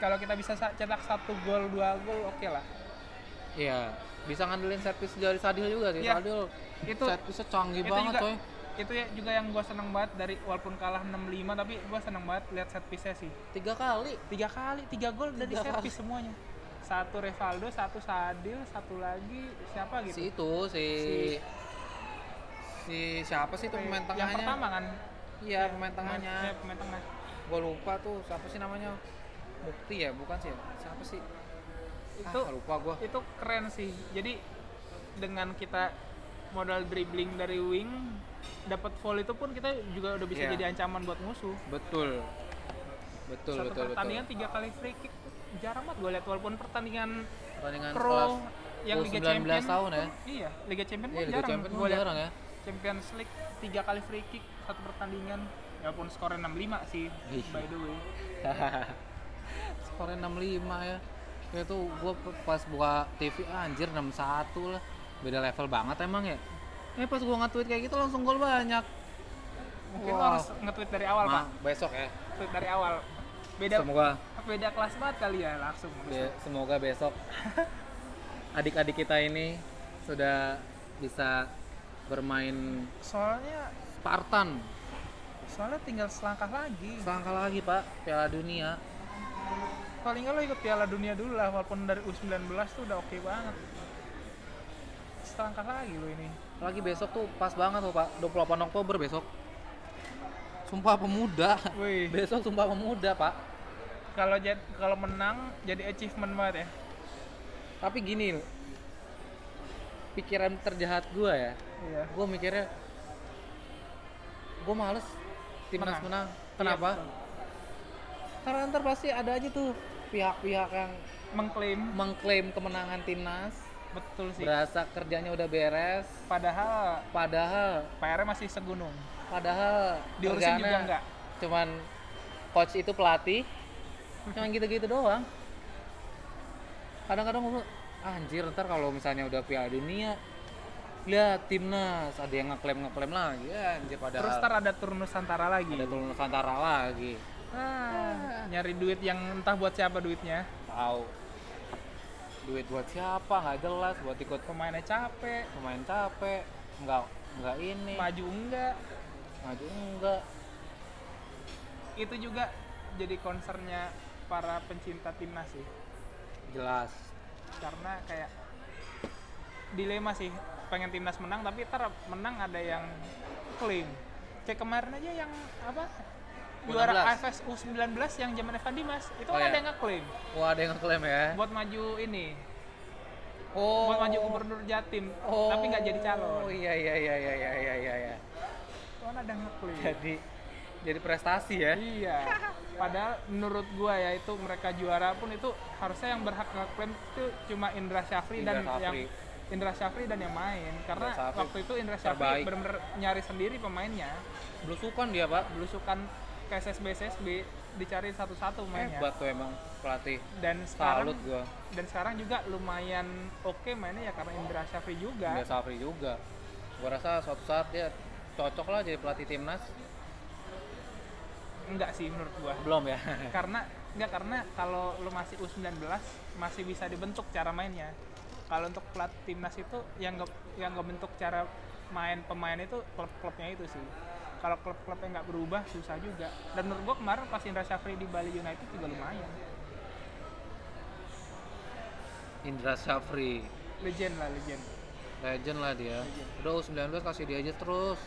[SPEAKER 3] Kalau kita bisa sa- cetak satu gol, dua gol, oke lah.
[SPEAKER 2] ya bisa ngandelin servis dari Sadil juga sih.
[SPEAKER 3] Iya.
[SPEAKER 2] Sadil itu
[SPEAKER 3] Itu-
[SPEAKER 2] servisnya canggih
[SPEAKER 3] itu
[SPEAKER 2] banget,
[SPEAKER 3] juga
[SPEAKER 2] coy.
[SPEAKER 3] itu ya juga yang gua seneng banget dari walaupun kalah 6-5 tapi gua seneng banget lihat set piece-nya sih.
[SPEAKER 2] Tiga kali.
[SPEAKER 3] Tiga kali, tiga gol dari
[SPEAKER 2] Tiga
[SPEAKER 3] set
[SPEAKER 2] kali.
[SPEAKER 3] piece semuanya. Satu Revaldo, satu Sadil, satu lagi siapa
[SPEAKER 2] Si
[SPEAKER 3] gitu.
[SPEAKER 2] itu si
[SPEAKER 3] Si-
[SPEAKER 2] si siapa sih itu pemain tengahnya?
[SPEAKER 3] Yang pertama kan.
[SPEAKER 2] Iya, pemain tengahnya.
[SPEAKER 3] Iya, pemain tengah.
[SPEAKER 2] Gua lupa tuh siapa sih namanya? Mukti ya, bukan sih. ya? Siapa sih?
[SPEAKER 3] Itu
[SPEAKER 2] ah, lupa gua.
[SPEAKER 3] itu keren sih jadi dengan kita modal dribbling dari wing dapat volley itu pun kita juga udah bisa
[SPEAKER 2] Iya.
[SPEAKER 3] jadi ancaman buat musuh
[SPEAKER 2] Betul. Betul,
[SPEAKER 3] satu
[SPEAKER 2] betul,
[SPEAKER 3] pertandingan
[SPEAKER 2] betul.
[SPEAKER 3] tiga kali free kick tuh jarang banget gue lihat walaupun pertandingan
[SPEAKER 2] Pertandingan kelas
[SPEAKER 3] pro yang Liga
[SPEAKER 2] 19
[SPEAKER 3] Champions
[SPEAKER 2] tahun ya.
[SPEAKER 3] iya Liga Champions
[SPEAKER 2] Iya,
[SPEAKER 3] pun
[SPEAKER 2] Liga
[SPEAKER 3] jarang
[SPEAKER 2] Champions
[SPEAKER 3] gue
[SPEAKER 2] gua
[SPEAKER 3] lihat
[SPEAKER 2] jarang ya. [laughs]
[SPEAKER 3] Champions League tiga kali free kick satu pertandingan walaupun skornya 65 sih
[SPEAKER 2] Iya.
[SPEAKER 3] by the way
[SPEAKER 2] Skornya 65 ya. Ya tuh gua pe- pas buka TV ah, anjir 61 lah. Beda level banget emang ya. Eh pas gua nge-tweet kayak gitu langsung gol banyak.
[SPEAKER 3] mungkin lo
[SPEAKER 2] Wow.
[SPEAKER 3] harus nge-tweet dari awal pak
[SPEAKER 2] Ma, besok ya.
[SPEAKER 3] tweet dari awal beda
[SPEAKER 2] Semoga
[SPEAKER 3] beda kelas banget kali ya langsung
[SPEAKER 2] Be- semoga besok [laughs] adik-adik kita ini sudah bisa bermain
[SPEAKER 3] soalnya
[SPEAKER 2] Spartan.
[SPEAKER 3] soalnya tinggal selangkah lagi
[SPEAKER 2] Selangkah lagi pak Piala Dunia.
[SPEAKER 3] paling nggak lo ikut Piala Dunia dulu lah walaupun dari U19 tuh udah oke banget selangkah lagi lo ini
[SPEAKER 2] Lagi besok tuh pas banget tuh pak 28 Oktober besok. Sumpah pemuda.
[SPEAKER 3] wih
[SPEAKER 2] Besok sumpah pemuda pak.
[SPEAKER 3] kalau jad- kalau menang jadi achievement banget ya
[SPEAKER 2] Tapi gini, pikiran terjahat gua ya.
[SPEAKER 3] iya
[SPEAKER 2] Gua mikirnya, gua males timnas menang.
[SPEAKER 3] Menang. Iya,
[SPEAKER 2] Kenapa? Karena ntar pasti ada aja tuh pihak-pihak yang
[SPEAKER 3] mengklaim
[SPEAKER 2] mengklaim kemenangan timnas,
[SPEAKER 3] betul sih
[SPEAKER 2] berasa kerjanya udah beres,
[SPEAKER 3] padahal
[SPEAKER 2] padahal
[SPEAKER 3] PR masih segunung
[SPEAKER 2] padahal
[SPEAKER 3] diurusin
[SPEAKER 2] kerjaannya
[SPEAKER 3] juga enggak
[SPEAKER 2] Cuman coach itu pelatih, cuman gitu-gitu doang. Kadang-kadang gue anjir ntar kalau misalnya udah Piala Dunia lihat timnas ada yang ngeklaim ngeklaim lagi ya anjir padahal
[SPEAKER 3] terus ntar ada turun Nusantara lagi
[SPEAKER 2] ada turun Nusantara lagi
[SPEAKER 3] Ah, nyari duit yang entah buat siapa duitnya
[SPEAKER 2] tahu duit buat siapa nggak jelas buat ikut
[SPEAKER 3] pemainnya capek
[SPEAKER 2] pemain capek nggak nggak ini
[SPEAKER 3] maju enggak
[SPEAKER 2] maju enggak
[SPEAKER 3] itu juga jadi concernnya para pencinta timnas sih
[SPEAKER 2] jelas
[SPEAKER 3] karena kayak dilema sih pengen timnas menang tapi ntar menang ada yang klaim kayak kemarin aja yang apa juara
[SPEAKER 2] 19.
[SPEAKER 3] AFS U19 yang zaman Evan Dimas itu
[SPEAKER 2] Oh,
[SPEAKER 3] kan
[SPEAKER 2] iya.
[SPEAKER 3] ada yang ngeklaim
[SPEAKER 2] wah ada yang ngeklaim ya
[SPEAKER 3] buat maju ini
[SPEAKER 2] oh
[SPEAKER 3] buat maju gubernur Jatim
[SPEAKER 2] Oh.
[SPEAKER 3] tapi nggak jadi
[SPEAKER 2] oh
[SPEAKER 3] calon
[SPEAKER 2] iya iya iya iya iya iya iya, iya.
[SPEAKER 3] kan ada yang ngeklaim
[SPEAKER 2] [laughs] jadi jadi prestasi ya
[SPEAKER 3] iya
[SPEAKER 2] [laughs]
[SPEAKER 3] padahal menurut gua ya itu mereka juara pun itu harusnya yang berhak ngeklaim itu cuma Indra Syafri
[SPEAKER 2] Indra
[SPEAKER 3] dan
[SPEAKER 2] Syafri.
[SPEAKER 3] yang Indra Syafri dan yang main karena
[SPEAKER 2] Indra Syafri
[SPEAKER 3] waktu itu Indra Syafri
[SPEAKER 2] terbaik.
[SPEAKER 3] benar-benar nyari sendiri pemainnya
[SPEAKER 2] belusukan dia pak
[SPEAKER 3] belusukan ke SSB SSB dicari satu-satu
[SPEAKER 2] hebat
[SPEAKER 3] mainnya
[SPEAKER 2] tuh emang pelatih
[SPEAKER 3] dan sekarang
[SPEAKER 2] salut gua
[SPEAKER 3] dan sekarang juga lumayan oke mainnya ya karena Indra Syafri juga
[SPEAKER 2] Indra Safri juga gua rasa suatu saat dia cocok lah jadi pelatih timnas
[SPEAKER 3] enggak sih menurut gua
[SPEAKER 2] belum ya
[SPEAKER 3] karena enggak karena kalau lu masih U19 masih bisa dibentuk cara mainnya kalau untuk pelat timnas itu yang nggak yang nggak bentuk cara main pemain itu klub-klubnya itu sih kalau klub-klubnya nggak berubah susah juga dan menurut gua kemarin pas Indra Syafri di Bali United juga lumayan
[SPEAKER 2] [laughs] Indra Safri
[SPEAKER 3] legend lah legend
[SPEAKER 2] legend lah dia udah U19 kasih dia aja terus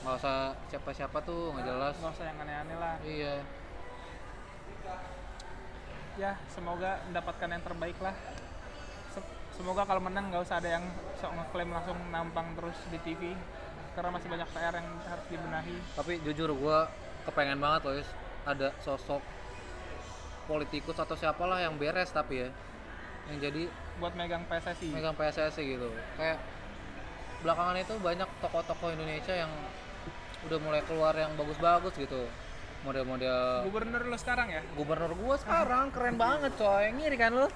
[SPEAKER 2] nggak usah siapa-siapa tuh nggak jelas
[SPEAKER 3] nggak usah yang aneh-aneh lah
[SPEAKER 2] iya
[SPEAKER 3] ya semoga mendapatkan yang terbaik lah Se- semoga kalau menang nggak usah ada yang sok ngeklaim langsung nampang terus di TV karena masih banyak PR yang harus dibenahi
[SPEAKER 2] tapi jujur gua kepengen banget loh Yus, ada sosok politikus atau siapalah yang beres tapi ya yang jadi
[SPEAKER 3] buat megang PSSI
[SPEAKER 2] megang PSSI gitu kayak belakangan itu banyak toko-toko Indonesia yang udah mulai keluar yang bagus-bagus gitu model-model
[SPEAKER 3] Gubernur lo sekarang
[SPEAKER 2] [laughs]
[SPEAKER 3] ya?
[SPEAKER 2] gubernur gua sekarang keren banget coy ngiri kan lu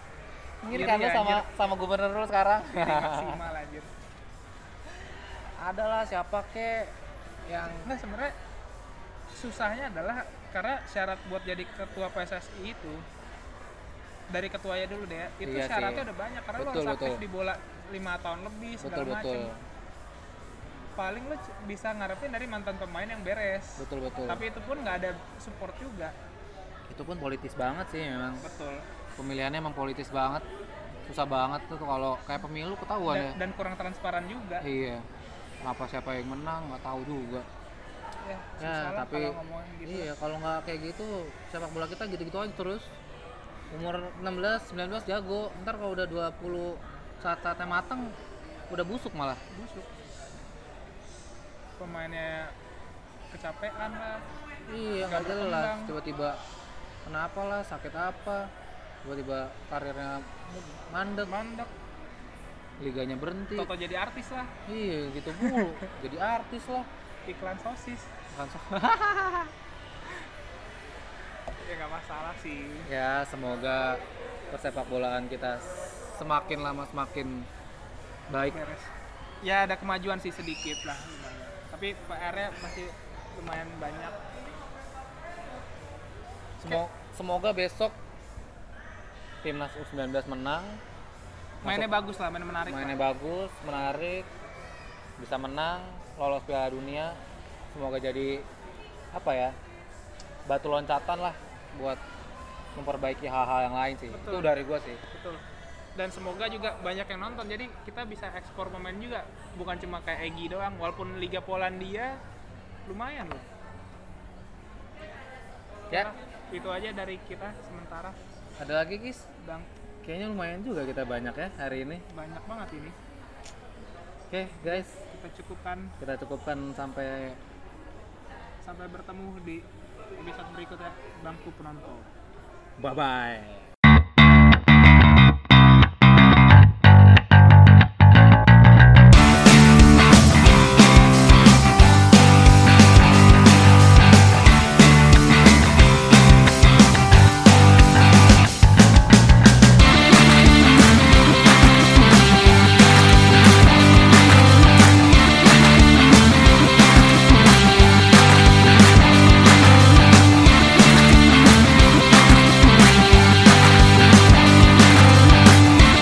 [SPEAKER 2] ngiri kan
[SPEAKER 3] Ngiri,
[SPEAKER 2] lu sama
[SPEAKER 3] anjir.
[SPEAKER 2] sama gubernur lu [laughs] sekarang
[SPEAKER 3] Maksimal anjir.
[SPEAKER 2] adalah siapa kek yang
[SPEAKER 3] Nah sebenarnya susahnya adalah karena syarat buat jadi ketua PSSI itu dari ketuanya dulu deh ya, itu
[SPEAKER 2] Iya sih.
[SPEAKER 3] syaratnya udah banyak karena lo
[SPEAKER 2] Betul,
[SPEAKER 3] harus aktif
[SPEAKER 2] betul.
[SPEAKER 3] di bola lima tahun lebih segala macem
[SPEAKER 2] betul-betul
[SPEAKER 3] paling lo c- bisa ngarepin dari mantan pemain yang beres
[SPEAKER 2] betul-betul
[SPEAKER 3] tapi itu pun nggak ada support juga
[SPEAKER 2] itu pun politis banget sih memang
[SPEAKER 3] betul
[SPEAKER 2] pemilihannya emang politis banget susah banget tuh kalau kayak pemilu ketahuan ya
[SPEAKER 3] dan, dan kurang transparan juga
[SPEAKER 2] iya kenapa siapa yang menang nggak tahu juga
[SPEAKER 3] ya, susah
[SPEAKER 2] ya
[SPEAKER 3] lah
[SPEAKER 2] tapi
[SPEAKER 3] kalau ngomongin gitu
[SPEAKER 2] iya kalau nggak kayak gitu sepak bola kita gitu-gitu aja terus umur 16 19 jago ntar kalau udah 20 saat saatnya matang udah busuk malah
[SPEAKER 3] busuk pemainnya kecapean lah
[SPEAKER 2] iya
[SPEAKER 3] Nggak
[SPEAKER 2] nggak jelas
[SPEAKER 3] berkembang.
[SPEAKER 2] tiba-tiba kenapa lah sakit apa tiba-tiba karirnya mandek
[SPEAKER 3] mandek
[SPEAKER 2] liganya berhenti
[SPEAKER 3] toto jadi artis lah
[SPEAKER 2] iya gitu mulu jadi artis lah
[SPEAKER 3] iklan sosis
[SPEAKER 2] Bukan
[SPEAKER 3] [laughs]
[SPEAKER 2] so-
[SPEAKER 3] ya nggak masalah sih
[SPEAKER 2] ya semoga persepak bolaan kita semakin lama semakin baik
[SPEAKER 3] beres ya ada kemajuan sih sedikit lah lumayan. tapi PR-nya masih lumayan banyak
[SPEAKER 2] Semo- semoga besok timnas U19 menang
[SPEAKER 3] mainnya bagus lah main menarik
[SPEAKER 2] mainnya
[SPEAKER 3] lah.
[SPEAKER 2] bagus menarik bisa menang lolos Piala Dunia semoga jadi apa ya batu loncatan lah buat memperbaiki hal-hal yang lain sih
[SPEAKER 3] Betul.
[SPEAKER 2] itu dari gua sih
[SPEAKER 3] betul dan semoga juga banyak yang nonton jadi kita bisa ekspor pemain juga bukan cuma kayak Egi doang walaupun Liga Polandia lumayan loh
[SPEAKER 2] ya
[SPEAKER 3] itu aja dari kita sementara
[SPEAKER 2] ada lagi guys
[SPEAKER 3] bang
[SPEAKER 2] kayaknya lumayan juga kita banyak ya hari ini
[SPEAKER 3] banyak banget ini
[SPEAKER 2] oke guys
[SPEAKER 3] kita cukupkan
[SPEAKER 2] kita cukupkan sampai
[SPEAKER 3] sampai bertemu di episode berikutnya bangku penonton
[SPEAKER 2] bye bye